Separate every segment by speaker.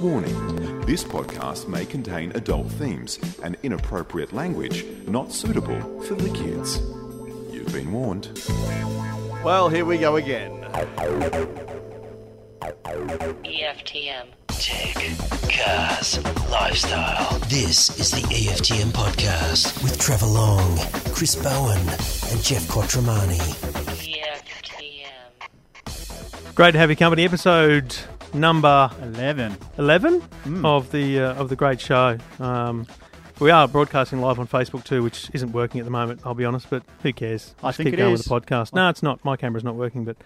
Speaker 1: Warning this podcast may contain adult themes and inappropriate language not suitable for the kids. You've been warned.
Speaker 2: Well, here we go again.
Speaker 3: E EFTM.
Speaker 4: Tech, cars, lifestyle. This is the EFTM podcast with Trevor Long, Chris Bowen, and Jeff Quattromani.
Speaker 3: E EFTM.
Speaker 5: Great to have your company. Episode number
Speaker 6: 11.
Speaker 5: eleven
Speaker 6: Mm.
Speaker 5: of the uh, of the great show. Um, we are broadcasting live on Facebook too, which isn't working at the moment. I'll be honest, but who cares?
Speaker 6: I
Speaker 5: Just
Speaker 6: think
Speaker 5: keep
Speaker 6: it
Speaker 5: going
Speaker 6: is.
Speaker 5: with the podcast. No, it's not. My camera's not working, but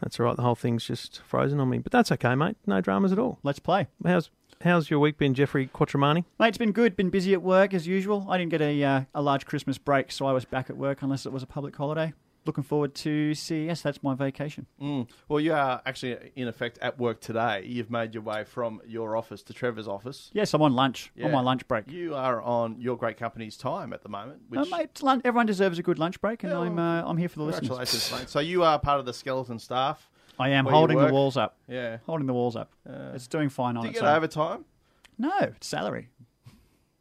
Speaker 5: that's all right. The whole thing's just frozen on me, but that's okay, mate. No dramas at all.
Speaker 6: Let's play.
Speaker 5: How's how's your week been, Jeffrey Quattromani?
Speaker 6: Mate, it's been good. Been busy at work as usual. I didn't get a, uh, a large Christmas break, so I was back at work unless it was a public holiday. Looking forward to CES. That's my vacation.
Speaker 2: Mm. Well, you are actually, in effect, at work today. You've made your way from your office to Trevor's office.
Speaker 6: Yes, I'm on lunch,
Speaker 2: Yeah.
Speaker 6: on my lunch break.
Speaker 2: You are on your great company's time at the moment, which.
Speaker 6: Uh, mate, lun- everyone deserves a good lunch break, and
Speaker 2: Yeah,
Speaker 6: I'm,
Speaker 2: well,
Speaker 6: uh, I'm here for the listeners.
Speaker 2: congratulations, mate. So you are part of the skeleton staff.
Speaker 6: I am
Speaker 2: where you
Speaker 6: holding the
Speaker 2: work.
Speaker 6: walls up.
Speaker 2: Yeah.
Speaker 6: Holding the walls up. it's doing fine on
Speaker 2: Do you
Speaker 6: its
Speaker 2: get
Speaker 6: own.
Speaker 2: overtime?
Speaker 6: No, it's salary.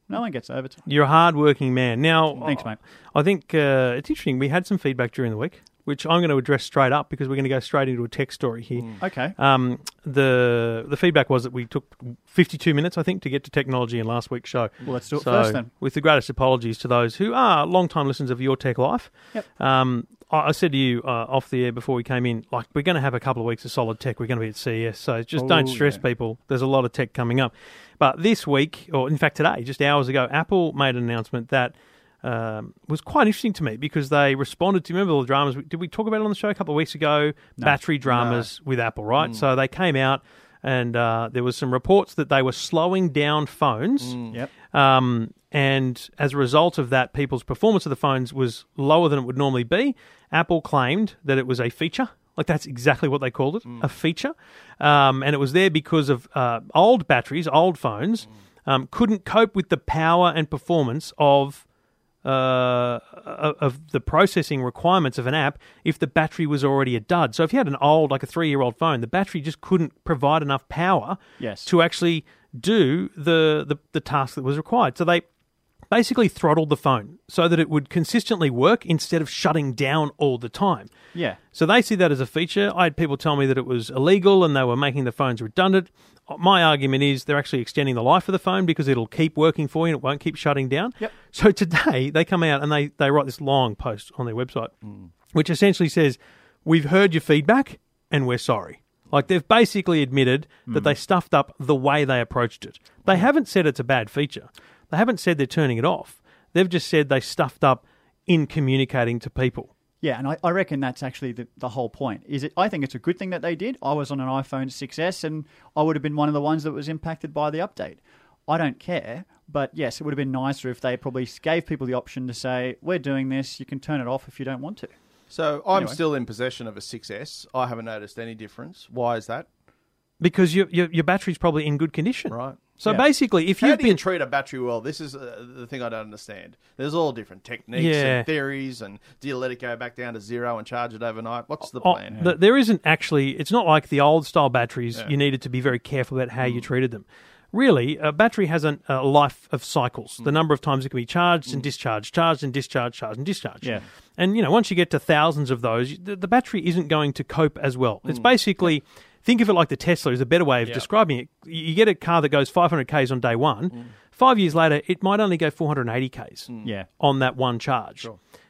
Speaker 6: No one gets overtime.
Speaker 5: You're a hard-working man. Now,
Speaker 6: Thanks, mate.
Speaker 5: I think uh, it's interesting. We had some feedback during the week, which I'm going to address straight up because we're going to go straight into a tech story here.
Speaker 6: Okay.
Speaker 5: Um, the the feedback was that we took 52 minutes, I think, to get to technology in last week's show.
Speaker 6: Well, let's do it first then.
Speaker 5: With the greatest apologies to those who are long-time listeners of Your Tech Life.
Speaker 6: Yep.
Speaker 5: Um, I, I said to you uh, off the air before we came in, like, we're going to have a couple of weeks of solid tech. We're going to be at CES. So just don't
Speaker 6: Oh,
Speaker 5: stress,
Speaker 6: yeah.
Speaker 5: people. There's a lot of tech coming up. But this week, or in fact today, just hours ago, Apple made an announcement that um, was quite interesting to me because they responded to remember all the dramas. Did we talk about it on the show a couple of weeks ago? Battery dramas with Apple, right?
Speaker 6: Mm.
Speaker 5: So they came out, and uh, there was some reports that they were slowing down phones.
Speaker 2: Mm.
Speaker 6: Yep.
Speaker 5: Um, and as a result of that, people's performance of the phones was lower than it would normally be. Apple claimed that it was a feature. Like that's exactly what they called it, a feature. Um, and it was there because of uh, old batteries, old phones um, couldn't cope with the power and performance of uh, of the processing requirements of an app if the battery was already a dud. So if you had an old, like a three-year-old phone, the battery just couldn't provide enough power
Speaker 6: Yes.
Speaker 5: to actually do the, the the task that was required. So they basically throttled the phone so that it would consistently work instead of shutting down all the time.
Speaker 6: Yeah.
Speaker 5: So they see that as a feature. I had people tell me that it was illegal and they were making the phones redundant. My argument is they're actually extending the life of the phone because it'll keep working for you and it won't keep shutting down.
Speaker 6: Yep.
Speaker 5: So today they come out and they, they write this long post on their website,
Speaker 6: Mm.
Speaker 5: which essentially says, We've heard your feedback and we're sorry. Like they've basically admitted
Speaker 6: Mm.
Speaker 5: that they stuffed up the way they approached it. They haven't said it's a bad feature, they haven't said they're turning it off. They've just said they stuffed up in communicating to people.
Speaker 6: Yeah, and I, I reckon that's actually the, the whole point. Is it? I think it's a good thing that they did. I was on an iPhone 6s, and I would have been one of the ones that was impacted by the update. I don't care, but yes, it would have been nicer if they probably gave people the option to say, "We're doing this. You can turn it off if you don't want to."
Speaker 2: So I'm
Speaker 6: Anyway.
Speaker 2: still in possession of a 6S. I haven't noticed any difference. Why is that?
Speaker 5: because your, your your battery's probably in good condition.
Speaker 2: Right.
Speaker 5: So
Speaker 6: Yeah.
Speaker 5: basically, if
Speaker 2: How
Speaker 5: you've
Speaker 2: do you
Speaker 5: been
Speaker 2: treat a battery well? This is uh, the thing I don't understand. There's all different techniques
Speaker 5: Yeah.
Speaker 2: and theories, and do you let it go back down to zero and charge it overnight? What's the
Speaker 5: oh,
Speaker 2: plan?
Speaker 5: th- there isn't actually. It's not like the old style batteries. You needed to be very careful about how you
Speaker 2: Mm.
Speaker 5: treated them. Really, a battery has an, a life of cycles.
Speaker 2: Mm.
Speaker 5: The number of times it can be charged and discharged, charged and discharged, charged and discharged.
Speaker 6: Yeah.
Speaker 5: And you know, once you get to thousands of those, you- the, the battery isn't going to cope as well. It's
Speaker 2: Mm.
Speaker 5: basically think of it like the Tesla is a better way of describing it. You you get a car that goes 500 k's on day one.
Speaker 2: Mm.
Speaker 5: Five years later, it might only go 480 k's.
Speaker 6: Yeah,
Speaker 5: on that one charge.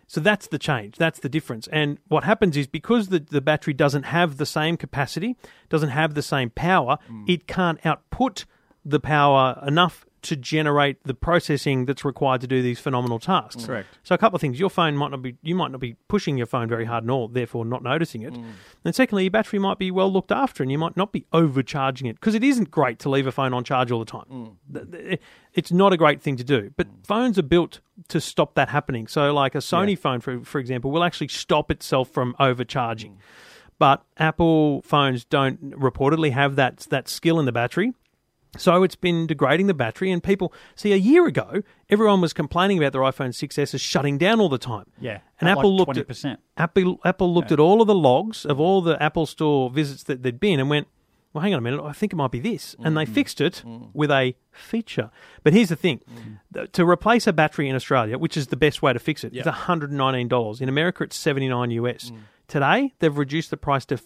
Speaker 5: So that's the change. That's the difference. And what happens is because the, the battery doesn't have the same capacity, doesn't have the same power, it can't output the power enough to generate the processing that's required to do these phenomenal tasks.
Speaker 6: Correct.
Speaker 5: So a couple of things. Your phone might not be you might not be pushing your phone very hard and all, therefore not noticing it. And secondly, your battery might be well looked after and you might not be overcharging it because it isn't great to leave a phone on charge all the time. Th- th- It's not a great thing to do. But
Speaker 6: Mm.
Speaker 5: phones are built to stop that happening. So like a Sony phone for for example will actually stop itself from overcharging.
Speaker 6: Mm.
Speaker 5: But Apple phones don't reportedly have that that skill in the battery. So it's been degrading the battery, and people see a year ago, everyone was complaining about their iPhone 6s as shutting down all the time.
Speaker 6: yeah.
Speaker 5: and
Speaker 6: At
Speaker 5: Apple
Speaker 6: like
Speaker 5: looked at
Speaker 6: 20%.
Speaker 5: Apple Apple looked at all of the logs of all the Apple Store visits that there'd been and went, well, hang on a minute, I think it might be this. And they fixed it with a feature. But here's the thing Th- to replace a battery in Australia, which is the best way to fix it, is $119. In America, it's 79 US. Today, they've reduced the price to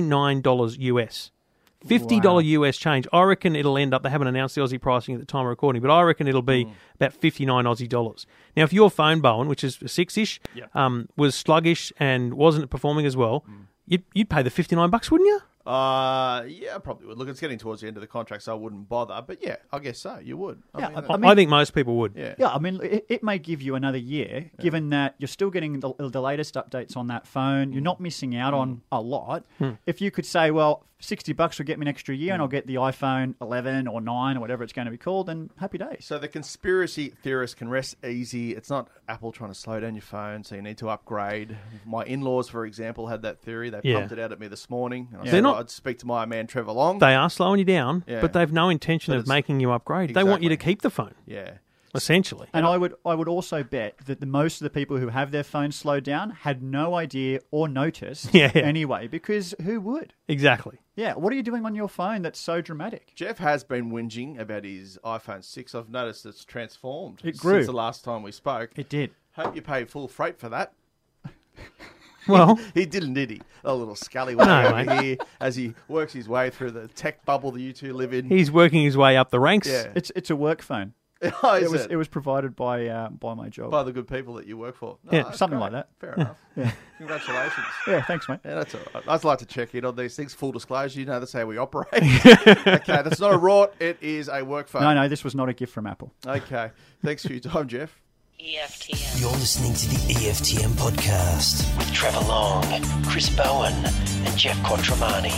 Speaker 5: $29 US. Fifty dollar US change. I reckon it'll end up. They haven't announced the Aussie pricing at the time of recording, but I reckon it'll
Speaker 2: Hmm.
Speaker 5: be about fifty nine Aussie dollars. Now, if your phone, Bowen, which is six ish, um, was sluggish and wasn't performing as well,
Speaker 2: Hmm.
Speaker 5: you'd, you'd pay the fifty nine bucks, wouldn't you?
Speaker 2: Uh, yeah, I probably would. Look, it's getting towards the end of the contract, so I wouldn't bother. But yeah, I guess so. You would. I
Speaker 6: Yeah,
Speaker 2: mean,
Speaker 6: I-
Speaker 2: that-
Speaker 5: I, I think most people would.
Speaker 2: yeah.
Speaker 6: Yeah, I mean, it, it may give you another year, given that you're still getting the, the latest updates on that phone. You're not missing out on a lot. If you could say, well, 60 bucks will get me an extra year and I'll get the iPhone 11 or 9 or whatever it's going to be called, then happy days.
Speaker 2: So the conspiracy theorists can rest easy. It's not Apple trying to slow down your phone, so you need to upgrade. My in-laws, for example, had that theory. They
Speaker 5: Yeah.
Speaker 2: pumped it out at me this morning. And I
Speaker 5: They're
Speaker 2: said,
Speaker 5: not-
Speaker 2: I'd speak to my man Trevor Long.
Speaker 5: They are slowing you down,
Speaker 2: Yeah.
Speaker 5: but they've no intention
Speaker 2: But
Speaker 5: of
Speaker 2: it's-
Speaker 5: making you upgrade. They want you to
Speaker 2: Exactly.
Speaker 5: keep the phone,
Speaker 2: yeah.
Speaker 5: essentially.
Speaker 6: And I would, I would also bet that the most of the people who have their phones slowed down had no idea or noticed
Speaker 5: Yeah.
Speaker 6: anyway, because who would?
Speaker 5: Exactly.
Speaker 6: Yeah, what are you doing on your phone that's so dramatic?
Speaker 2: Jeff has been whinging about his iPhone 6. I've noticed it's transformed
Speaker 6: It grew.
Speaker 2: since the last time we spoke.
Speaker 6: It did.
Speaker 2: Hope you paid full freight for that.
Speaker 5: Well,
Speaker 2: He didn't, did he? A little scallywag
Speaker 5: No,
Speaker 2: over here as he works his way through the tech bubble that you two live in.
Speaker 5: he's working his way up the ranks.
Speaker 2: yeah.
Speaker 6: It's, it's a work phone.
Speaker 2: Oh,
Speaker 6: It
Speaker 2: is
Speaker 6: was,
Speaker 2: it?
Speaker 6: it was provided by, uh, by my job.
Speaker 2: by the good people that you work for. No,
Speaker 5: Yeah,
Speaker 2: that's
Speaker 6: something like that.
Speaker 2: Fair enough. Congratulations.
Speaker 6: yeah, thanks, mate.
Speaker 2: Yeah, that's all right. I'd like to check in on these things. Full disclosure, you know, that's how we operate. okay, that's not a rort. It is a work phone.
Speaker 6: No, no, this was not a gift from Apple.
Speaker 2: Okay. Thanks for your time, Jeff.
Speaker 3: E EFTM.
Speaker 4: You're listening to the EFTM podcast with Trevor Long, Chris Bowen, and Jeff Quattromani.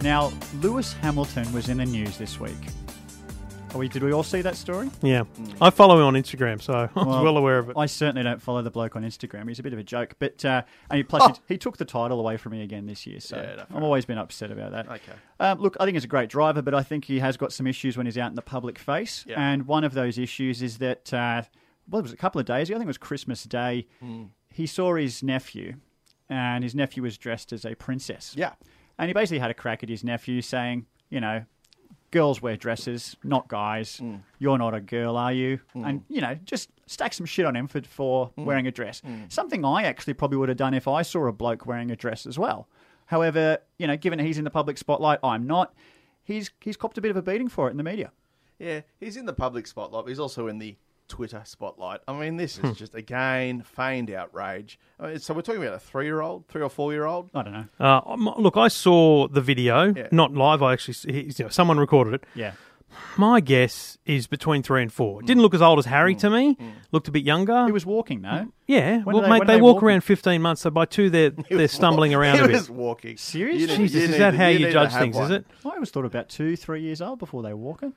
Speaker 6: Now, Lewis Hamilton was in the news this week. Are we, did we all see that story?
Speaker 5: Yeah.
Speaker 2: Hmm.
Speaker 5: I follow him on Instagram, so I was well,
Speaker 6: Well,
Speaker 5: aware of it.
Speaker 6: I certainly don't follow the bloke on Instagram. He's a bit of a joke, but uh, and he, plus he, he took the title away from me again this year, so
Speaker 2: Oh. Yeah, no, fair
Speaker 6: I've always been upset about that.
Speaker 2: Okay.
Speaker 6: Um, look, I think he's a great driver, but I think he has got some issues when he's out in the public face,
Speaker 2: Yeah.
Speaker 6: and one of those issues is that uh, well, it was a couple of days ago. I think it was Christmas Day.
Speaker 2: Hmm.
Speaker 6: He saw his nephew, and his nephew was dressed as a princess.
Speaker 2: Yeah.
Speaker 6: And he basically had a crack at his nephew, saying, you know, girls wear dresses, not guys.
Speaker 2: Mm.
Speaker 6: You're not a girl, are you? And, you know, just stack some shit on him for, for
Speaker 2: Mm.
Speaker 6: wearing a dress. Something I actually probably would have done if I saw a bloke wearing a dress as well. However, you know, given he's in the public spotlight, I'm not. He's, he's copped a bit of a beating for it in the media.
Speaker 2: Yeah, he's in the public spotlight. but He's also in the Twitter spotlight. I mean, this
Speaker 6: Hmm.
Speaker 2: is just, again, feigned outrage. I mean, so we're talking about a three year old, three or four year old.
Speaker 6: I don't know.
Speaker 5: Uh, m- look, I saw the video,
Speaker 2: Yeah.
Speaker 5: not live. I actually, s- he- you know, someone recorded it.
Speaker 6: Yeah.
Speaker 5: My guess is between three and four. It Didn't look as old as Harry
Speaker 2: Mm.
Speaker 5: to me. Looked a bit younger.
Speaker 6: He was walking, though.
Speaker 5: yeah.
Speaker 6: When
Speaker 5: well,
Speaker 6: are they-
Speaker 5: mate,
Speaker 6: when
Speaker 5: they,
Speaker 6: are they
Speaker 5: walk
Speaker 6: walking?
Speaker 5: around fifteen months, so by two, they're they're stumbling around
Speaker 2: he
Speaker 5: a bit.
Speaker 2: was walking.
Speaker 6: Seriously?
Speaker 2: You need-
Speaker 5: Jesus,
Speaker 2: you
Speaker 5: is
Speaker 2: need
Speaker 5: that
Speaker 2: to-
Speaker 5: how
Speaker 2: you
Speaker 5: you,
Speaker 2: need to
Speaker 5: judge
Speaker 2: have
Speaker 5: things? Is
Speaker 2: one.
Speaker 5: it?
Speaker 6: I always thought about two, three years old before they were walking.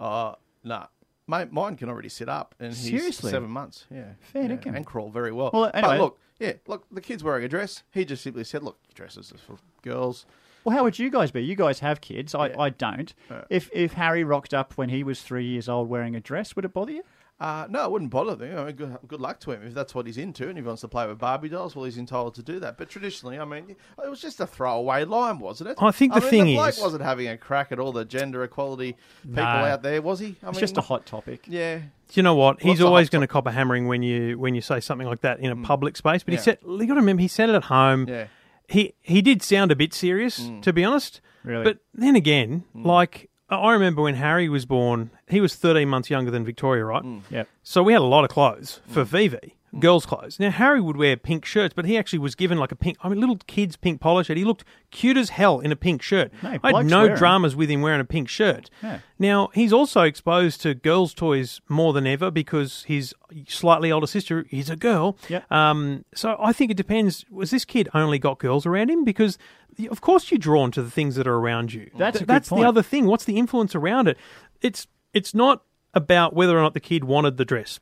Speaker 2: Uh, nah. Mate, mine can already sit up, and he's
Speaker 6: Seriously?
Speaker 2: seven months. Yeah,
Speaker 6: Fair
Speaker 2: yeah,
Speaker 6: dinkum.
Speaker 2: and crawl very well.
Speaker 6: Well, anyway-
Speaker 2: but look, yeah, look, the kid's wearing a dress. He just simply said, "Look, dresses are for girls."
Speaker 6: Well, how would you guys be? You guys have kids. I, I don't.
Speaker 2: Yeah. Uh.
Speaker 6: If if Harry rocked up when he was three years old wearing a dress, would it bother you?
Speaker 2: Uh, no, it wouldn't bother them. I mean, good, good luck to him if that's what he's into, and if he wants to play with Barbie dolls, well, he's entitled to do that. But traditionally, I mean, it was just a throwaway line, wasn't it?
Speaker 5: I think the
Speaker 2: mean,
Speaker 5: thing
Speaker 2: the bloke
Speaker 5: is-
Speaker 2: wasn't having a crack at all the gender equality people
Speaker 5: No.
Speaker 2: out there, was he? I
Speaker 6: It's
Speaker 2: mean,
Speaker 6: just a hot topic.
Speaker 2: yeah.
Speaker 5: Do you know what? He's
Speaker 2: What's the
Speaker 5: always
Speaker 2: hot Mm.
Speaker 5: going to cop a hammering when you when you say something like that in a public space. But
Speaker 2: Yeah.
Speaker 5: he said, you got to remember, he said it at home.
Speaker 2: Yeah. Mm.
Speaker 5: He he did sound a bit serious, to be honest.
Speaker 6: Really?
Speaker 5: But then again, like I- I remember when Harry was born, he was 13 months younger than Victoria, right?
Speaker 2: Mm.
Speaker 6: Yep.
Speaker 5: So we had a lot of clothes
Speaker 6: Mm.
Speaker 5: for Vivi, girls' clothes. Now Harry would wear pink shirts, but he actually was given like a pink, I mean, little kid's pink polo shirt. He looked cute as hell in a pink shirt.
Speaker 6: No,
Speaker 5: I had
Speaker 6: blokes
Speaker 5: no
Speaker 6: wear 'em.
Speaker 5: dramas with him wearing a pink shirt.
Speaker 6: Yeah.
Speaker 5: Now he's also exposed to girls' toys more than ever because his slightly older sister is a girl.
Speaker 6: Yeah.
Speaker 5: Um. So I think it depends. Was this kid only got girls around him? Because the- of course you're drawn to the things that are around you.
Speaker 6: Mm. That's a good
Speaker 5: that's
Speaker 6: point.
Speaker 5: the other thing. What's the influence around it? It's it's not about whether or not the kid wanted the dress.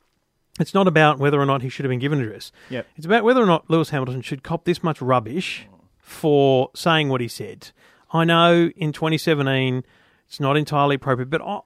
Speaker 5: It's not about whether or not he should have been given a dress.
Speaker 6: Yep.
Speaker 5: It's about whether or not Lewis Hamilton should cop this much rubbish for saying what he said. I know in 2017 it's not entirely appropriate, but I,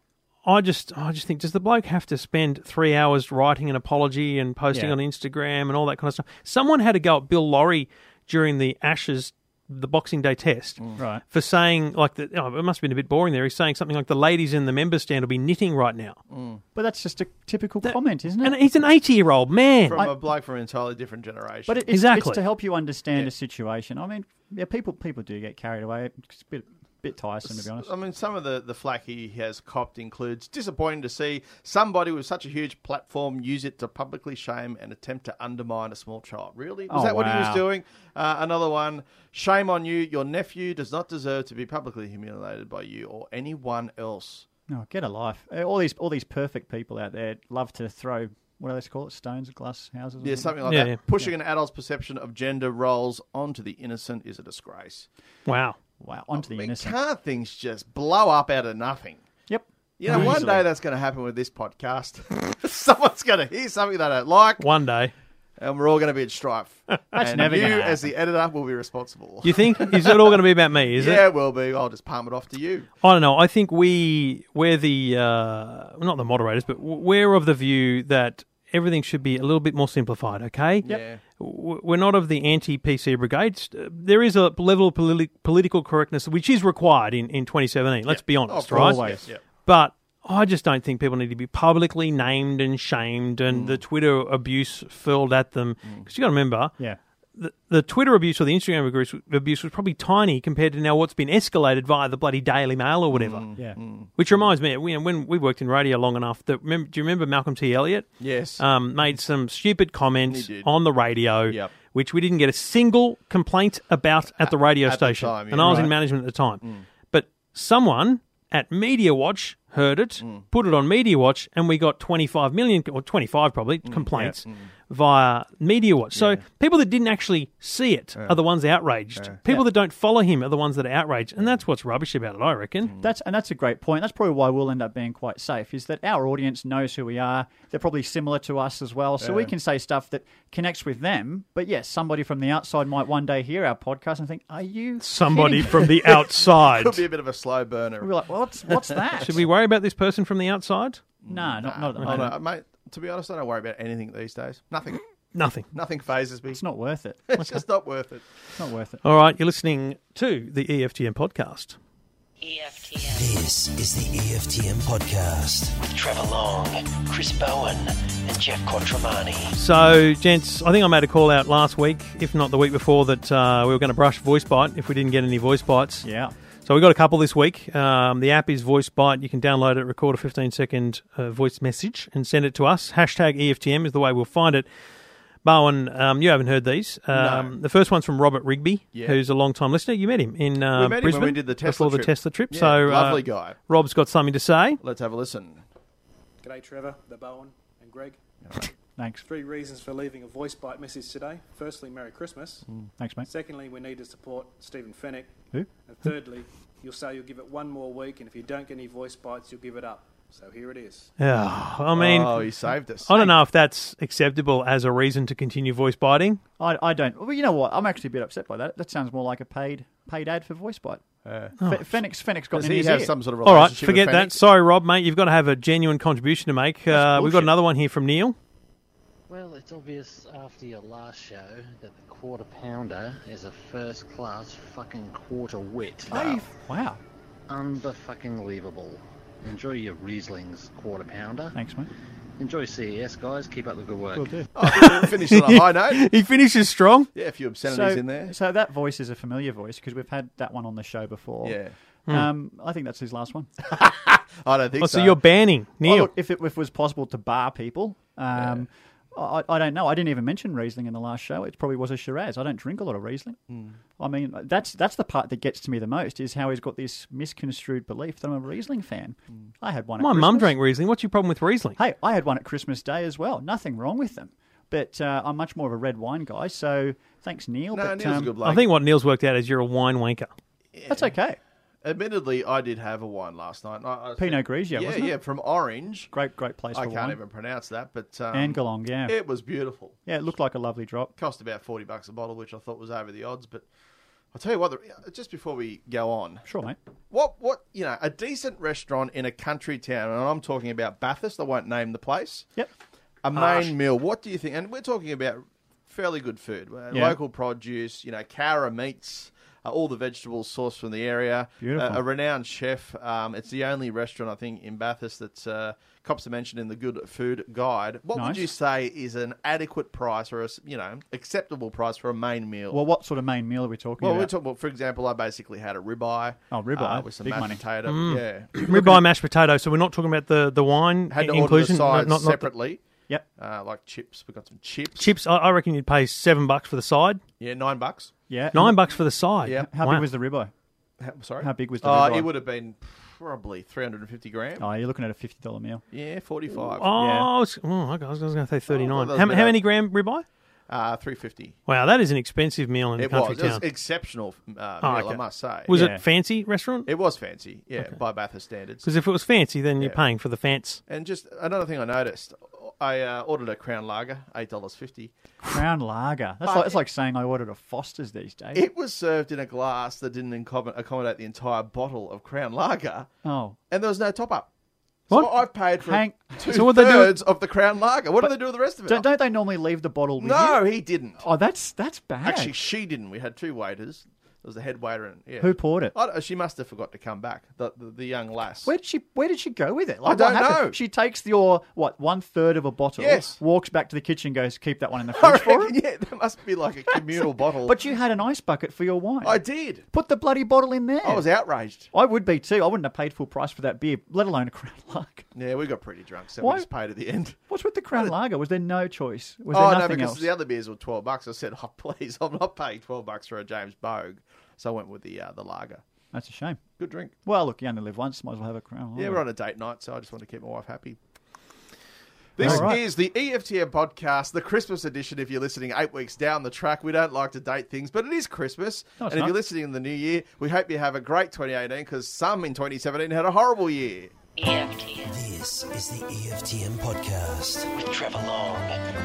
Speaker 5: I just I just think does the bloke have to spend three hours writing an apology and posting
Speaker 6: Yeah.
Speaker 5: on Instagram and all that kind of stuff? Someone had to go at Bill Lorry during the Ashes the Boxing Day test
Speaker 6: Right.
Speaker 5: for saying like the, oh, it must have been a bit boring there. He's saying something like the ladies in the members stand will be knitting right now,
Speaker 2: Mm.
Speaker 6: But that's just a typical comment, isn't it?
Speaker 5: and he's an eighty-year-old man.
Speaker 2: From a bloke from an entirely different generation.
Speaker 6: But it, it's,
Speaker 5: Exactly.
Speaker 6: it's to help you understand a situation. I mean, yeah, people people do get carried away. It's a bit, bit tiresome, to be honest.
Speaker 2: I mean, some of the, the flack he has copped includes disappointing to see somebody with such a huge platform use it to publicly shame and attempt to undermine a small child. Really? Was
Speaker 6: Oh,
Speaker 2: that what he was
Speaker 6: wow.
Speaker 2: doing? Uh, another one shame on you. Your nephew does not deserve to be publicly humiliated by you or anyone else.
Speaker 6: No, get a life. Uh, All these all these perfect people out there love to throw what do they call it? Stones at glass houses. or
Speaker 2: Yeah, something like
Speaker 5: Yeah,
Speaker 2: that.
Speaker 5: yeah.
Speaker 2: Pushing an adult's perception of gender roles onto the innocent is a disgrace.
Speaker 5: Wow.
Speaker 6: Wow, onto the
Speaker 2: I mean,
Speaker 6: innocent.
Speaker 2: can't things just blow up out of nothing?
Speaker 6: Yep.
Speaker 2: You know, one day that's going to happen with this podcast. Someone's going to hear something they don't like,
Speaker 5: One day,
Speaker 2: and we're all going to be at strife. and
Speaker 6: never
Speaker 2: you,
Speaker 6: gonna happen.
Speaker 2: as the editor, will be responsible.
Speaker 5: you think is it all going to be about me? Is it?
Speaker 2: yeah, it will be. I'll just palm it off to you.
Speaker 5: I don't know. I think we we're the uh, not the moderators, but w- we're of the view that everything should be a little bit more simplified. Okay.
Speaker 2: Yep.
Speaker 5: W- We're not of the anti-PC brigade. St- There is a level of politi- political correctness which is required in, in 2017. Let's be honest, right?
Speaker 6: Oh, Always.
Speaker 2: Yeah.
Speaker 5: But I just don't think people need to be publicly named and shamed,
Speaker 6: Mm.
Speaker 5: and the Twitter abuse furled at them. Because you got to remember,
Speaker 6: Yeah.
Speaker 5: the, the Twitter abuse or the Instagram abuse, abuse was probably tiny compared to now what's been escalated via the bloody Daily Mail or whatever.
Speaker 6: Yeah.
Speaker 5: Which reminds me, when, when we worked in radio long enough, that remem- do you remember Malcolm T. Elliott?
Speaker 2: Yes.
Speaker 5: Um, made some stupid comments
Speaker 2: He did.
Speaker 5: on the radio,
Speaker 2: Yep.
Speaker 5: which we didn't get a single complaint about at the radio
Speaker 2: the
Speaker 5: station.
Speaker 2: time, yeah.
Speaker 5: and I was
Speaker 2: Right. Mm.
Speaker 5: in management at the time. But someone at Media Watch heard it,
Speaker 2: Mm.
Speaker 5: put it on Media Watch, and we got 25 million, or 25 probably,
Speaker 2: Mm,
Speaker 5: complaints via Media Watch. So people that didn't actually see it are the ones outraged. People that don't follow him are the ones that are outraged.
Speaker 2: Mm.
Speaker 5: And that's what's rubbish about it, I reckon.
Speaker 6: That's and that's a great point. That's probably why we'll end up being quite safe is that our audience knows who we are. They're probably similar to us as well, so we can say stuff that connects with them. But yes, somebody from the outside might one day hear our podcast and think, "Are you
Speaker 5: Somebody
Speaker 6: kidding me?"
Speaker 5: from the outside.
Speaker 2: Could be a bit of a slow burner.
Speaker 6: We're like, "What's what's that?"
Speaker 5: Should we worry about this person from the outside?
Speaker 6: No, not, not at the
Speaker 2: I
Speaker 6: moment.
Speaker 2: don't know, mate. To be honest, I don't worry about anything these days. Nothing.
Speaker 5: Nothing.
Speaker 2: Nothing phases me.
Speaker 6: It's not worth it.
Speaker 2: It's just not worth it.
Speaker 6: It's not worth it.
Speaker 5: All right, you're listening to the E EFTM podcast.
Speaker 3: E EFTM.
Speaker 4: This is the EFTM podcast with Trevor Long, Chris Bowen, and Jeff Quattromani.
Speaker 5: So, gents, I think I made a call out last week, if not the week before, that uh, we were going to brush voice bite if we didn't get any voice bites.
Speaker 6: Yeah.
Speaker 5: So we got a couple this week. Um, the app is Voice Bite. You can download it, record a 15 second uh, voice message, and send it to us. Hashtag E EFTM is the way we'll find it. Bowen, um, you haven't heard these. Um, The first one's from Robert Rigby,
Speaker 2: Yeah.
Speaker 5: who's a long time listener. You met him in
Speaker 2: We met
Speaker 5: uh,
Speaker 2: him when
Speaker 5: Brisbane
Speaker 2: we did the Tesla
Speaker 5: before
Speaker 2: trip.
Speaker 5: the Tesla trip.
Speaker 2: Yeah,
Speaker 5: so uh,
Speaker 2: lovely guy.
Speaker 5: Rob's got something to say.
Speaker 2: Let's have a listen.
Speaker 7: G'day, Trevor, the Bowen, and Greg.
Speaker 6: Thanks.
Speaker 7: Three reasons for leaving a voice bite message today. Firstly, Merry Christmas.
Speaker 6: Thanks, mate.
Speaker 7: Secondly, we need to support Stephen Fennick.
Speaker 6: Hmm. Who?
Speaker 7: And thirdly, you'll say you'll give it one more week, and if you don't get any voice bites, you'll give it up. So here it is.
Speaker 5: Ah, I mean,
Speaker 2: oh, he saved us.
Speaker 5: I don't know if that's acceptable as a reason to continue voice biting.
Speaker 6: I, I don't. Well, you know what? I'm actually a bit upset by that. That sounds more like a paid paid ad for VoiceBite.
Speaker 5: Oh.
Speaker 6: Fe- Phoenix Phoenix got
Speaker 2: Uh, Does
Speaker 6: in
Speaker 2: he
Speaker 6: his
Speaker 2: have
Speaker 6: ear.
Speaker 2: some sort of
Speaker 5: All right,
Speaker 2: relationship
Speaker 5: forget
Speaker 2: with
Speaker 5: that.
Speaker 2: Fenix?
Speaker 5: Sorry, Rob, mate. You've got to have a genuine contribution to make. Uh, we've got
Speaker 2: bullshit.
Speaker 5: another one here from Neil.
Speaker 8: Well, it's obvious after your last show that the quarter pounder is a first class fucking quarter wit.
Speaker 6: Hey, wow.
Speaker 8: Unfucking leavable. Enjoy your Riesling's quarter pounder.
Speaker 6: Thanks, mate.
Speaker 8: Enjoy CES, guys. Keep up the good work.
Speaker 2: We'll Finish on a high note.
Speaker 5: He finishes strong.
Speaker 2: Yeah, a few
Speaker 6: So,
Speaker 2: obscenities in there.
Speaker 6: so that voice is a familiar voice because we've had that one on the show before.
Speaker 2: Yeah.
Speaker 5: Hmm.
Speaker 6: Um, I think that's his last one.
Speaker 2: I don't think
Speaker 5: Oh,
Speaker 2: so.
Speaker 5: so you're banning
Speaker 6: Oh,
Speaker 5: Neil.
Speaker 6: look, if it if it was possible to bar people, um, I, I don't know. I didn't even mention Riesling in the last show. It probably was a Shiraz. I don't drink a lot of Riesling.
Speaker 2: Hmm.
Speaker 6: I mean, that's that's the part that gets to me the most is how he's got this misconstrued belief that I'm a Riesling fan.
Speaker 2: Hmm.
Speaker 6: I had one. At
Speaker 5: My mum
Speaker 6: Christmas.
Speaker 5: drank Riesling. What's your problem with Riesling?
Speaker 6: Hey, I had one at Christmas Day as well. Nothing wrong with them, but uh, I'm much more of a red wine guy. So thanks, Neil.
Speaker 2: No,
Speaker 6: but,
Speaker 2: Neil's a
Speaker 6: um,
Speaker 2: good bloke.
Speaker 5: I think what Neil's worked out is you're a wine wanker.
Speaker 6: That's okay.
Speaker 2: Admittedly, I did have a wine last night. I, I-
Speaker 6: Pinot Grigio,
Speaker 2: Yeah,
Speaker 6: wasn't it?
Speaker 2: yeah, from Orange.
Speaker 6: Great, great place
Speaker 2: I
Speaker 6: for
Speaker 2: can't
Speaker 6: wine.
Speaker 2: even pronounce that, but um,
Speaker 6: and Geelong, yeah.
Speaker 2: it was beautiful.
Speaker 6: yeah, it looked like a lovely drop.
Speaker 2: Cost about forty bucks a bottle, which I thought was over the odds. But I'll tell you what, the, uh, just before we go on,
Speaker 6: Sure, mate.
Speaker 2: what what you know, a decent restaurant in a country town, and I'm talking about Bathurst. I won't name the place.
Speaker 6: Yep.
Speaker 2: a main meal. What do you think? And we're talking about fairly good food, uh,
Speaker 6: Yeah.
Speaker 2: local produce, you know, Cara meats, Uh, all the vegetables sourced from the area.
Speaker 6: Beautiful.
Speaker 2: Uh, a renowned chef. Um, it's the only restaurant I think in Bathurst that uh, cops are mentioned in the Good Food Guide. What would
Speaker 6: Nice.
Speaker 2: you say is an adequate price or a s- you know acceptable price for a main meal?
Speaker 6: Well, what sort of main meal are we talking
Speaker 2: Well,
Speaker 6: about?
Speaker 2: we're talking about, for example, I basically had a ribeye.
Speaker 6: Oh, ribeye.
Speaker 2: uh, with some
Speaker 6: Big
Speaker 2: mashed
Speaker 6: money.
Speaker 2: potato. Yeah,
Speaker 5: Ribeye mashed potato. So we're not talking about the, the wine
Speaker 2: had to
Speaker 5: in-
Speaker 2: order the
Speaker 5: inclusion. No,
Speaker 2: sides
Speaker 5: not- not the-
Speaker 2: separately,
Speaker 6: yep.
Speaker 2: uh, like chips. We got some chips.
Speaker 5: chips. I, I reckon you'd pay seven bucks for the side,
Speaker 2: Yeah, nine bucks.
Speaker 6: Yeah.
Speaker 5: nine bucks for the side.
Speaker 2: Yeah.
Speaker 6: How
Speaker 5: Wow.
Speaker 6: big was the ribeye?
Speaker 2: How, sorry,
Speaker 6: How big was the
Speaker 2: Uh,
Speaker 6: ribeye?
Speaker 2: it would have been probably three hundred and fifty grams.
Speaker 6: Oh, you're looking at a fifty dollar meal.
Speaker 2: Yeah, forty-five.
Speaker 5: Oh,
Speaker 6: Yeah.
Speaker 5: I was, oh, okay, I was going to say 39.
Speaker 2: that
Speaker 5: how,
Speaker 2: was
Speaker 5: how
Speaker 2: about-
Speaker 5: many gram ribeye?
Speaker 2: Uh, three fifty.
Speaker 5: Wow, that is an expensive meal in a
Speaker 2: It was.
Speaker 5: country
Speaker 2: It was
Speaker 5: town.
Speaker 2: exceptional uh,
Speaker 5: Oh,
Speaker 2: meal, I
Speaker 5: okay.
Speaker 2: must say.
Speaker 5: Was
Speaker 6: Yeah.
Speaker 5: it fancy restaurant?
Speaker 2: It was fancy, yeah, by Bathurst standards.
Speaker 5: Because if it was fancy, then you're
Speaker 2: Yeah.
Speaker 5: paying for the fence.
Speaker 2: And just another thing I noticed, I uh, ordered a Crown Lager, eight dollars fifty.
Speaker 6: Crown lager. That's
Speaker 2: Uh,
Speaker 6: like, that's like saying I ordered a Foster's these days.
Speaker 2: It was served in a glass that didn't inco- accommodate the entire bottle of Crown Lager,
Speaker 6: oh,
Speaker 2: and there was no top up. So
Speaker 5: What?
Speaker 2: I've paid for
Speaker 6: Hang-
Speaker 2: two
Speaker 5: So what'd they do-
Speaker 2: thirds of the Crown Lager. What do they do with the rest of it?
Speaker 6: don't, don't they normally leave the bottle? With
Speaker 2: no,
Speaker 6: you?
Speaker 2: he didn't.
Speaker 6: Oh, that's that's bad.
Speaker 2: Actually, she didn't. We had two waiters. There was the head waiter and yeah.
Speaker 6: Who poured it?
Speaker 2: I don't- she must have forgot to come back. The the, the young lass.
Speaker 6: Where did she Where did she go with it?
Speaker 2: I
Speaker 6: what
Speaker 2: don't
Speaker 6: happened?
Speaker 2: know.
Speaker 6: She takes your what one third of a bottle.
Speaker 2: Yes.
Speaker 6: Walks back to the kitchen. Goes keep that one in the
Speaker 2: I
Speaker 6: fridge
Speaker 2: reckon,
Speaker 6: for her.
Speaker 2: yeah, there must be like a communal bottle.
Speaker 6: But you had an ice bucket for your wine.
Speaker 2: I did.
Speaker 6: Put the bloody bottle in there.
Speaker 2: I was outraged.
Speaker 6: I would be too. I wouldn't have paid full price for that beer, let alone a Crown Lager.
Speaker 2: Yeah, we got pretty drunk, so
Speaker 6: Why-
Speaker 2: we just paid at the end.
Speaker 6: What's with the Crown Lager? Was there no choice? Was there
Speaker 2: Oh no,
Speaker 6: nothing
Speaker 2: because
Speaker 6: else?
Speaker 2: the other beers were twelve bucks. I said, "Oh please, I'm not paying twelve bucks for a James Bogue," so I went with the uh, the lager.
Speaker 6: That's a shame.
Speaker 2: Good drink.
Speaker 6: Well, look, you only live once. Might as well have a Crown Lager.
Speaker 2: Yeah, we're on a date night, so I just want to keep my wife happy. This
Speaker 6: All right.
Speaker 2: is the E EFTM podcast, the Christmas edition. If you're listening eight weeks down the track, we don't like to date things, but it is Christmas.
Speaker 6: No, it's
Speaker 2: and if
Speaker 6: not.
Speaker 2: you're listening in the new year, we hope you have a great 2018 because some in 2017 had a horrible year.
Speaker 3: E EFTM.
Speaker 4: This is the EFTM podcast with Trevor Long,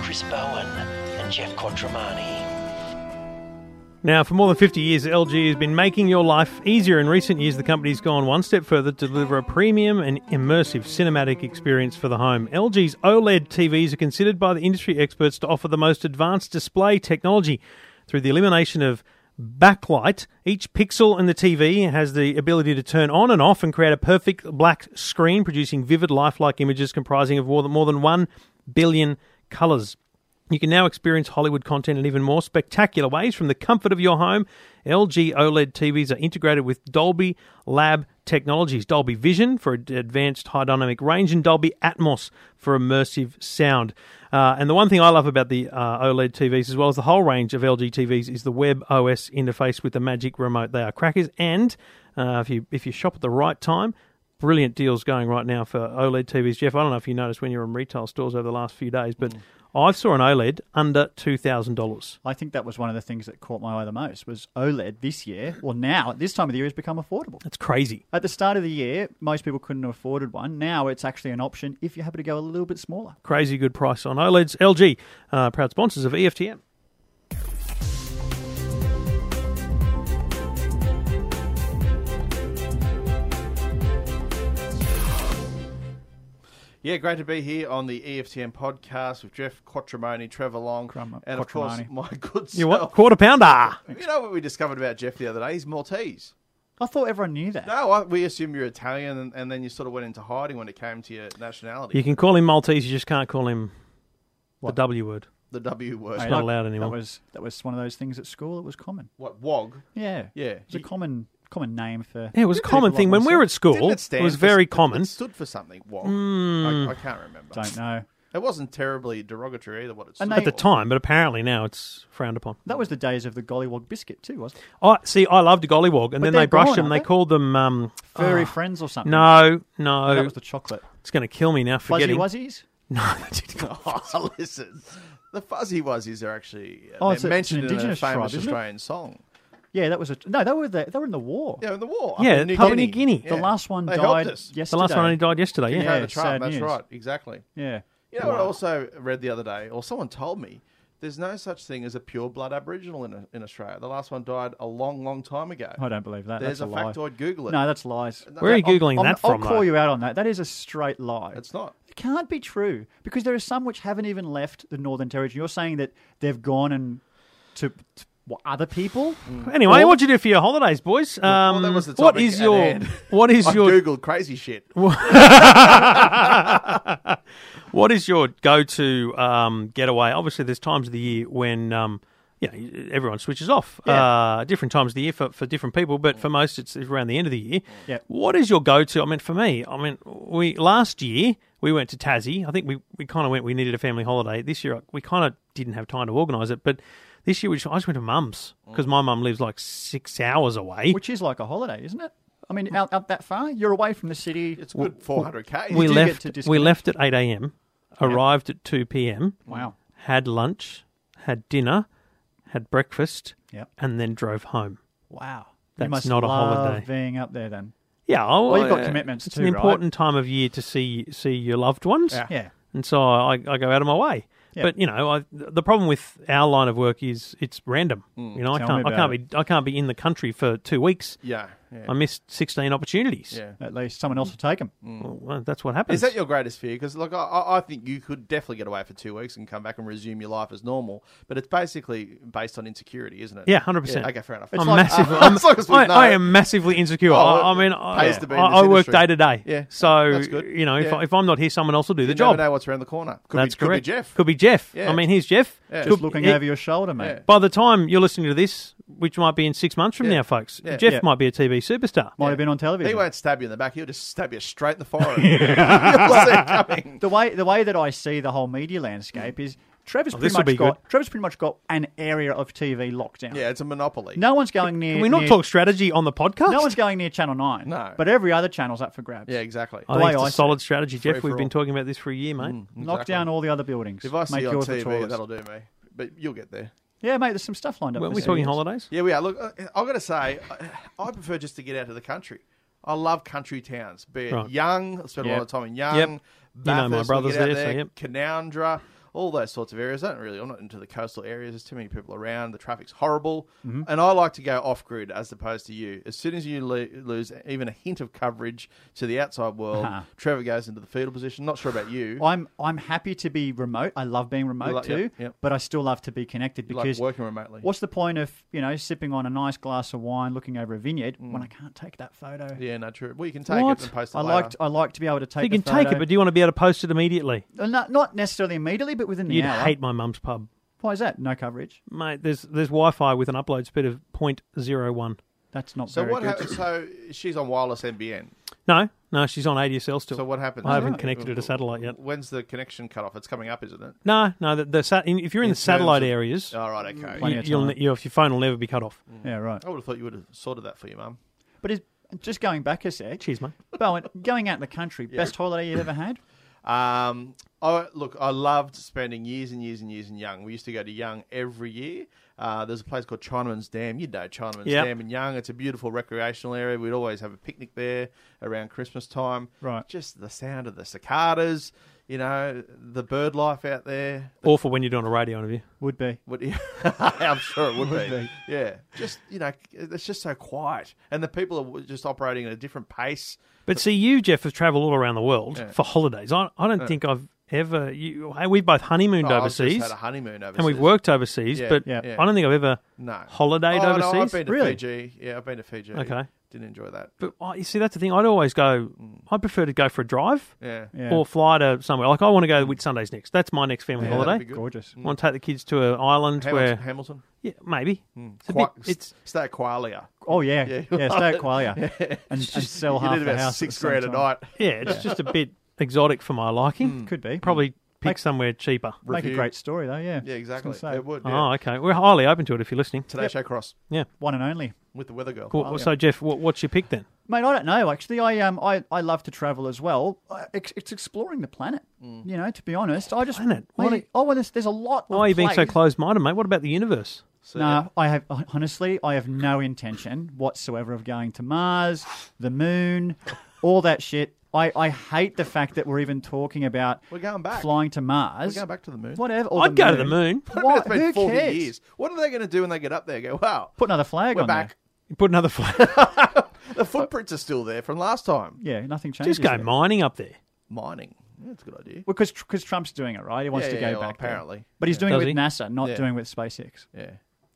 Speaker 4: Chris Bowen, and Jeff Quattromani.
Speaker 5: Now, for more than 50 years, LG has been making your life easier. In recent years, the company's gone one step further to deliver a premium and immersive cinematic experience for the home. LG's OLED TVs are considered by the industry experts to offer the most advanced display technology. Through the elimination of backlight, each pixel in the TV has the ability to turn on and off and create a perfect black screen, producing vivid, lifelike images comprising of more than, more than 1 billion colours. You can now experience Hollywood content in even more spectacular ways from the comfort of your home. LG OLED TVs are integrated with Dolby Lab technologies, Dolby Vision for ad- advanced high dynamic range, and Dolby Atmos for immersive sound. Uh, and the one thing I love about the uh, OLED TVs, as well as the whole range of LG TVs, is the Web OS interface with the Magic Remote. They are crackers, and uh, if you if you shop at the right time, brilliant deals going right now for E OLED TVs. Jeff, I don't know if you noticed when you were in retail stores over the last few days, but I saw an OLED under two thousand dollars.
Speaker 6: I think that was one of the things that caught my eye the most was OLED this year, or now at this time of the year, has become affordable.
Speaker 5: That's crazy.
Speaker 6: At the start of the year, most people couldn't have afforded one. Now it's actually an option if you happen to go a little bit smaller.
Speaker 5: Crazy good price on E OLEDs. LG, uh, proud sponsors of EFTM.
Speaker 2: Yeah, great to be here on the E EFTM podcast with Jeff Quattromoni, Trevor Long,
Speaker 6: Crum-
Speaker 2: and of course
Speaker 6: Quattromani.
Speaker 2: my good
Speaker 5: You what?
Speaker 2: self.
Speaker 5: Quarter pounder.
Speaker 2: You know what we discovered about Jeff the other day? He's Maltese.
Speaker 6: I thought everyone knew that.
Speaker 2: No, I, we assume you're Italian, and, and then you sort of went into hiding when it came to your nationality.
Speaker 5: You can call him Maltese. You just can't call him the W word.
Speaker 2: The W word.
Speaker 5: It's not allowed anymore.
Speaker 6: That was that was one of those things at school. It was common.
Speaker 2: What wog?
Speaker 6: Yeah,
Speaker 2: Yeah.
Speaker 6: It's a common common name for.
Speaker 5: Yeah, it was a common
Speaker 6: people
Speaker 5: thing
Speaker 6: like
Speaker 5: when we were at
Speaker 2: Didn't
Speaker 5: school.
Speaker 2: it stand?
Speaker 5: was
Speaker 2: for-
Speaker 5: very
Speaker 2: it-
Speaker 5: common.
Speaker 2: It stood for something. Wog. I, I can't remember.
Speaker 6: Don't know.
Speaker 2: It wasn't terribly derogatory either. What it stood
Speaker 6: And
Speaker 5: at
Speaker 2: for.
Speaker 5: the time, but apparently now it's frowned upon.
Speaker 6: That was the days of the gollywog biscuit too, wasn't it?
Speaker 5: I see. I loved Gollywog, and then
Speaker 6: they're
Speaker 5: they brushed
Speaker 6: gone,
Speaker 5: them.
Speaker 6: aren't
Speaker 5: They,
Speaker 6: they?
Speaker 5: called them. Um,
Speaker 6: Furry
Speaker 5: oh,
Speaker 6: friends or something.
Speaker 5: no, no,
Speaker 6: that was the chocolate.
Speaker 5: it's going to kill me now.
Speaker 6: Fuzzy
Speaker 5: Forgetting.
Speaker 6: wuzzies.
Speaker 5: No,
Speaker 2: Oh, listen, the fuzzy wuzzies are actually uh,
Speaker 6: Oh,
Speaker 2: they're
Speaker 6: it's a- it's an
Speaker 2: mentioned in a
Speaker 6: indigenous
Speaker 2: famous
Speaker 6: tribe, isn't it?
Speaker 2: Australian song.
Speaker 6: Yeah, that was a no. They were the, they were in the war.
Speaker 2: Yeah, in the war.
Speaker 5: Yeah,
Speaker 2: up in New
Speaker 5: Papua New Guinea.
Speaker 2: Yeah.
Speaker 6: The last one
Speaker 2: They
Speaker 6: died
Speaker 2: helped us.
Speaker 6: yesterday.
Speaker 5: the last one only died yesterday. Yeah,
Speaker 6: Yeah.
Speaker 2: Over Trump,
Speaker 6: sad
Speaker 2: that's
Speaker 6: news.
Speaker 2: right. Exactly.
Speaker 6: Yeah.
Speaker 2: You know what I also read the other day, or someone told me, there's no such thing as a pure blood Aboriginal in, in Australia. The last one died a long, long time ago.
Speaker 6: I don't believe that.
Speaker 2: There's
Speaker 6: that's
Speaker 2: a
Speaker 6: a, lie.
Speaker 2: factoid. Google it.
Speaker 6: No, that's lies.
Speaker 5: where are you googling
Speaker 6: I'm-
Speaker 5: that
Speaker 6: I'll
Speaker 5: from?
Speaker 6: call
Speaker 5: though?
Speaker 6: you out on that. That is a straight lie.
Speaker 2: It's not.
Speaker 6: It can't be true because there are some which haven't even left the Northern Territory. You're saying that they've gone and to, to what, other people?
Speaker 5: Anyway, what'd you do for your holidays, boys? Um,
Speaker 2: that was the
Speaker 5: what
Speaker 2: topic
Speaker 5: is
Speaker 2: at
Speaker 5: your
Speaker 2: hand.
Speaker 5: what is
Speaker 2: I
Speaker 5: your
Speaker 2: googled crazy shit.
Speaker 5: what is your go to um, getaway? Obviously, there's times of the year when um, you know everyone switches off. Uh, different times of the year for, for different people, but for most, it's it's around the end of the year.
Speaker 6: Yeah.
Speaker 5: What is your go to? I mean, for me, I mean, we last year we went to Tassie. I think we, we kind of went. We needed a family holiday. This year, we kind of didn't have time to organise it, but. This year, we just, I just went to mum's
Speaker 6: Mm.
Speaker 5: because my mum lives like six hours away.
Speaker 6: Which is like a holiday, isn't it? I mean, out, out that far, you're away from the city.
Speaker 2: It's a good 400k.
Speaker 5: we
Speaker 6: do get
Speaker 5: left
Speaker 6: to
Speaker 5: we
Speaker 6: disconnect.
Speaker 5: left at 8 a.m arrived at 2 p.m
Speaker 6: wow.
Speaker 5: had lunch had dinner had breakfast
Speaker 6: Yep.
Speaker 5: and then drove home
Speaker 6: Wow.
Speaker 5: That's
Speaker 6: you must
Speaker 5: not a
Speaker 6: love
Speaker 5: holiday.
Speaker 6: being up there then.
Speaker 5: yeah I-
Speaker 6: Well, you've got
Speaker 5: uh,
Speaker 6: commitments
Speaker 5: it's
Speaker 6: too,
Speaker 5: an
Speaker 6: right?
Speaker 5: important time of year to see see your loved ones
Speaker 6: Yeah.
Speaker 5: and so I, I go out of my way
Speaker 6: Yeah.
Speaker 5: But you know, I, the problem with our line of work is it's random.
Speaker 2: Mm.
Speaker 5: you know, I
Speaker 6: Tell
Speaker 5: can't,
Speaker 6: me
Speaker 5: I
Speaker 6: about
Speaker 5: can't be, I can't be in the country for two weeks.
Speaker 2: Yeah, yeah.
Speaker 5: I missed sixteen opportunities.
Speaker 2: Yeah.
Speaker 6: At least someone else will take them.
Speaker 2: Mm.
Speaker 5: Well, that's what happens.
Speaker 2: Is that your greatest fear? Because look, I- I, I think you could definitely get away for two weeks and come back and resume your life as normal. But it's basically based on insecurity, isn't it?
Speaker 5: Yeah, 100%.
Speaker 2: Okay, fair enough.
Speaker 5: I'm
Speaker 2: like-
Speaker 5: massive.
Speaker 2: as
Speaker 5: I'm,
Speaker 2: long as we
Speaker 5: I,
Speaker 2: know.
Speaker 5: I am massively insecure.
Speaker 2: well,
Speaker 5: I, I mean,
Speaker 2: it
Speaker 5: I,
Speaker 2: pays to be in
Speaker 5: I-
Speaker 2: this
Speaker 5: I work
Speaker 2: industry.
Speaker 5: day to day.
Speaker 2: Yeah,
Speaker 5: So
Speaker 2: that's good.
Speaker 5: you know, if,
Speaker 2: Yeah.
Speaker 5: I, if I'm not here, someone else will do the
Speaker 2: you
Speaker 5: job.
Speaker 2: never know what's around the corner. Could
Speaker 5: that's
Speaker 2: be,
Speaker 5: correct.
Speaker 2: Could be Jeff.
Speaker 5: Could be Jeff.
Speaker 2: Yeah.
Speaker 5: I mean, here's Jeff.
Speaker 2: Yeah.
Speaker 5: Could-
Speaker 6: Just looking
Speaker 5: it-
Speaker 6: over your shoulder, mate.
Speaker 2: Yeah.
Speaker 5: By the time you're listening to this, which might be in six months from
Speaker 2: Yeah.
Speaker 5: now, folks,
Speaker 2: Yeah.
Speaker 5: Jeff
Speaker 6: Yeah.
Speaker 5: might be a TV superstar.
Speaker 6: Might have been on television.
Speaker 2: He won't stab you in the back. He'll just stab you straight in the forehead. You'll see it coming.
Speaker 6: the way the way that I see the whole media
Speaker 2: Mm.
Speaker 6: landscape is
Speaker 2: Oh,
Speaker 6: Trevor's pretty
Speaker 5: this'll
Speaker 6: much
Speaker 5: be
Speaker 6: got Trevor's pretty much got an area of TV locked down.
Speaker 2: Yeah, it's a monopoly.
Speaker 6: No one's going near.
Speaker 5: Can we not
Speaker 6: near-
Speaker 5: talk strategy on the podcast?
Speaker 6: No one's going near Channel Nine.
Speaker 2: No.
Speaker 6: but every other channel's up for grabs.
Speaker 2: Yeah, exactly.
Speaker 5: I think
Speaker 6: way
Speaker 5: it's a
Speaker 6: I see
Speaker 5: solid strategy, Jeff.
Speaker 2: Free for
Speaker 5: We've been
Speaker 2: all. Mm.
Speaker 5: talking about this for a year, mate.
Speaker 6: knock down all the other buildings.
Speaker 2: If I see
Speaker 6: make
Speaker 2: you on
Speaker 6: yours the
Speaker 2: TV,
Speaker 6: tallest.
Speaker 2: that'll do me. But you'll get there.
Speaker 6: Yeah, mate. There's some stuff lined up.
Speaker 5: Well,
Speaker 6: for
Speaker 5: we're
Speaker 6: this
Speaker 5: talking
Speaker 6: year.
Speaker 5: holidays.
Speaker 2: Yeah, we are. Look, I- I've got to say, uh, I I prefer just to get out of the country. I love country towns, be it
Speaker 5: Right.
Speaker 2: Young, I spent a lot of time in Young,
Speaker 5: Yep. You know, my
Speaker 2: Bathurst,
Speaker 5: brother's
Speaker 2: we get out
Speaker 5: there, so yep.
Speaker 2: Canoundra, all those sorts of areas. I don't really, I'm not into the coastal areas. There's too many people around. The traffic's horrible.
Speaker 5: Mm-hmm.
Speaker 2: And I like to go off grid as opposed to you. As soon as you lo- lose even a hint of coverage to the outside world,
Speaker 6: Uh-huh.
Speaker 2: Trevor goes into the fetal position. Not sure about you.
Speaker 6: I'm I'm happy to be remote. I love being remote
Speaker 2: like-
Speaker 6: too,
Speaker 2: yep, yep.
Speaker 6: but I still love to be connected
Speaker 2: like
Speaker 6: because
Speaker 2: working remotely.
Speaker 6: What's the point of you know sipping on a nice glass of wine, looking over a vineyard when I can't take that photo?
Speaker 2: Mm. yeah, no, true. Well, you can take
Speaker 5: What?
Speaker 2: it and post it
Speaker 6: I
Speaker 2: later.
Speaker 6: liked I like to be able to take.
Speaker 5: You
Speaker 6: the
Speaker 5: can take
Speaker 6: photo.
Speaker 5: it, but do you want to be able to post it immediately?
Speaker 6: Uh, Not, not necessarily immediately, but within the
Speaker 5: You'd
Speaker 6: hour.
Speaker 5: hate my mum's pub.
Speaker 6: Why is that? No coverage.
Speaker 5: Mate, there's there's Wi-Fi with an upload speed of 0.01.
Speaker 6: That's not
Speaker 2: so
Speaker 6: very
Speaker 2: what
Speaker 6: good.
Speaker 2: happens? So she's on wireless NBN.
Speaker 5: No, no, she's on ADSL still.
Speaker 2: So what happens?
Speaker 5: I haven't connected it to satellite yet.
Speaker 2: When's the connection cut off? It's coming up, isn't it?
Speaker 5: No, no. The, the sat, in, if you're in, the
Speaker 2: terms
Speaker 5: satellite
Speaker 2: of-
Speaker 5: areas,
Speaker 2: All right, okay.
Speaker 6: Plenty
Speaker 5: you,
Speaker 6: of
Speaker 5: you'll,
Speaker 6: time.
Speaker 5: you, your phone will never be cut off.
Speaker 6: yeah, right.
Speaker 2: I would have thought you would have sorted that for your mum.
Speaker 6: But is, just going back a sec,
Speaker 5: Cheers, mate.
Speaker 6: Bowen, going out in the country, best holiday you've ever had?
Speaker 2: Um, I, look, I loved spending years and years and years in Young. We used to go to Young every year. Uh, there's a place called Chinaman's Dam. You'd know Chinaman's
Speaker 5: Yep.
Speaker 2: Dam in Young. It's a beautiful recreational area. We'd always have a picnic there around Christmas time.
Speaker 6: Right.
Speaker 2: Just the sound of the cicadas, you know, the bird life out there.
Speaker 5: Awful when you're doing a radio interview.
Speaker 6: Would be.
Speaker 2: Would I'm sure it would,
Speaker 6: Would
Speaker 2: be.
Speaker 6: be.
Speaker 2: Yeah, just you know, it's just so quiet, and the people are just operating at a different pace.
Speaker 5: But see, you, Jeff, have travelled all around the world for holidays. I, I don't think I've ever. You, hey, we both honeymooned
Speaker 2: Oh, I've just
Speaker 5: overseas,
Speaker 2: had a honeymoon overseas,
Speaker 5: and we've worked overseas,
Speaker 2: Yeah,
Speaker 5: but
Speaker 6: yeah.
Speaker 5: I don't think I've ever
Speaker 2: no
Speaker 5: holidayed
Speaker 2: Oh,
Speaker 5: overseas.
Speaker 2: No, I've been to
Speaker 6: Really?
Speaker 2: Fiji. Yeah, I've been to Fiji.
Speaker 5: Okay.
Speaker 2: didn't enjoy that.
Speaker 5: But I, you see, that's the thing. I'd always go. I prefer to go for a drive
Speaker 2: Mm. Yeah,
Speaker 6: Yeah.
Speaker 5: or fly to somewhere. Like I want to go to Whit Sundays next. That's my next family
Speaker 2: Yeah, that'd
Speaker 5: holiday.
Speaker 2: be good.
Speaker 6: Gorgeous.
Speaker 5: I Mm. want to take the kids to an island
Speaker 2: Hamilton.
Speaker 5: where,
Speaker 2: Hamilton. Hmm.
Speaker 5: yeah, maybe it's, a bit,
Speaker 2: Qua-
Speaker 5: it's
Speaker 2: stay at Qualia.
Speaker 6: Oh, yeah.
Speaker 2: Yeah.
Speaker 6: Yeah, stay at Qualia and, and sell
Speaker 2: You
Speaker 6: half
Speaker 2: need
Speaker 6: the
Speaker 2: about
Speaker 6: house. at
Speaker 2: six
Speaker 6: the same
Speaker 2: grand a
Speaker 6: time.
Speaker 2: night.
Speaker 5: yeah, it's just a bit exotic for my
Speaker 2: Mm.
Speaker 5: liking.
Speaker 6: Could be.
Speaker 5: Probably pick somewhere cheaper.
Speaker 6: Make a
Speaker 2: Review.
Speaker 6: great story, though, yeah.
Speaker 2: Yeah, exactly.
Speaker 6: say.
Speaker 2: It would. Yeah.
Speaker 5: Oh, okay. We're highly open to it if you're listening.
Speaker 2: Today, show cross
Speaker 5: Yeah.
Speaker 6: One and only.
Speaker 2: with the weather girl.
Speaker 5: Well, so, Jeff, what, what's your pick then?
Speaker 6: Mate, I don't know. Actually, I um, I, I love to travel as well. I- It's, it's exploring the planet.
Speaker 2: Mm.
Speaker 6: You know, to be honest, I just
Speaker 5: Planet? What
Speaker 6: Mate, oh, there's, there's a lot.
Speaker 5: Why
Speaker 6: of
Speaker 5: are you being so
Speaker 6: place-
Speaker 5: closed-minded, mate? What about the universe?
Speaker 2: So,
Speaker 6: no, I have honestly, I have no intention whatsoever of going to Mars, the moon, all that shit. I, I hate the fact that we're even talking about
Speaker 2: We're going back.
Speaker 6: flying to Mars.
Speaker 2: We're going back to the moon.
Speaker 6: Whatever. or
Speaker 5: I'd go to the moon.
Speaker 2: I mean,
Speaker 6: Why-
Speaker 2: it's been
Speaker 6: who
Speaker 2: 40
Speaker 6: cares?
Speaker 2: years. What are they going to do when they get up there? Go, wow,
Speaker 6: Put another flag
Speaker 2: we're
Speaker 6: on
Speaker 2: back.
Speaker 5: You put another flag.
Speaker 2: The footprints are still there from last time.
Speaker 6: there. Yeah, nothing changes.
Speaker 5: Just go
Speaker 6: there.
Speaker 5: mining up there.
Speaker 2: Mining. Yeah, that's a good idea.
Speaker 6: Because because Trump's doing it, right? He wants
Speaker 2: Yeah,
Speaker 6: to
Speaker 2: yeah,
Speaker 6: go
Speaker 2: well,
Speaker 6: back. there.
Speaker 2: apparently.
Speaker 6: but he's doing
Speaker 5: Does
Speaker 6: it
Speaker 5: he?
Speaker 6: with NASA, not
Speaker 2: Yeah.
Speaker 6: doing it with SpaceX.
Speaker 2: Yeah.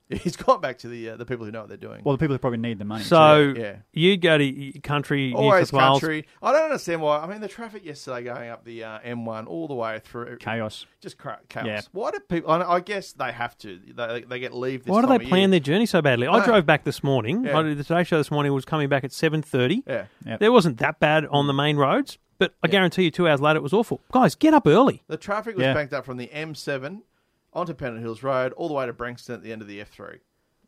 Speaker 2: He's got back to the uh, the people who know what they're doing.
Speaker 6: Well, the people who probably need the money.
Speaker 5: So
Speaker 2: yeah.
Speaker 5: you'd go to country, New
Speaker 2: Always
Speaker 5: South Wales.
Speaker 2: country. I don't understand why. I mean, the traffic yesterday going up the uh, M1 all the way through
Speaker 6: chaos.
Speaker 2: just cra- chaos.
Speaker 6: Yeah.
Speaker 2: Why do people? I I guess they have to. They, they get leave. This
Speaker 5: Why do
Speaker 2: time
Speaker 5: they
Speaker 2: of
Speaker 5: plan
Speaker 2: year.
Speaker 5: their journey so badly? I
Speaker 2: No.
Speaker 5: drove back this morning.
Speaker 2: Yeah.
Speaker 5: I did the Today Show this morning was coming back at seven thirty.
Speaker 2: Yeah.
Speaker 6: Yep.
Speaker 5: There wasn't that bad on the main roads, but I guarantee you, two hours later, it was awful. Guys, get up early.
Speaker 2: The traffic was
Speaker 6: Yeah.
Speaker 2: banked up from the M7 onto Pennant Hills Road all the way to Brankston at the end of the F3,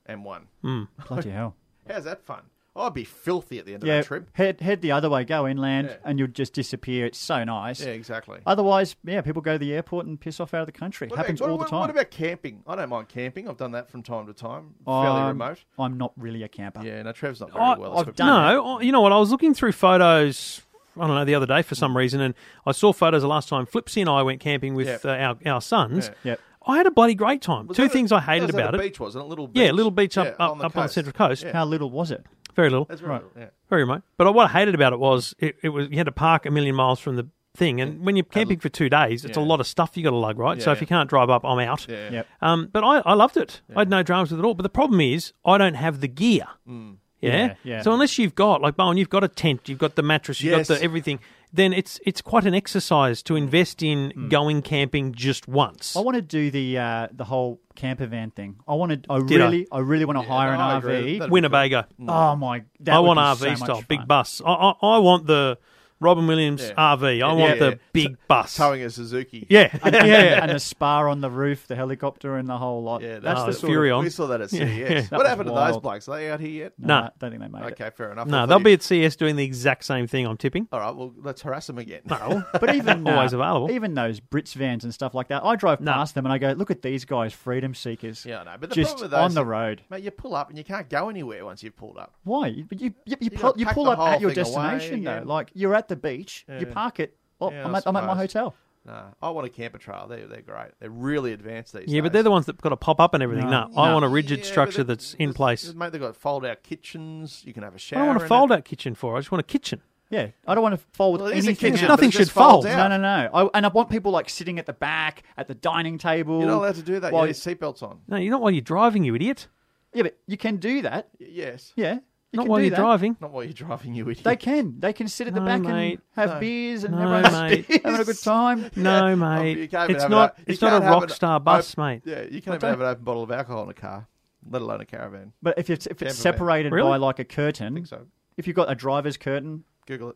Speaker 2: M1.
Speaker 6: Bloody hell.
Speaker 2: How's that fun? I'd be filthy at the end of
Speaker 6: Yeah,
Speaker 2: that trip.
Speaker 6: head head the other way, go inland,
Speaker 2: Yeah.
Speaker 6: and you'll just disappear. It's so nice.
Speaker 2: Yeah, exactly.
Speaker 6: Otherwise, yeah, people go to the airport and piss off out of the country.
Speaker 2: What about-
Speaker 6: happens
Speaker 2: what-
Speaker 6: all the
Speaker 2: what-
Speaker 6: time.
Speaker 2: What about camping? I don't mind camping. I've done that from time to time. Fairly
Speaker 6: I'm-
Speaker 2: remote.
Speaker 6: I'm not really a camper.
Speaker 2: Yeah, no, Trev's not very
Speaker 5: I-
Speaker 2: well.
Speaker 6: I've
Speaker 2: equipped.
Speaker 6: done it.
Speaker 5: No, I- you know what? I was looking through photos. I don't know the other day for some reason, and I saw photos the last time Flipsy and I went camping with
Speaker 2: Yep.
Speaker 5: uh, our our sons.
Speaker 2: Yeah.
Speaker 6: Yep.
Speaker 5: I had a bloody great time.
Speaker 2: Was
Speaker 5: Two
Speaker 2: that a-
Speaker 5: things I
Speaker 2: that
Speaker 5: hated
Speaker 2: was at a
Speaker 5: about it.
Speaker 2: Beach wasn't it? A little beach.
Speaker 5: Yeah, little beach up
Speaker 2: Yeah,
Speaker 5: up, up on the
Speaker 2: coast.
Speaker 5: Central Coast.
Speaker 2: Yeah.
Speaker 6: How little was it?
Speaker 5: Very little.
Speaker 2: That's right. Yeah.
Speaker 5: Very remote. But what I hated about it was it, it was you had to park a million miles from the thing, and when you're camping for two days, it's a
Speaker 2: yeah.
Speaker 5: lot of stuff you got to lug, right? so if
Speaker 2: Yeah.
Speaker 5: you can't drive up, I'm out.
Speaker 2: Yeah.
Speaker 6: Yep.
Speaker 5: Um, but I, I loved it. I had no dramas with it at all. But the problem is, I don't have the gear.
Speaker 6: Mm.
Speaker 5: Yeah?
Speaker 6: Yeah, yeah.
Speaker 5: So unless you've got like Bowen, you've got a tent, you've got the mattress, you've
Speaker 2: Yes.
Speaker 5: got the everything. Then it's it's quite an exercise to invest in
Speaker 6: Mm.
Speaker 5: going camping just once.
Speaker 6: I want to do the uh, the whole camper van thing. I want to. I
Speaker 5: Ditto.
Speaker 6: really, I really want to hire
Speaker 2: no, I
Speaker 6: an
Speaker 2: agree.
Speaker 6: RV.
Speaker 2: That'd be
Speaker 5: Winnebago.
Speaker 6: Oh my! That
Speaker 5: I
Speaker 6: would
Speaker 5: want RV
Speaker 6: be so much
Speaker 5: style, big
Speaker 6: fun.
Speaker 5: bus. I, I, I want the Robin Williams RV. I want
Speaker 2: yeah.
Speaker 5: the big bus.
Speaker 2: Towing a Suzuki.
Speaker 5: Yeah,
Speaker 6: and, yeah, and the spa on the roof, the helicopter, and the whole lot.
Speaker 2: Yeah,
Speaker 6: that's
Speaker 5: no,
Speaker 6: the
Speaker 5: it's
Speaker 6: sort
Speaker 5: Fury
Speaker 6: of,
Speaker 5: on.
Speaker 2: We saw that at CES.
Speaker 5: That
Speaker 2: What
Speaker 6: was
Speaker 2: happened to those
Speaker 6: wild.
Speaker 2: blokes? Are they out here yet?
Speaker 6: No,
Speaker 5: No.
Speaker 6: I don't think they made it.
Speaker 2: Okay, fair enough. I
Speaker 5: no,
Speaker 2: thought
Speaker 5: they'll
Speaker 2: you-
Speaker 5: be at CES doing the exact same thing. I'm tipping.
Speaker 2: All right, well, let's harass them again.
Speaker 6: But even
Speaker 5: Always
Speaker 6: uh,
Speaker 5: available.
Speaker 6: Even those Brits vans and stuff like that. I drive
Speaker 5: No.
Speaker 6: past them and I go, look at these guys, freedom seekers.
Speaker 2: yeah, I know. But the
Speaker 6: just
Speaker 2: problem with those
Speaker 6: on the
Speaker 2: is-
Speaker 6: road.
Speaker 2: Mate, you pull up and you can't go anywhere once you've pulled up.
Speaker 6: Why? You you, you, you, pull,
Speaker 2: gotta
Speaker 6: you
Speaker 2: pack
Speaker 6: pull
Speaker 2: the
Speaker 6: up
Speaker 2: whole
Speaker 6: at your
Speaker 2: thing away
Speaker 6: destination though.
Speaker 2: again.
Speaker 6: Like you're at the beach, you park it. Oh,
Speaker 2: Yeah,
Speaker 6: I'm,
Speaker 2: I
Speaker 6: at, I'm at my
Speaker 2: suppose.
Speaker 6: hotel.
Speaker 2: Nah, I want a camper trailer. They're, they're great. They're really advanced these
Speaker 5: Yeah, but they're
Speaker 2: days.
Speaker 5: the ones that've got to pop up and everything. No, I
Speaker 6: No.
Speaker 5: want a
Speaker 2: Yeah,
Speaker 5: rigid
Speaker 2: but
Speaker 5: structure
Speaker 2: they-
Speaker 5: that's in
Speaker 2: there's-
Speaker 5: place.
Speaker 2: Mate, they've got fold out kitchens. You can have a
Speaker 5: I
Speaker 2: shower.
Speaker 5: don't want
Speaker 2: in
Speaker 5: a
Speaker 2: it.
Speaker 5: fold out kitchen for. I just want a kitchen.
Speaker 6: Yeah, I don't want to fold
Speaker 2: Well, it is a
Speaker 6: anything.
Speaker 2: kitchen.
Speaker 6: out.
Speaker 5: Nothing
Speaker 2: but it just
Speaker 5: should fold.
Speaker 2: folds
Speaker 6: No,
Speaker 2: out.
Speaker 6: no, no. I, and I want people like sitting at the back at the dining table.
Speaker 2: You're not allowed to do that.
Speaker 6: while-
Speaker 2: you need seatbelts on.
Speaker 5: No, you're not while you're driving, you idiot.
Speaker 6: yeah, but you can do that.
Speaker 2: Y- Yes.
Speaker 6: Yeah, you
Speaker 5: Not
Speaker 6: can
Speaker 5: while
Speaker 6: do
Speaker 5: you're
Speaker 6: that.
Speaker 5: driving.
Speaker 2: Not while you're driving, you idiot.
Speaker 6: They can. They can sit at the
Speaker 5: No,
Speaker 6: back
Speaker 5: mate.
Speaker 6: and have
Speaker 2: No.
Speaker 6: beers and
Speaker 5: No,
Speaker 6: everyone's
Speaker 5: mate.
Speaker 6: having a good time.
Speaker 5: No,
Speaker 2: Oh,
Speaker 5: mate.
Speaker 2: you can't even
Speaker 5: It's
Speaker 2: have
Speaker 5: not.
Speaker 2: An, you
Speaker 5: It's not
Speaker 2: can't
Speaker 5: a
Speaker 2: have
Speaker 5: rock
Speaker 2: an
Speaker 5: star
Speaker 2: op-
Speaker 5: bus, mate.
Speaker 2: Yeah, you can't even have an open bottle of alcohol in a car, let alone a caravan.
Speaker 6: But if it's, if
Speaker 2: Camper van.
Speaker 6: it's separated
Speaker 5: Really?
Speaker 6: by like a curtain,
Speaker 2: So
Speaker 6: if you've got a driver's curtain,
Speaker 2: Google it.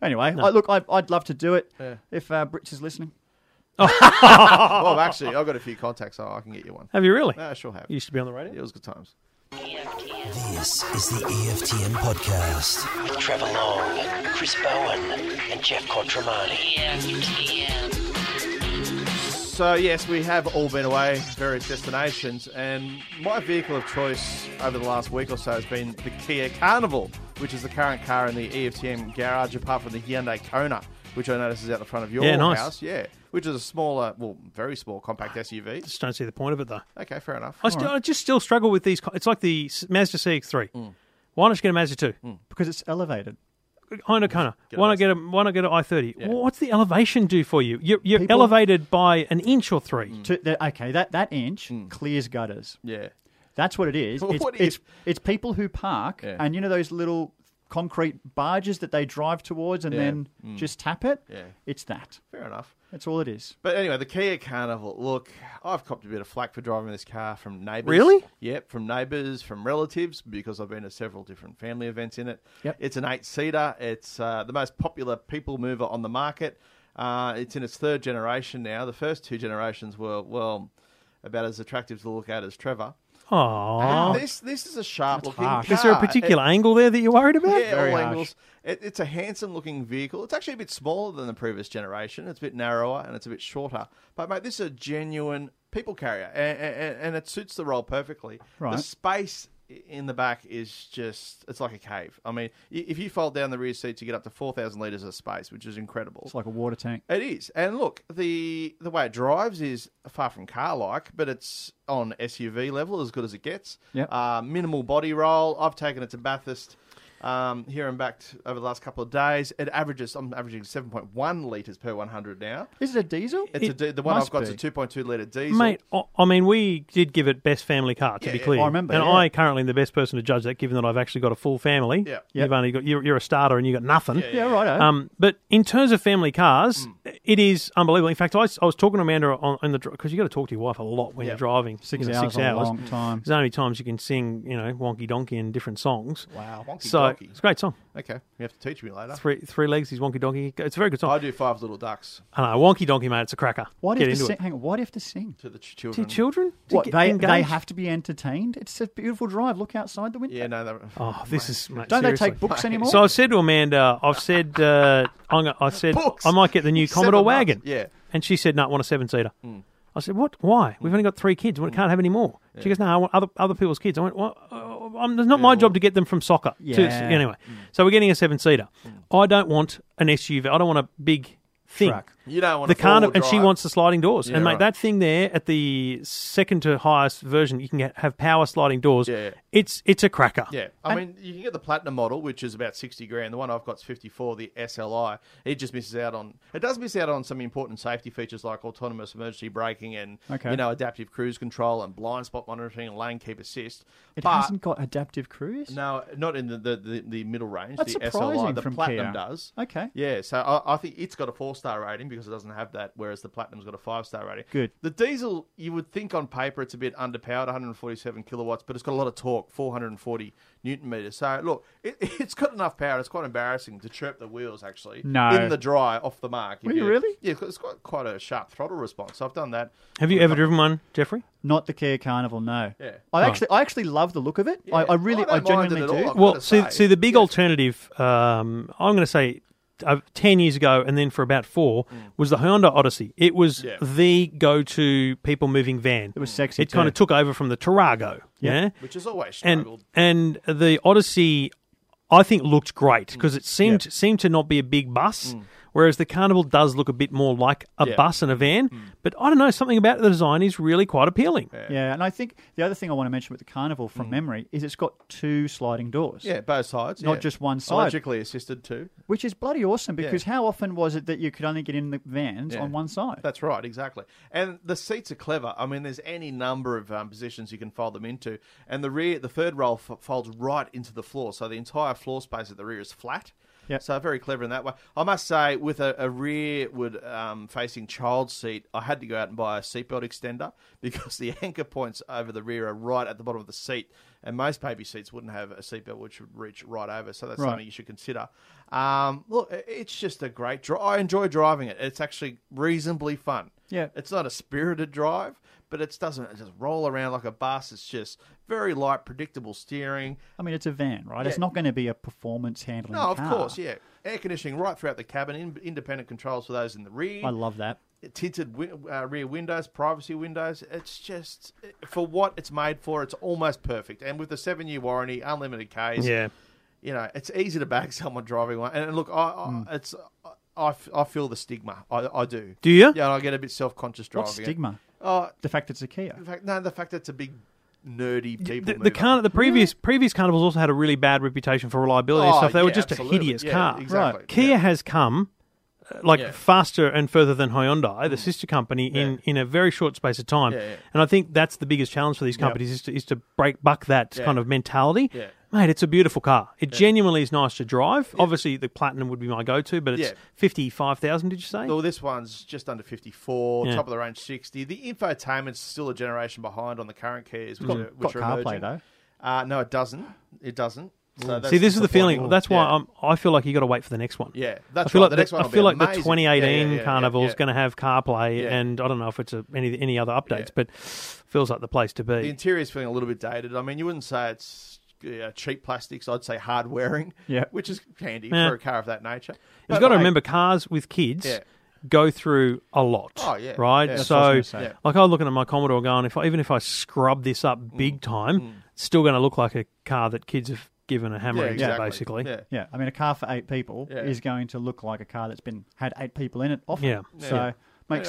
Speaker 6: anyway, I, look, I, I'd love to do it
Speaker 2: Yeah.
Speaker 6: if uh, Brits is listening.
Speaker 2: Well, actually, I've got a few contacts, so I can get you one.
Speaker 5: Have you really?
Speaker 2: No, I sure have.
Speaker 5: You used to be on the radio.
Speaker 2: It was good times.
Speaker 3: EFTM.
Speaker 4: This is the E EFTM podcast with Trevor Long, Chris Bowen, and Jeff
Speaker 3: E
Speaker 4: Quattromani.
Speaker 3: EFTM.
Speaker 2: So yes, we have all been away, various destinations, and my vehicle of choice over the last week or so has been the Kia Carnival, which is the current car in the E EFTM garage, apart from the Hyundai Kona, which I notice is out the front of your
Speaker 5: Yeah, nice.
Speaker 2: house. Yeah, which is a smaller, well, very small compact SUV.
Speaker 5: Just don't see the point of it though.
Speaker 2: Okay, fair enough.
Speaker 5: I, st- I just still struggle with these. co- It's like the s- Mazda CX-3.
Speaker 2: Mm.
Speaker 5: Why not just get a Mazda 2?
Speaker 6: Because it's elevated.
Speaker 5: Honda Kona. Why not get a Why not get an i30? What's the elevation do for you? You're, you're
Speaker 6: People-
Speaker 5: elevated by an inch or three.
Speaker 2: Mm.
Speaker 6: To, that, okay, that, that inch clears gutters.
Speaker 2: Yeah.
Speaker 6: That's what it is. It's,
Speaker 2: Mm. What
Speaker 6: it's,
Speaker 2: if-
Speaker 6: it's people who park,
Speaker 2: Yeah.
Speaker 6: and you know those little concrete barges that they drive towards and
Speaker 2: Yeah. Mm.
Speaker 6: then just tap it?
Speaker 2: Yeah.
Speaker 6: It's that.
Speaker 2: Fair enough.
Speaker 6: That's all it is.
Speaker 2: But anyway, the Kia Carnival. Look, I've copped a bit of flack for driving this car from neighbours.
Speaker 5: Really?
Speaker 2: Yep, from neighbours, from relatives, because I've been to several different family events in it.
Speaker 6: Yep.
Speaker 2: It's an eight seater. It's uh, the most popular people mover on the market. Uh, it's in its third generation now. The first two generations were well about as attractive to look at as Trevor.
Speaker 5: Aww.
Speaker 2: This this is a sharp looking
Speaker 6: harsh.
Speaker 2: car.
Speaker 5: Oh. Is there a
Speaker 2: It-
Speaker 5: particular angle there that you're worried about?
Speaker 2: yeah,
Speaker 6: Very
Speaker 2: all
Speaker 6: harsh.
Speaker 2: angles. It, it's a handsome looking vehicle. It's actually a bit smaller than the previous generation. It's a bit narrower and it's a bit shorter. But mate, this is a genuine people carrier, and, and, and it suits the role perfectly.
Speaker 6: Right.
Speaker 2: The space i- in the back is just—it's like a cave. I mean, i- if you fold down the rear seats, you get up to four thousand liters of space, which is incredible.
Speaker 6: It's like a water tank.
Speaker 2: It is, and look the the way it drives is far from car like, but it's on SUV level as good as it gets.
Speaker 6: Yep.
Speaker 2: Uh, minimal body roll. I've taken it to Bathurst Um, here and back t- over the last couple of days, it averages. I'm averaging 7.1 liters per 100 now.
Speaker 6: Is it a diesel?
Speaker 2: It's a di- the one I've
Speaker 6: must
Speaker 2: got
Speaker 6: be.
Speaker 2: is a 2.2 liter diesel.
Speaker 5: Mate, I, I mean, we did give it best family car, to
Speaker 2: Yeah,
Speaker 5: be
Speaker 2: yeah,
Speaker 5: clear.
Speaker 6: I remember,
Speaker 5: And
Speaker 6: yeah.
Speaker 5: I currently am the best person to judge that, given that I've actually got a full family.
Speaker 2: Yeah.
Speaker 5: You've only got, you're, you're a starter and you've got nothing.
Speaker 6: yeah, Mm. righto.
Speaker 5: Um, but in terms of family cars, it is unbelievable. In fact, I, s- I was talking to Amanda on, on the because you got to talk to your wife a lot when
Speaker 2: Yeah.
Speaker 5: you're driving.
Speaker 6: six
Speaker 5: you know,
Speaker 6: hours,
Speaker 5: six hours. Mm.
Speaker 6: a long time.
Speaker 5: There's only times you can sing, you know, wonky donkey and different songs.
Speaker 6: Wow.
Speaker 2: Wonky
Speaker 5: so
Speaker 2: donkey.
Speaker 5: it's a great song.
Speaker 2: Okay, you have to teach me later.
Speaker 5: Three three legs, he's wonky donkey. It's a very good song.
Speaker 2: I do five little ducks
Speaker 5: I know, wonky donkey, mate. It's a cracker.
Speaker 6: Why do
Speaker 5: Get
Speaker 6: you have
Speaker 5: into
Speaker 6: to sing?
Speaker 5: it.
Speaker 6: Hang on, why do you have to sing?
Speaker 2: to the ch- children.
Speaker 5: To children? To
Speaker 6: What
Speaker 5: get
Speaker 6: they they
Speaker 5: engaged?
Speaker 6: have to be entertained. It's a beautiful drive. Look outside the window.
Speaker 2: Yeah, no, that,
Speaker 5: Oh, this is mate,
Speaker 6: Don't
Speaker 5: seriously.
Speaker 6: they take books anymore?
Speaker 5: So I've said to Amanda, I've said, uh, I'm, gonna- I said
Speaker 2: Books.
Speaker 5: I might get the new
Speaker 2: Seven
Speaker 5: Commodore
Speaker 2: months.
Speaker 5: wagon.
Speaker 2: Yeah. Hmm.
Speaker 5: And she said, no, I want a seven seater. I said, what? Why? We've only got three kids. We can't have any more. She goes, no, I want other, other people's kids. I went, well, uh, I'm, it's not my job to get them from soccer. to-
Speaker 6: Yeah.
Speaker 5: anyway,
Speaker 2: Hmm.
Speaker 5: so we're getting a seven seater. I don't want an SUV. I don't want a big thing.
Speaker 6: Truck.
Speaker 2: You don't want
Speaker 5: the
Speaker 2: a four-wheel
Speaker 5: and she
Speaker 2: drive.
Speaker 5: wants the sliding doors. and mate,
Speaker 2: right.
Speaker 5: that thing there at the second to highest version, you can get, have power sliding doors.
Speaker 2: Yeah.
Speaker 5: It's it's a cracker.
Speaker 2: Yeah, I mean, you can get the platinum model, which is about sixty grand. The one I've got's fifty four. The SLI, it just misses out on. It does miss out on some important safety features like autonomous emergency braking and
Speaker 6: Okay.
Speaker 2: you know adaptive cruise control and blind spot monitoring and lane keep assist.
Speaker 6: it
Speaker 2: but
Speaker 6: hasn't got adaptive cruise.
Speaker 2: no, not in the, the, the, the middle range.
Speaker 6: That's
Speaker 2: the
Speaker 6: surprising
Speaker 2: SLI, the
Speaker 6: from
Speaker 2: platinum
Speaker 6: Kia.
Speaker 2: does.
Speaker 6: Okay.
Speaker 2: Yeah, so I, I think it's got a four star rating because it doesn't have that, whereas the platinum's got a five star rating.
Speaker 6: Good.
Speaker 2: The diesel, you would think on paper it's a bit underpowered, 147 kilowatts, but it's got a lot of torque, 440 newton meters. So look, it, it's got enough power. It's quite embarrassing to chirp the wheels actually
Speaker 6: No.
Speaker 2: in the dry off the mark. If
Speaker 6: Were you really?
Speaker 2: Yeah, it's got- it's got quite a sharp throttle response. So I've done that.
Speaker 5: Have you ever driven one, Jeffrey?
Speaker 6: Not the Kia Carnival. No.
Speaker 2: Yeah.
Speaker 6: I actually I actually love the look of it. I, I really
Speaker 2: I
Speaker 6: I,
Speaker 2: don't mind it
Speaker 6: genuinely
Speaker 2: at all.
Speaker 6: do.
Speaker 2: I've
Speaker 5: Well,
Speaker 2: gotta
Speaker 5: see,
Speaker 2: say.
Speaker 5: see, the big alternative, um, I'm going to say, uh, ten years ago, and then for about four, was the Honda Odyssey. It was
Speaker 2: Mm. Yeah.
Speaker 5: the go-to people moving van. It
Speaker 6: was sexy
Speaker 5: It kind of
Speaker 6: too.
Speaker 5: took over from the Tarago. Yeah,
Speaker 2: Which is always
Speaker 5: and
Speaker 2: struggled.
Speaker 5: and the Odyssey, I think looked great
Speaker 2: Mm.
Speaker 5: because it seemed seemed to not be a big bus, whereas the Carnival does look a bit more like a
Speaker 2: Yeah. Mm.
Speaker 5: bus and a van. But I don't know, something about the design is really quite appealing.
Speaker 6: Yeah, and I think the other thing I want to mention with the Carnival
Speaker 5: Mm.
Speaker 6: from memory is it's got two sliding doors.
Speaker 2: yeah, both sides.
Speaker 6: Not
Speaker 2: yeah.
Speaker 6: just one side.
Speaker 2: Electrically assisted too.
Speaker 6: Which is bloody awesome because how often was it that you could only get in the vans on one side?
Speaker 2: That's right, exactly. And the seats are clever. I mean, there's any number of um, positions you can fold them into, and the rear, the third row f- folds right into the floor, so the entire floor space at the rear is flat.
Speaker 6: Yep.
Speaker 2: So very clever in that way. I must say, with a, a rearward um, facing child seat, I had to go out and buy a seatbelt extender because the anchor points over the rear are right at the bottom of the seat, and most baby seats wouldn't have a seatbelt which would reach right over. So that's
Speaker 6: Right.
Speaker 2: something you should consider. Um, look, i- it's just a great drive. I enjoy driving it. It's actually reasonably fun.
Speaker 6: Yeah.
Speaker 2: it's not a spirited drive, but it doesn't it just roll around like a bus. It's just very light, predictable steering.
Speaker 6: I mean, it's a van, right? It's not going to be a performance handling
Speaker 2: No, of
Speaker 6: car.
Speaker 2: course, yeah. Air conditioning right throughout the cabin, in, independent controls for those in the rear.
Speaker 6: I love that.
Speaker 2: tinted wi- uh, rear windows, privacy windows. It's just for what it's made for. It's almost perfect, and with the seven-year warranty, unlimited Ks.
Speaker 5: Yeah.
Speaker 2: you know, it's easy to bag someone driving one. And and look, I, I
Speaker 5: Hmm.
Speaker 2: it's I, I feel the stigma. I, I do.
Speaker 5: Do you?
Speaker 2: Yeah, and I get a bit self-conscious driving.
Speaker 6: What's
Speaker 2: it.
Speaker 6: stigma?
Speaker 2: Oh,
Speaker 6: The fact it's a Kia.
Speaker 2: in fact, no, the fact that it's a big nerdy people.
Speaker 5: The, the,
Speaker 2: mover.
Speaker 5: car, the previous previous carnivals also had a really bad reputation for reliability and
Speaker 2: Oh,
Speaker 5: stuff. They were
Speaker 2: yeah,
Speaker 5: just
Speaker 2: absolutely.
Speaker 5: a hideous
Speaker 2: Yeah,
Speaker 5: car.
Speaker 2: Exactly.
Speaker 5: Kia
Speaker 2: Yeah.
Speaker 5: has come uh, like
Speaker 2: Yeah. Mm.
Speaker 5: faster and further than Hyundai, the sister company, in, in a very short space of time.
Speaker 2: Yeah, yeah.
Speaker 5: And I think that's the biggest challenge for these companies is to is to break buck that kind of mentality.
Speaker 2: Yeah.
Speaker 5: Mate, it's a beautiful car. It genuinely is nice to drive. Obviously, the Platinum would be my go-to, but it's
Speaker 2: Yeah.
Speaker 5: fifty-five thousand. Did you say?
Speaker 2: Well, this one's just under 54,
Speaker 5: Yeah.
Speaker 2: top of the range 60. The infotainment's still a generation behind on the current Kias, which are,
Speaker 6: Got
Speaker 2: which are
Speaker 6: CarPlay
Speaker 2: emerging.
Speaker 6: though.
Speaker 2: Uh, no, it doesn't. It doesn't. So that's
Speaker 5: Hmm. See, this is the
Speaker 2: disappointing.
Speaker 5: feeling. That's why
Speaker 2: Yeah.
Speaker 5: I'm, I feel like you got to wait for the next one.
Speaker 2: Yeah, that's
Speaker 5: I feel
Speaker 2: right.
Speaker 5: like
Speaker 2: The
Speaker 5: the-
Speaker 2: next one
Speaker 5: I
Speaker 2: will be
Speaker 5: feel like the
Speaker 2: amazing.
Speaker 5: 2018
Speaker 2: Yeah, yeah, yeah,
Speaker 5: Carnival is
Speaker 2: yeah.
Speaker 5: going to have CarPlay,
Speaker 2: Yeah.
Speaker 5: and I don't know if it's a, any any other updates,
Speaker 2: Yeah.
Speaker 5: but feels like the place to
Speaker 2: The
Speaker 5: be.
Speaker 2: interior's feeling a little bit dated. I mean, you wouldn't say it's yeah, cheap plastics. I'd say hard wearing,
Speaker 6: Yeah.
Speaker 2: which is handy
Speaker 5: Yeah.
Speaker 2: for a car of that nature.
Speaker 5: You've
Speaker 2: But,
Speaker 5: got to
Speaker 2: like,
Speaker 5: remember, cars with kids
Speaker 2: Yeah.
Speaker 5: go through a lot.
Speaker 2: Oh, yeah.
Speaker 5: right.
Speaker 2: Yeah. That's
Speaker 6: what I
Speaker 5: So,
Speaker 6: was gonna say.
Speaker 5: like, I'm looking at my Commodore going. If I, even if I scrub this up
Speaker 2: Mm.
Speaker 5: big time, it's still going to look like a car that kids have given a
Speaker 2: yeah,
Speaker 5: hammer into,
Speaker 2: exactly.
Speaker 5: basically.
Speaker 2: Yeah.
Speaker 6: Yeah, I mean, a car for eight people
Speaker 2: Yeah.
Speaker 6: is going to look like a car that's been had eight people in it often.
Speaker 5: Yeah.
Speaker 6: so
Speaker 5: Yeah.
Speaker 6: makes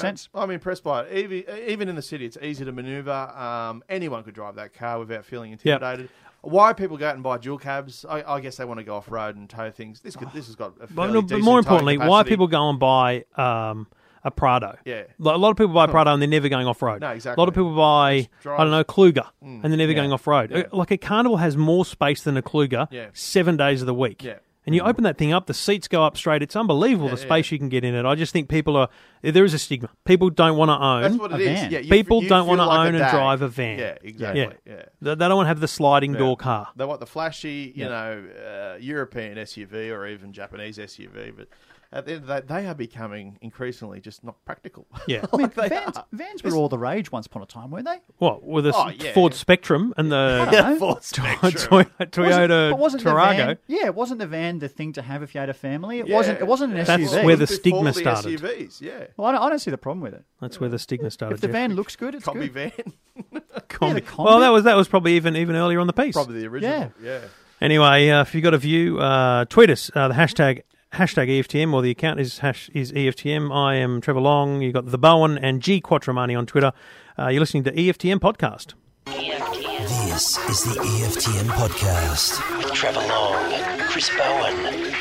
Speaker 2: Anyway,
Speaker 6: sense.
Speaker 2: I'm impressed by it. Even, even in the city, it's easy to maneuver. Um, anyone could drive that car without feeling
Speaker 5: Yep.
Speaker 2: intimidated. Why people go out and buy dual cabs? I, I guess they want to go off road and tow things. This could, this has got. A
Speaker 5: But,
Speaker 2: fairly
Speaker 5: no, but
Speaker 2: decent
Speaker 5: more
Speaker 2: towing
Speaker 5: importantly, why
Speaker 2: capacity.
Speaker 5: people go and buy um, a Prado?
Speaker 2: Yeah.
Speaker 5: Like, a lot of people buy Prado and they're never going off road.
Speaker 2: No,
Speaker 5: A lot
Speaker 2: exactly. Mm.
Speaker 5: of people buy I
Speaker 2: drives-
Speaker 5: don't know Kluger and they're never going off road. Like a Carnival has more space than a Kluger.
Speaker 2: Yeah.
Speaker 5: Seven days of the week.
Speaker 2: Yeah. Mm.
Speaker 5: And you open that thing up, the seats go up straight. It's unbelievable the space you can get in it. I just think people are there is a stigma. People don't want to own.
Speaker 2: That's what
Speaker 6: a
Speaker 2: it is.
Speaker 6: van.
Speaker 2: Yeah, you f-
Speaker 5: People
Speaker 2: you
Speaker 5: don't
Speaker 2: feel
Speaker 5: want to
Speaker 2: like a
Speaker 5: own and
Speaker 2: dag.
Speaker 5: drive a van.
Speaker 2: Yeah, exactly. Yeah.
Speaker 5: They, they don't want to have the sliding door car.
Speaker 2: They want the flashy, you know, uh, European SUV or even Japanese SUV, but at the end of the day, they are becoming increasingly just not practical.
Speaker 5: Yeah.
Speaker 6: I mean,
Speaker 2: Like they
Speaker 6: vans,
Speaker 2: are.
Speaker 6: vans were all the rage once upon a time, weren't they?
Speaker 5: What with the
Speaker 2: Oh, yeah.
Speaker 5: Ford Spectrum and the
Speaker 6: Yeah, Ford
Speaker 5: Toy- Toyota Tarago?
Speaker 6: The van, yeah, wasn't the van the thing to have if you had a family? It
Speaker 2: Yeah.
Speaker 6: wasn't. It wasn't an
Speaker 5: That's
Speaker 6: SUV.
Speaker 5: where the
Speaker 2: Before
Speaker 5: stigma started.
Speaker 2: SUVs, yeah.
Speaker 6: well, I don't, I don't see the problem with it.
Speaker 5: That's where the stigma started.
Speaker 6: If the
Speaker 5: Jeff.
Speaker 6: van looks good, it's
Speaker 2: Combi
Speaker 6: good.
Speaker 2: van,
Speaker 5: Combi.
Speaker 6: the combi.
Speaker 5: Well, that was that was probably even even earlier on the piece.
Speaker 2: probably the original. Yeah.
Speaker 5: Anyway, uh, if you got a view, uh, tweet us uh, the hashtag hashtag E EFTM or the account is hash is E EFTM. I am Trevor Long. You got the Bowen and G Quattromani on Twitter. Uh, you're listening to EFTM podcast.
Speaker 3: EFTM,
Speaker 4: This is the E EFTM podcast with Trevor Long, Chris Bowen,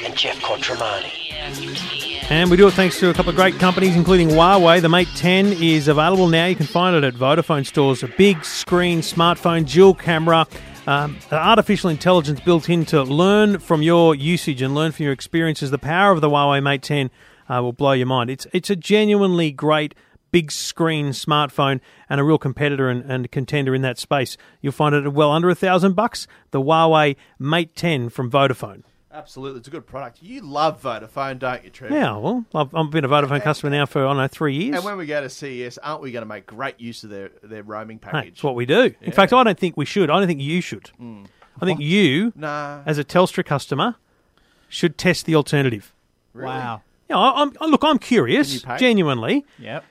Speaker 4: and Jeff Quattromani.
Speaker 3: EFTM,
Speaker 5: And we do it thanks to a couple of great companies, including Huawei. The Mate 10 is available now. You can find it at Vodafone stores. A big screen smartphone, dual camera, um, artificial intelligence built in to learn from your usage and learn from your experiences. The power of the Huawei Mate 10 uh, will blow your mind. It's it's a genuinely great big screen smartphone and a real competitor and, and contender in that space. You'll find it at well under a thousand bucks. The Huawei Mate 10 from Vodafone.
Speaker 2: Absolutely, it's a good product. You love Vodafone, don't you, Trevor?
Speaker 5: Yeah, well, I've, I've been a Vodafone customer now for I don't know three years.
Speaker 2: And when we go to CES, aren't we going to make great use of their, their roaming
Speaker 5: Hey,
Speaker 2: package? Hmm.
Speaker 5: it's what we do. In fact, I don't think we should. I don't think you should. I think you,
Speaker 2: Nah.
Speaker 5: as a Telstra customer, should test the alternative.
Speaker 6: Wow.
Speaker 5: Yeah, I, I'm, I, look, I'm curious,
Speaker 2: you pay?
Speaker 5: genuinely.
Speaker 6: Yep.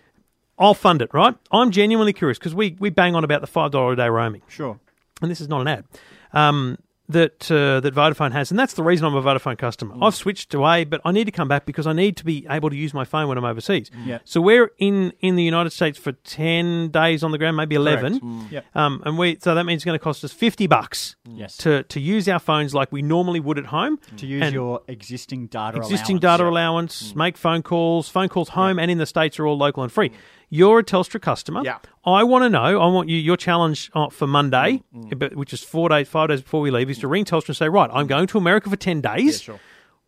Speaker 5: I'll fund it, right? I'm genuinely curious because we, we bang on about the $5 a day roaming,
Speaker 6: Sure.
Speaker 5: and this is not an ad, um, that, uh, that Vodafone has. And that's the reason I'm a Vodafone customer.
Speaker 2: Hmm.
Speaker 5: I've switched away, but I need to come back because I need to be able to use my phone when I'm overseas.
Speaker 6: Yep.
Speaker 5: So we're in, in the United States for 10 days on the ground, maybe 11.
Speaker 2: Hmm.
Speaker 6: Yep.
Speaker 5: Um, and we so that means it's going to cost us fifty bucks
Speaker 2: Um,
Speaker 6: Yes.
Speaker 5: to to use our phones like we normally would at home
Speaker 6: To use
Speaker 5: And
Speaker 6: your existing data.
Speaker 5: existing
Speaker 6: allowance.
Speaker 5: data
Speaker 2: Mm.
Speaker 5: allowance, make phone calls, phone calls home and in the states are all local and free. You're a Telstra customer.
Speaker 2: Yeah.
Speaker 5: I want to know. I want you. Your challenge uh, for Monday,
Speaker 2: Mm.
Speaker 5: but- which is four days, five days before we leave, is to ring Telstra and say, "Right, I'm going to America for ten days.
Speaker 2: sure. Mm.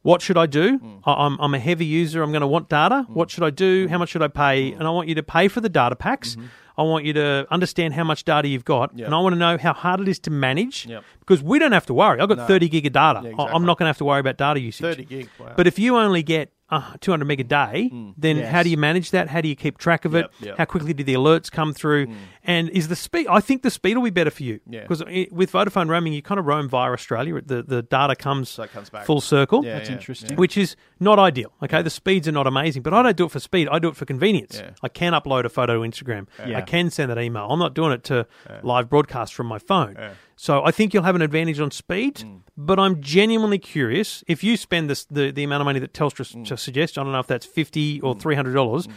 Speaker 5: What should I do? I, I'm, I'm a heavy user. I'm going to want data. What should I do? How much should I
Speaker 2: Mm.
Speaker 5: pay? And I want you to pay for the data packs.
Speaker 2: Mm-hmm.
Speaker 5: I want you to understand how much data you've got, and I want to know how hard it is to manage.
Speaker 2: Yep.
Speaker 5: Because we don't have to worry. I've got 30 gig of data. I- I'm
Speaker 2: exactly.
Speaker 5: not going to have to worry about data usage.
Speaker 2: 30 gig, wow.
Speaker 5: But if you only get uh, 200 meg a day, then how
Speaker 6: Yes.
Speaker 5: do you manage that? How do you keep track of it?
Speaker 2: Mm. Yep, yep. Mm.
Speaker 5: How quickly do the alerts come through? And is the speed? I think the speed will be better for you
Speaker 2: Yeah.
Speaker 5: because with Vodafone roaming, you kind of roam via Australia. The the data comes,
Speaker 2: So it comes back.
Speaker 5: full circle,
Speaker 2: Yeah, yeah,
Speaker 6: interesting.
Speaker 5: which is not ideal. Okay, the speeds are not amazing, but I don't do it for speed. I do it for convenience.
Speaker 2: Yeah.
Speaker 5: I can upload a photo to Instagram.
Speaker 6: Yeah.
Speaker 5: I can send that email. I'm not doing it to live broadcast from my phone. So I think you'll have an advantage on speed,
Speaker 2: Mm.
Speaker 5: but I'm genuinely curious. If you spend this, the the amount of money that Telstra
Speaker 2: Mm.
Speaker 5: s- suggests, I don't know if that's fifty or three hundred dollars.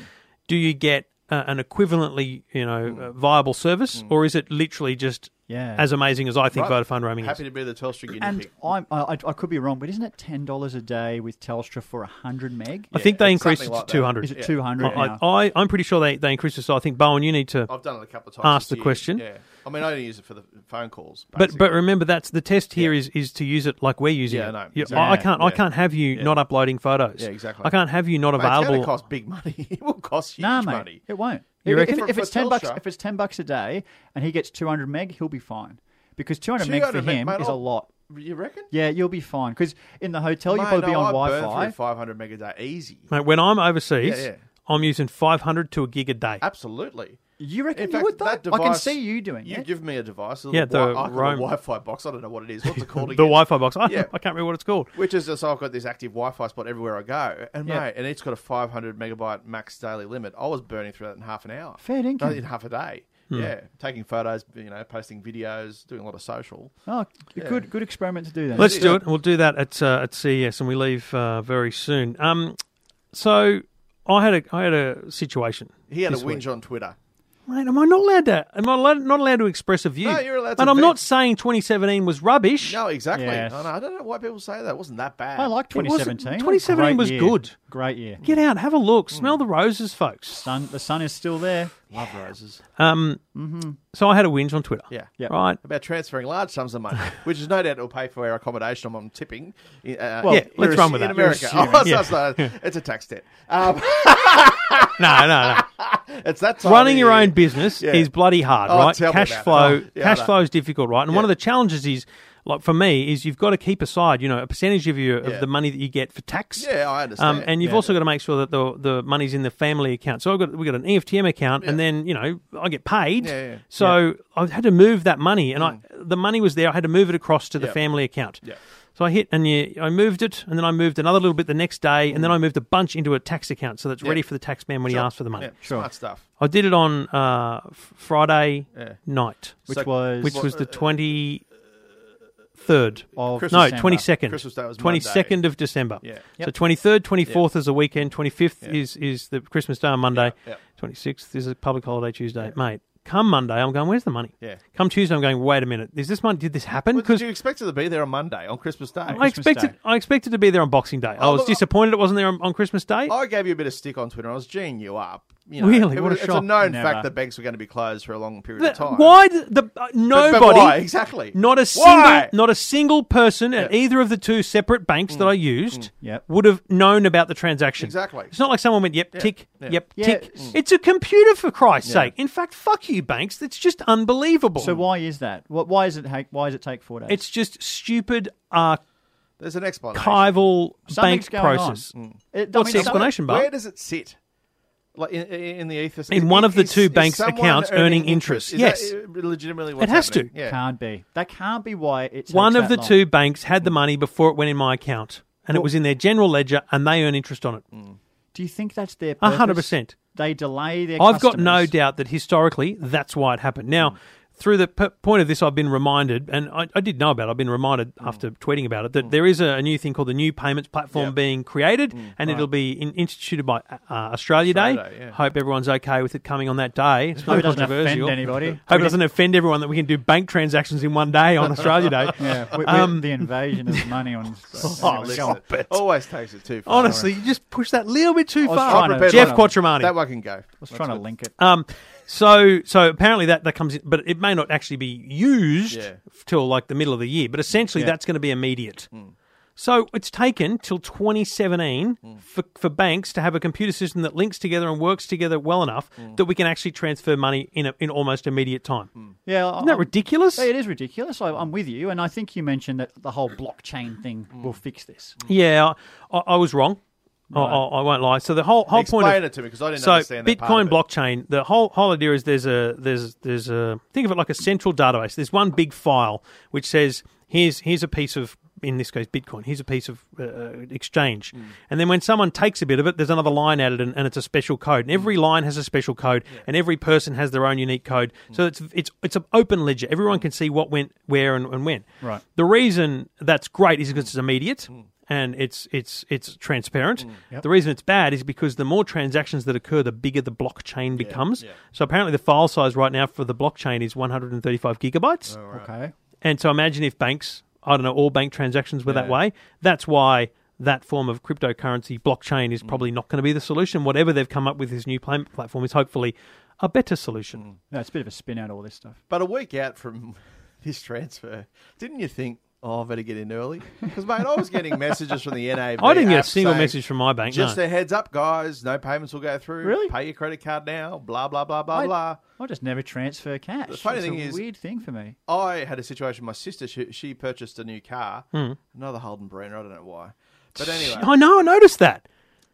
Speaker 5: Do you get uh, an equivalently, you know,
Speaker 2: Mm.
Speaker 5: uh, viable service, or is it literally just
Speaker 6: Yeah.
Speaker 5: as amazing as I think
Speaker 2: Right.
Speaker 5: Vodafone roaming
Speaker 2: Happy
Speaker 5: is?
Speaker 2: to be the Telstra guinea
Speaker 6: And
Speaker 2: pig.
Speaker 6: I'm, I, I could be wrong, but isn't it ten dollars a day with Telstra for hundred meg?
Speaker 5: I think they
Speaker 2: it's
Speaker 5: increased it to
Speaker 2: something like that.
Speaker 5: two hundred.
Speaker 6: Is it two hundred?
Speaker 5: I, I, I'm pretty sure they, they increased it. So I think Bowen, you need to.
Speaker 2: I've done it a couple of times.
Speaker 5: Ask
Speaker 2: this
Speaker 5: the
Speaker 2: year.
Speaker 5: question.
Speaker 2: Yeah, I mean, I only use it for the phone calls.
Speaker 5: But but
Speaker 2: basically.
Speaker 5: remember, that's the test here is is to use it like we're using
Speaker 2: Yeah,
Speaker 5: it.
Speaker 2: I know.
Speaker 5: You-
Speaker 2: Exactly.
Speaker 5: I can't I
Speaker 2: Yeah.
Speaker 5: can't have you not uploading photos.
Speaker 2: Yeah, exactly.
Speaker 5: I can't have you not
Speaker 2: Mate, it's going
Speaker 5: available.
Speaker 2: to cost big money. it will cost huge
Speaker 6: Nah, mate,
Speaker 2: money.
Speaker 6: it won't.
Speaker 5: You
Speaker 6: if,
Speaker 5: reckon?
Speaker 6: if-
Speaker 2: For-
Speaker 6: if it's
Speaker 2: for
Speaker 6: ten bucks,
Speaker 2: Telstra.
Speaker 6: if it's ten bucks a day, and he gets two hundred meg, he'll be fine because two hundred meg for
Speaker 2: 200 meg,
Speaker 6: him
Speaker 2: mate,
Speaker 6: is a
Speaker 2: I'll-
Speaker 6: lot.
Speaker 2: You reckon?
Speaker 6: Yeah, you'll be fine because in the hotel you'll
Speaker 2: Mate,
Speaker 6: probably be
Speaker 2: no,
Speaker 6: on
Speaker 2: I burn
Speaker 6: Wi-Fi.
Speaker 2: through 500 meg a day easy.
Speaker 5: Mate, when I'm overseas,
Speaker 2: Yeah, yeah.
Speaker 5: I'm using 500 to a gig a day.
Speaker 2: Absolutely.
Speaker 6: You reckon
Speaker 2: In
Speaker 6: you
Speaker 2: fact,
Speaker 6: would? Though?
Speaker 2: that
Speaker 6: I can
Speaker 2: device-
Speaker 6: see you doing
Speaker 2: You
Speaker 6: it.
Speaker 2: give me a device, a
Speaker 5: Yeah,
Speaker 2: yeah,
Speaker 5: the
Speaker 2: the wi- I call it
Speaker 5: Roam-
Speaker 2: a Wi-Fi box. I don't know what it is. What's it called
Speaker 5: The
Speaker 2: again?
Speaker 5: Wi-Fi box. I,
Speaker 2: Yeah.
Speaker 5: I can't remember what it's called.
Speaker 2: Which is just oh, I've got this active Wi-Fi spot everywhere I go, and
Speaker 6: Yeah.
Speaker 2: mate, and it's got a 500 megabyte max daily limit. I was burning through that in half an hour.
Speaker 6: Fair
Speaker 2: No,
Speaker 6: dinkum.
Speaker 2: in half a day.
Speaker 5: Hmm.
Speaker 2: Yeah, taking photos, you know, posting videos, doing a lot of social.
Speaker 6: Oh, good, good experiment to do then.
Speaker 5: Let's do it. We'll do that at uh, at CES, and we leave uh, very soon. Um, so I had a I had a situation.
Speaker 2: He had
Speaker 5: this
Speaker 2: a
Speaker 5: week.
Speaker 2: whinge on Twitter.
Speaker 5: Mate, am I not allowed to? Am I allowed, not allowed to express a view?
Speaker 2: No, you're allowed to
Speaker 5: And I'm not
Speaker 2: vent.
Speaker 5: saying 2017 was rubbish.
Speaker 2: No, exactly.
Speaker 6: Yes.
Speaker 2: I, know, I don't know why people say that. It wasn't that bad.
Speaker 6: I like
Speaker 5: It wasn't-
Speaker 6: 2017.
Speaker 5: 2017
Speaker 6: Great
Speaker 5: was
Speaker 6: year.
Speaker 5: good.
Speaker 6: Great year.
Speaker 5: Get out, have a look,
Speaker 2: Hmm.
Speaker 5: smell the roses, folks.
Speaker 6: Sun, the sun is still there.
Speaker 2: love roses.
Speaker 5: Um, So I had a whinge on Twitter.
Speaker 2: Mm-hmm. Yeah.
Speaker 6: Yeah.
Speaker 5: Right.
Speaker 2: About transferring large sums of money, which is no doubt will pay for our accommodation. I'm tipping. Uh,
Speaker 6: Well,
Speaker 5: Yeah, let's
Speaker 2: in-
Speaker 5: run with
Speaker 2: in
Speaker 5: that.
Speaker 2: America.
Speaker 6: You're
Speaker 2: Oh,
Speaker 5: assuming.
Speaker 2: so- so- It's a tax debt. Um,
Speaker 5: No, no, no.
Speaker 2: it's that time
Speaker 5: Running
Speaker 2: of
Speaker 5: your
Speaker 2: year.
Speaker 5: own business
Speaker 2: Yeah.
Speaker 5: is bloody hard,
Speaker 2: Oh,
Speaker 5: right?
Speaker 2: tell me
Speaker 5: Cash
Speaker 2: about it.
Speaker 5: flow,
Speaker 2: Oh, yeah,
Speaker 5: cash
Speaker 2: I know.
Speaker 5: flow is difficult, right? And one of the challenges is, like for me, is you've got to keep aside, you know, a percentage of your of
Speaker 2: Yeah.
Speaker 5: the money that you get for tax.
Speaker 2: Yeah, I understand.
Speaker 5: Um, and you've
Speaker 2: Yeah.
Speaker 5: also got to make sure that the the money's in the family account. So I've got we got an E EFTM account, and then you know I get paid.
Speaker 2: Yeah, yeah. Mm.
Speaker 5: So I had to move that money, and I the money was there. I had to move it across to the
Speaker 2: Yeah.
Speaker 5: family account.
Speaker 2: Yeah.
Speaker 5: So I hit and you, I moved it, and then I moved another little bit the next day, and then
Speaker 2: Mm.
Speaker 5: I moved a bunch into a tax account so that's ready for the tax man when he asks for the money.
Speaker 2: Yeah,
Speaker 6: Sure.
Speaker 2: Smart stuff.
Speaker 5: I did it on uh, f- Friday
Speaker 2: Yeah.
Speaker 5: night,
Speaker 6: Which
Speaker 2: So-
Speaker 6: was
Speaker 5: which was the
Speaker 2: uh,
Speaker 5: twenty third.
Speaker 6: of
Speaker 5: No,
Speaker 6: December.
Speaker 5: twenty second.
Speaker 2: Christmas Day was
Speaker 5: twenty second of December.
Speaker 2: Yeah.
Speaker 5: So twenty third, twenty fourth is a weekend. Twenty fifth
Speaker 2: Yeah.
Speaker 5: is is the Christmas Day on Monday.
Speaker 2: Yeah, yeah.
Speaker 5: Twenty sixth is a public holiday Tuesday, mate. Come Monday, I'm going. Where's the money?
Speaker 2: Yeah.
Speaker 5: Come Tuesday, I'm going. Wait a minute. Is this money? Did this happen?
Speaker 2: Because
Speaker 5: Because
Speaker 2: you expected to be there on Monday on Christmas Day.
Speaker 5: I expected
Speaker 6: Day.
Speaker 5: I expected to be there on Boxing Day. I was
Speaker 2: Oh, look, I-
Speaker 5: disappointed it wasn't there on, on Christmas Day.
Speaker 2: I gave you a bit of stick on Twitter. I was geeing you up. You know,
Speaker 5: Really?
Speaker 2: It
Speaker 5: What a
Speaker 2: was- it's a
Speaker 5: shock.
Speaker 2: known
Speaker 6: Never.
Speaker 2: fact that banks were going to be closed for a long period of
Speaker 5: But
Speaker 2: time.
Speaker 5: Why did the uh, nobody?
Speaker 2: why? Exactly.
Speaker 5: Not a single,
Speaker 2: Why?
Speaker 5: not a single person at
Speaker 2: Yeah.
Speaker 5: either of the two separate banks that I used
Speaker 6: Yep.
Speaker 5: would have known about the transaction.
Speaker 2: Exactly.
Speaker 5: It's not like someone went, "Yep, tick,
Speaker 2: Yeah.
Speaker 5: yep,
Speaker 6: Yeah.
Speaker 5: tick."
Speaker 6: Mm.
Speaker 5: It's a computer for Christ's sake. In fact, fuck you, banks. That's just unbelievable.
Speaker 6: So why is that? What? Why is it? ha- Why does it take four days?
Speaker 5: It's just stupid archival
Speaker 2: There's an explanation.
Speaker 6: Something's
Speaker 5: bank
Speaker 6: going on.
Speaker 5: process.
Speaker 6: It- I
Speaker 5: What's
Speaker 6: mean,
Speaker 5: the
Speaker 6: some-
Speaker 5: explanation,
Speaker 2: Where
Speaker 5: Bart?
Speaker 2: does it sit? Like in, in in the ethos,
Speaker 5: In
Speaker 2: Is-
Speaker 5: one of the
Speaker 2: is-
Speaker 5: two
Speaker 2: is
Speaker 5: banks'
Speaker 2: someone
Speaker 5: accounts earning interest.
Speaker 2: Is
Speaker 5: Yes.
Speaker 2: that legitimately what's
Speaker 5: It has to.
Speaker 2: happening? Yeah.
Speaker 6: Can't be. That can't be why it's
Speaker 5: One of the two banks had the money before it went in my account, and it was in their general ledger, and they earn interest on it.
Speaker 6: Do you think that's their?
Speaker 5: A hundred
Speaker 6: purpose?
Speaker 5: percent.
Speaker 6: They delay their.
Speaker 5: I've got no
Speaker 6: customers.
Speaker 5: doubt that historically that's why it happened. Now, through the p- point of this, I've been reminded, and I, I did know about it, I've been reminded
Speaker 6: Mm.
Speaker 5: after tweeting about it, that there is a, a new thing called the New Payments Platform being created,
Speaker 6: Mm.
Speaker 5: and it'll be in, instituted by uh, Australia,
Speaker 2: Australia
Speaker 5: Day.
Speaker 2: Day, yeah.
Speaker 5: Hope everyone's okay with it coming on that day. It's
Speaker 6: Hope
Speaker 5: not
Speaker 6: it doesn't offend
Speaker 5: controversial.
Speaker 6: anybody.
Speaker 5: Hope it doesn't offend everyone that we can do bank transactions in one day on Australia Day.
Speaker 6: Yeah, we- we-
Speaker 5: Um,
Speaker 6: the invasion of money on.
Speaker 2: Oh,
Speaker 6: Anyway,
Speaker 2: listen,
Speaker 6: go on.
Speaker 2: it always takes it too far.
Speaker 5: Honestly, you just push that little bit too
Speaker 6: was
Speaker 5: far.
Speaker 6: trying to-
Speaker 5: Jeff
Speaker 6: trying to-
Speaker 5: Quattromani.
Speaker 2: that one can go.
Speaker 6: I was trying to link it.
Speaker 5: Um, so so apparently that that comes in, but it may not actually be used
Speaker 2: Yeah.
Speaker 5: f- till like the middle of the year. But essentially, that's going to be immediate.
Speaker 2: Hmm.
Speaker 5: So it's taken till 2017
Speaker 2: Hmm.
Speaker 5: for, for banks to have a computer system that links together and works together well enough
Speaker 2: Hmm.
Speaker 5: that we can actually transfer money in a, in almost immediate time.
Speaker 6: Yeah,
Speaker 5: Isn't that
Speaker 6: I'm-
Speaker 5: ridiculous?
Speaker 6: It is ridiculous. I, I'm with you, and I think you mentioned that the whole blockchain thing
Speaker 2: Mm.
Speaker 6: will fix this.
Speaker 5: Yeah, I, I was wrong. I, I, I won't lie. So the whole whole
Speaker 2: Explain
Speaker 5: point of,
Speaker 2: it to me because I didn't
Speaker 5: so
Speaker 2: understand that
Speaker 5: Bitcoin
Speaker 2: part of it.
Speaker 5: blockchain. The whole whole idea is there's a there's there's a think of it like a central database. There's one big file which says here's here's a piece of in this case Bitcoin. Here's a piece of uh, exchange,
Speaker 2: Hmm.
Speaker 5: and then when someone takes a bit of it, there's another line added, and, and it's a special code. And
Speaker 2: Hmm.
Speaker 5: every line has a special code, and every person has their own unique code.
Speaker 2: Hmm.
Speaker 5: So it's it's it's an open ledger. Everyone can see what went where and, and when.
Speaker 6: Right.
Speaker 5: The reason that's great is because it's immediate
Speaker 2: Hmm.
Speaker 5: and it's it's it's transparent. The reason it's bad is because the more transactions that occur, the bigger the blockchain becomes. So apparently, the file size right now for the blockchain is 135 gigabytes.
Speaker 6: Okay.
Speaker 5: And so imagine if banks, I don't know, all bank transactions were that way. That's why that form of cryptocurrency blockchain
Speaker 2: Hmm.
Speaker 5: is probably not going to be the solution. Whatever they've come up with this new payment platform is hopefully a better solution.
Speaker 2: Hmm.
Speaker 6: No, it's a bit of a spin out all this stuff.
Speaker 2: But a week out from this transfer, didn't you think, oh, I better get in early? Because, mate, I was getting messages from the NAB.
Speaker 5: I didn't get a
Speaker 2: app
Speaker 5: single
Speaker 2: saying,
Speaker 5: message from my bank.
Speaker 2: Just
Speaker 5: no.
Speaker 2: a heads up, guys. No payments will go through.
Speaker 6: Really?
Speaker 2: Pay your credit card now. Blah, blah, blah, blah,
Speaker 6: I-
Speaker 2: blah.
Speaker 6: I just never transfer cash. The
Speaker 2: uh, funny
Speaker 6: it's
Speaker 2: thing
Speaker 6: a
Speaker 2: is-
Speaker 6: weird thing for me.
Speaker 2: I had a situation. My sister, she, she purchased a new car,
Speaker 5: Hmm.
Speaker 2: another Holden Brenner. I don't know why, but anyway,
Speaker 5: I know. I noticed that.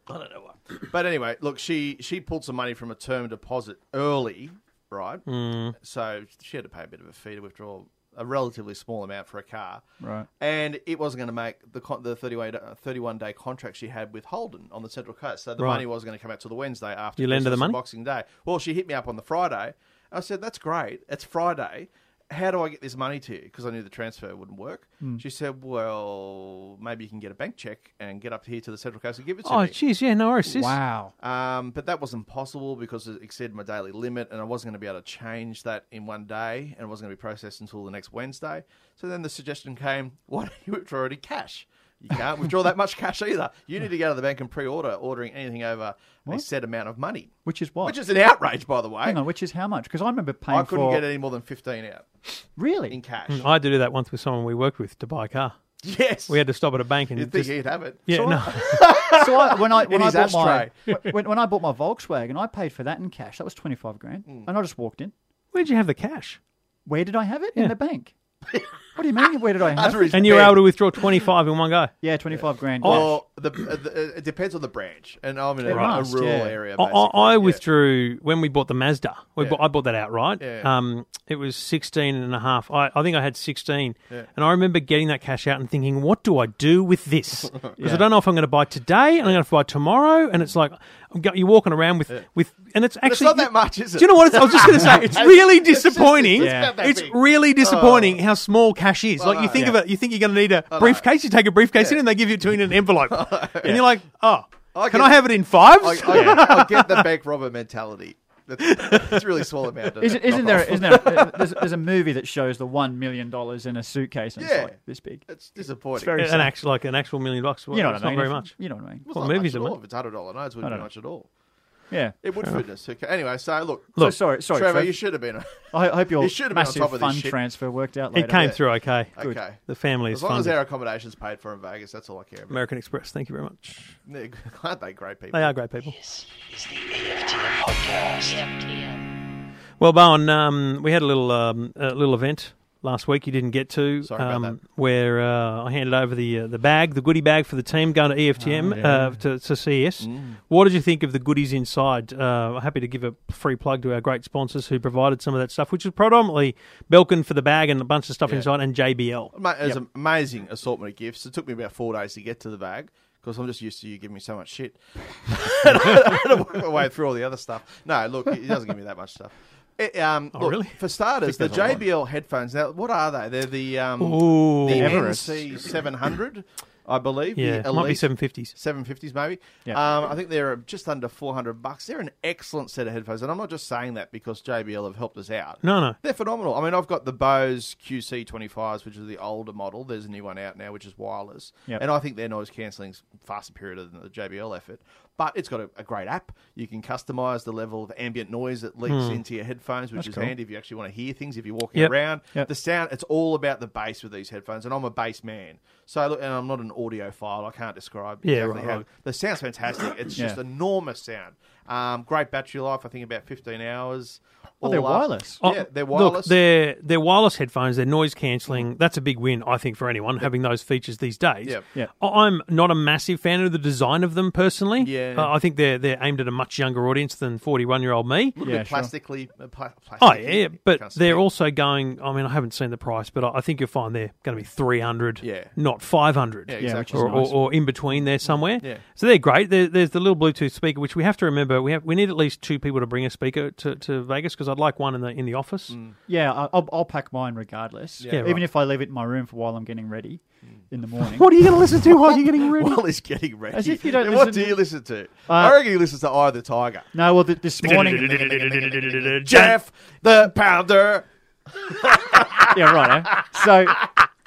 Speaker 2: but anyway, look, she she pulled some money from a term deposit early, right?
Speaker 5: Mm.
Speaker 2: So she had to pay a bit of a fee to withdraw a relatively small amount for a car,
Speaker 6: Right.
Speaker 2: And it wasn't going to make the con- the 31 day- 31 day contract she had with Holden on the Central Coast, so the
Speaker 5: Right.
Speaker 2: money wasn't going to come out till the Wednesday after
Speaker 5: You lend her the
Speaker 2: Christmas and
Speaker 5: money?
Speaker 2: Boxing Day. Well, she hit me up on the Friday. I said, "That's great. It's Friday." how do I get this money to you? Because I knew the transfer wouldn't work.
Speaker 5: Hmm.
Speaker 2: She said, well, maybe you can get a bank check and get up here to the Central Coast and give it to
Speaker 5: Oh,
Speaker 2: me.
Speaker 5: jeez, yeah, no worries, sis.
Speaker 6: Wow.
Speaker 2: Um, but that wasn't possible because it exceeded my daily limit, and I wasn't going to be able to change that in one day, and it wasn't going to be processed until the next Wednesday. So then the suggestion came: why don't you withdraw it in cash? You can't withdraw that much cash either. You need to go to the bank and pre-order ordering anything over a set amount of money,
Speaker 6: Which is what?
Speaker 2: which is an outrage, by the way.
Speaker 6: Hang on, which is how much? Because I remember paying
Speaker 2: I couldn't
Speaker 6: for
Speaker 2: get any more than fifteen out
Speaker 6: really.
Speaker 2: in cash.
Speaker 5: Mm, Hmm, I had to do that once with someone we worked with to buy a car.
Speaker 2: yes,
Speaker 5: We had to stop at a bank and
Speaker 2: You'd think
Speaker 5: just,
Speaker 2: he'd have it.
Speaker 5: yeah,
Speaker 2: So
Speaker 5: no,
Speaker 6: so I, when I when I
Speaker 2: his
Speaker 6: bought my when, when I bought my Volkswagen, I paid for that in cash. That was twenty five grand,
Speaker 2: Hmm.
Speaker 6: and I just walked in.
Speaker 5: where'd you have the cash?
Speaker 6: Where did I have it?
Speaker 5: Yeah.
Speaker 6: In the bank. what do you mean? Where did I have
Speaker 2: under
Speaker 6: it?
Speaker 2: his
Speaker 5: And you were
Speaker 2: bed.
Speaker 5: able to withdraw twenty five in one go.
Speaker 6: Yeah, twenty five grand.
Speaker 2: Or the, uh, the it depends on the branch, and I'm in a,
Speaker 6: It
Speaker 2: a
Speaker 6: must,
Speaker 2: rural
Speaker 6: yeah.
Speaker 2: area.
Speaker 5: I,
Speaker 2: basically.
Speaker 5: I, I
Speaker 2: Yeah.
Speaker 5: withdrew when we bought the Mazda. We
Speaker 2: Yeah.
Speaker 5: bought, I bought that outright.
Speaker 2: Yeah.
Speaker 5: Um, it was 16 and a half. I, I think I had 16. And I remember getting that cash out and thinking, what do I do with this? Because I don't know if I'm going to buy today and I'm going to buy tomorrow. And it's like, I'm go- you're walking around with, with and it's actually.
Speaker 2: It's not that much, is it?
Speaker 5: Do you know what? It's, I was just going to say, it's really
Speaker 2: just- it's
Speaker 5: disappointing.
Speaker 2: about that
Speaker 5: It's
Speaker 2: big. Oh.
Speaker 5: really disappointing how small cash is. Like, you think of it, you think you're going to need a
Speaker 2: Oh,
Speaker 5: briefcase. You take a briefcase in and they give it to you in an envelope. And you're like, oh,
Speaker 2: I
Speaker 5: can
Speaker 2: get-
Speaker 5: I have it in fives?
Speaker 2: I, I, I get the bank robber mentality. That's, it's a really small amount. of
Speaker 6: Isn't, isn't
Speaker 2: knockoff.
Speaker 6: there? Isn't there? uh, There's, there's a movie that shows the one million dollars in a suitcase and
Speaker 2: Yeah.
Speaker 6: it's like this big.
Speaker 2: It's disappointing.
Speaker 6: It's very-
Speaker 5: Yeah, an actual like an actual million bucks. Well,
Speaker 6: You know
Speaker 5: it's
Speaker 6: what I mean?
Speaker 5: Not very
Speaker 6: If-
Speaker 5: much.
Speaker 6: You know what I mean?
Speaker 2: It's
Speaker 5: Well,
Speaker 2: not
Speaker 5: movies
Speaker 2: much
Speaker 5: are
Speaker 2: at all.
Speaker 5: more.
Speaker 2: If it's hundred dollar notes,
Speaker 6: I
Speaker 2: wouldn't be
Speaker 6: don't
Speaker 2: much at all.
Speaker 6: Yeah.
Speaker 2: It would fit in a suitcase. Anyway, so look,
Speaker 6: So sorry, sorry,
Speaker 2: Trevor,
Speaker 6: Trev.
Speaker 2: you should have been.
Speaker 6: I ho- hope your
Speaker 2: It should've been on
Speaker 6: massive
Speaker 2: top of this
Speaker 6: fund
Speaker 2: shit.
Speaker 6: transfer worked out later.
Speaker 5: It came through okay.
Speaker 2: Okay.
Speaker 5: The family is
Speaker 2: As long as
Speaker 5: funded.
Speaker 2: our accommodation's paid for in Vegas, that's all I care about.
Speaker 5: American Express. Thank you very much.
Speaker 2: They're- Aren't they great people?
Speaker 5: They are great people.
Speaker 3: This is the E AFTM podcast. E AFTM.
Speaker 5: Well, Bowen, um, we had a little um, a little event last week. You didn't get to.
Speaker 2: Sorry about
Speaker 5: um,
Speaker 2: that.
Speaker 5: Where uh, I handed over the uh, the bag, the goodie bag for the team going to
Speaker 2: Oh,
Speaker 5: EFTM uh, to, to CS.
Speaker 2: Mm.
Speaker 5: What did you think of the goodies inside? Uh, I'm happy to give a free plug to our great sponsors who provided some of that stuff, which is predominantly Belkin for the bag and a bunch of stuff inside, and JBL.
Speaker 2: Ama- It was an amazing assortment of gifts. It took me about four days to get to the bag because I'm just used to you giving me so much shit. and I had to work my way through all the other stuff. No, look, he doesn't give me that much stuff. It, um, look,
Speaker 5: Oh, really?
Speaker 2: For starters, the JBL headphones. Now, what are they? They're the um,
Speaker 5: Ooh.
Speaker 2: the
Speaker 6: Everest.
Speaker 2: NC 700, I believe. the
Speaker 5: Yeah, it might be
Speaker 2: Elite.
Speaker 5: 750s.
Speaker 2: 750s maybe.
Speaker 6: Yeah.
Speaker 2: Um, I think they're just under 400 bucks. They're an excellent set of headphones, and I'm not just saying that because JBL have helped us out.
Speaker 5: No, no.
Speaker 2: They're phenomenal. I mean, I've got the Bose QC25s, which is the older model. There's a new one out now, which is wireless.
Speaker 6: Yep.
Speaker 2: And I think their noise cancelling's far superior than the JBL effort. But it's got a, a great app. You can customize the level of ambient noise that leaks into your headphones, which is
Speaker 6: Hmm. cool.
Speaker 2: handy if you actually want to hear things, if you're walking
Speaker 5: Yep.
Speaker 2: around.
Speaker 6: Yep.
Speaker 2: The sound, it's all about the bass with these headphones. And I'm a bass man. So, look, and I'm not an audiophile. I can't describe
Speaker 5: Yeah,
Speaker 2: exactly
Speaker 5: right,
Speaker 2: how.
Speaker 5: right.
Speaker 2: The sound's fantastic. It's just
Speaker 6: Yeah.
Speaker 2: enormous sound. Um, great battery life, I think about 15 hours.
Speaker 6: Oh, they're
Speaker 2: all up.
Speaker 6: wireless.
Speaker 5: Oh,
Speaker 2: Yeah, they're
Speaker 5: Look,
Speaker 2: wireless. Mm-hmm.
Speaker 5: they're, they're wireless headphones. They're noise cancelling. That's a big win, I think, for anyone having those features these days.
Speaker 2: Yep.
Speaker 6: Yeah.
Speaker 5: I- I'm not a massive fan of the design of them personally.
Speaker 2: Yeah.
Speaker 5: Uh, I think they're they're aimed at a much younger audience than 41 year old me.
Speaker 2: little
Speaker 6: Yeah,
Speaker 2: bit
Speaker 6: sure.
Speaker 2: plastically. uh, Pla- plastic
Speaker 5: Oh yeah, but they're also going. I mean, I haven't seen the price, but I, I think you'll find they're going to be 300,
Speaker 2: Yeah.
Speaker 5: not 500.
Speaker 2: yeah,
Speaker 6: Yeah, which
Speaker 2: exactly.
Speaker 6: is
Speaker 5: or,
Speaker 6: nice.
Speaker 5: or, or in between there somewhere.
Speaker 2: Yeah.
Speaker 5: So they're great. There there's the little Bluetooth speaker, which we have to remember. We have we need at least two people to bring a speaker to, to Vegas because I'd like one in the in the
Speaker 2: Mm.
Speaker 5: office.
Speaker 6: Yeah, I- I'll, I'll pack mine regardless.
Speaker 2: Yeah, Mm.
Speaker 6: Even
Speaker 5: right.
Speaker 6: if I leave it in my room for while I'm getting ready in the morning.
Speaker 5: What are you going to listen to while you're getting ready?
Speaker 2: Well, he's getting ready.
Speaker 6: As if you don't
Speaker 2: And what
Speaker 6: listen- Uh,
Speaker 2: do you listen to? I reckon he listens to Eye of the Tiger.
Speaker 6: No, well, th- this morning.
Speaker 2: Jeff the Pounder.
Speaker 6: yeah, right. Eh? So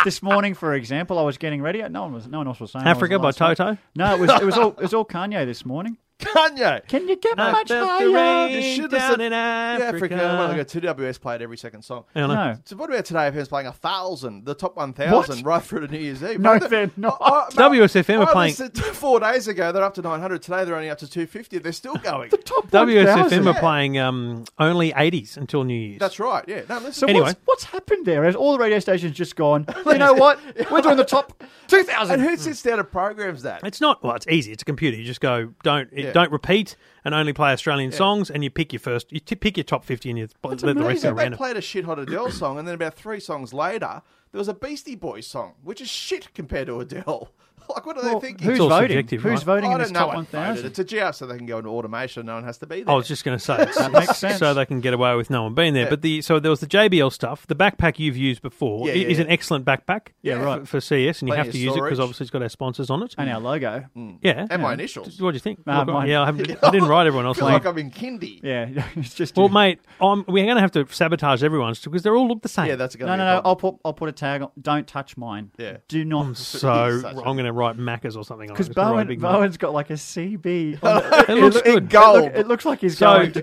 Speaker 6: this morning, for example, I was getting ready. No one was. No one else was saying. I was
Speaker 5: Africa
Speaker 6: the
Speaker 5: by
Speaker 6: last one.
Speaker 5: Toto?
Speaker 6: No, it was. It was all. It was all Kanye this morning.
Speaker 2: Kanye.
Speaker 6: Can you get
Speaker 5: I
Speaker 6: much
Speaker 5: felt the
Speaker 6: higher?
Speaker 5: rain.
Speaker 2: You should
Speaker 5: Down
Speaker 2: listen-
Speaker 5: in
Speaker 2: Yeah, Africa.
Speaker 5: Africa.
Speaker 2: Well, they got 2WS played every second song.
Speaker 5: Hang on.
Speaker 6: No.
Speaker 2: So what about today if he was playing a thousand, the top one thousand,
Speaker 6: What?
Speaker 2: right through to New Year's Eve?
Speaker 6: No,
Speaker 2: Mate,
Speaker 6: they're not.
Speaker 2: Oh, mate,
Speaker 5: WSFM are
Speaker 2: I
Speaker 5: playing-
Speaker 2: listened to four days ago. They're up to nine hundred. Today they're only up to two fifty. They're still going.
Speaker 6: Top
Speaker 5: WSFM
Speaker 6: 1000.
Speaker 5: are playing um, only 80s until New Year's.
Speaker 2: That's right. Yeah. No, listen.
Speaker 6: So
Speaker 5: Anyway.
Speaker 6: what's, what's happened there? Has all the radio stations just gone? You know what? We're doing the top two
Speaker 2: And
Speaker 6: thousand.
Speaker 2: who sits down and programs that?
Speaker 5: It's not well. It's easy. It's a computer. You just go don't it,
Speaker 2: Yeah.
Speaker 5: don't repeat and only play Australian songs, and you pick your first. You t- pick your top fifty, and you b- let the rest
Speaker 2: Amazing.
Speaker 5: go
Speaker 2: they
Speaker 5: random.
Speaker 2: played a shit hot Adele song, and then about three songs later, there was a Beastie Boys song, which is shit compared to Adele. Like, what do
Speaker 6: Well,
Speaker 2: they think?
Speaker 6: who's
Speaker 5: all
Speaker 6: voting?
Speaker 5: subjective,
Speaker 6: Who's
Speaker 5: right?
Speaker 6: voting
Speaker 2: I
Speaker 6: in this
Speaker 2: don't know.
Speaker 6: top
Speaker 2: what
Speaker 6: one
Speaker 2: voted.
Speaker 6: thousand? Oh,
Speaker 2: It's a GF, so they can go into automation. No one has to be there.
Speaker 5: I was just going to say it's-
Speaker 6: That makes sense.
Speaker 5: so they can get away with no one being there.
Speaker 2: Yeah.
Speaker 5: But the so there was the JBL stuff. The backpack you've used before
Speaker 2: Yeah,
Speaker 5: i-
Speaker 2: yeah,
Speaker 5: is
Speaker 2: yeah.
Speaker 5: an excellent backpack.
Speaker 2: Yeah,
Speaker 5: for-
Speaker 2: right.
Speaker 5: For, CS, and you
Speaker 2: Plenty
Speaker 5: have
Speaker 2: of
Speaker 5: to use it because
Speaker 2: storage.
Speaker 5: obviously it's got our sponsors on it.
Speaker 6: and our logo.
Speaker 2: Mm.
Speaker 5: yeah,
Speaker 2: and
Speaker 5: yeah.
Speaker 2: my initials.
Speaker 5: What do you think?
Speaker 6: Ah,
Speaker 5: Look,
Speaker 6: mine.
Speaker 5: yeah, I, haven't, I didn't write everyone
Speaker 2: I
Speaker 5: else.
Speaker 2: feel like I'm in kindy.
Speaker 6: Yeah, it's just
Speaker 5: well, mate, um, we're going to have to sabotage everyone's because they all look the same.
Speaker 2: Yeah, that's going
Speaker 6: no,
Speaker 2: to
Speaker 6: no,
Speaker 2: be
Speaker 6: no.
Speaker 2: a
Speaker 6: I'll
Speaker 2: problem.
Speaker 6: put I'll put a tag on. Don't touch mine.
Speaker 2: Yeah.
Speaker 6: Do
Speaker 5: I'm
Speaker 6: not.
Speaker 5: so
Speaker 2: such a-
Speaker 5: I'm going to write Macca's or something. on it.
Speaker 6: Because
Speaker 5: Just gonna write a
Speaker 6: Bowen
Speaker 5: big Mac.
Speaker 6: Bowen's got like a CB. on the-
Speaker 5: it looks
Speaker 2: in
Speaker 5: good.
Speaker 2: gold.
Speaker 6: It, look- it looks like he's
Speaker 5: So-
Speaker 6: going to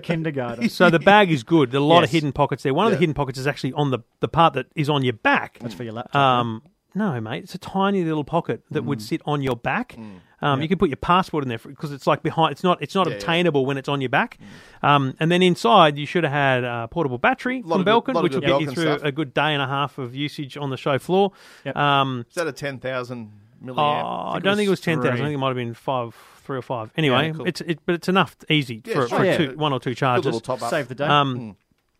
Speaker 6: kindergarten.
Speaker 5: So the bag is good. There are a lot of
Speaker 2: Yes.
Speaker 5: hidden pockets there. One of the
Speaker 2: Yeah.
Speaker 5: hidden pockets is actually on the, the part that is on your back.
Speaker 6: That's for your laptop.
Speaker 5: Um, no, mate, it's a tiny little pocket that
Speaker 2: Mm.
Speaker 5: would sit on your back. Um, You can put your passport in there because it's like behind. It's not. It's not
Speaker 2: Yeah, yeah.
Speaker 5: obtainable when it's on your back. Um, and then inside, you should have had a portable battery
Speaker 2: Lot
Speaker 5: from
Speaker 2: of good- lot
Speaker 5: Belkin,
Speaker 2: of
Speaker 5: which will
Speaker 2: good
Speaker 5: get you
Speaker 2: Belkin
Speaker 5: through
Speaker 2: stuff.
Speaker 5: a good day and a half of usage on the show floor.
Speaker 6: Yep.
Speaker 5: Um,
Speaker 2: Is that a 10,000 milliamp?
Speaker 5: oh, I, don't think it was ten thousand. I
Speaker 2: three.
Speaker 5: think it might have been five, three or five. Anyway,
Speaker 2: Yeah, cool.
Speaker 5: it's it, but it's enough, easy
Speaker 2: Yeah,
Speaker 5: for,
Speaker 2: sure.
Speaker 5: for
Speaker 6: Yeah.
Speaker 5: two, one or two
Speaker 2: Good
Speaker 5: charges.
Speaker 2: little top Mm. up.
Speaker 6: Save the day. Um,
Speaker 5: Um,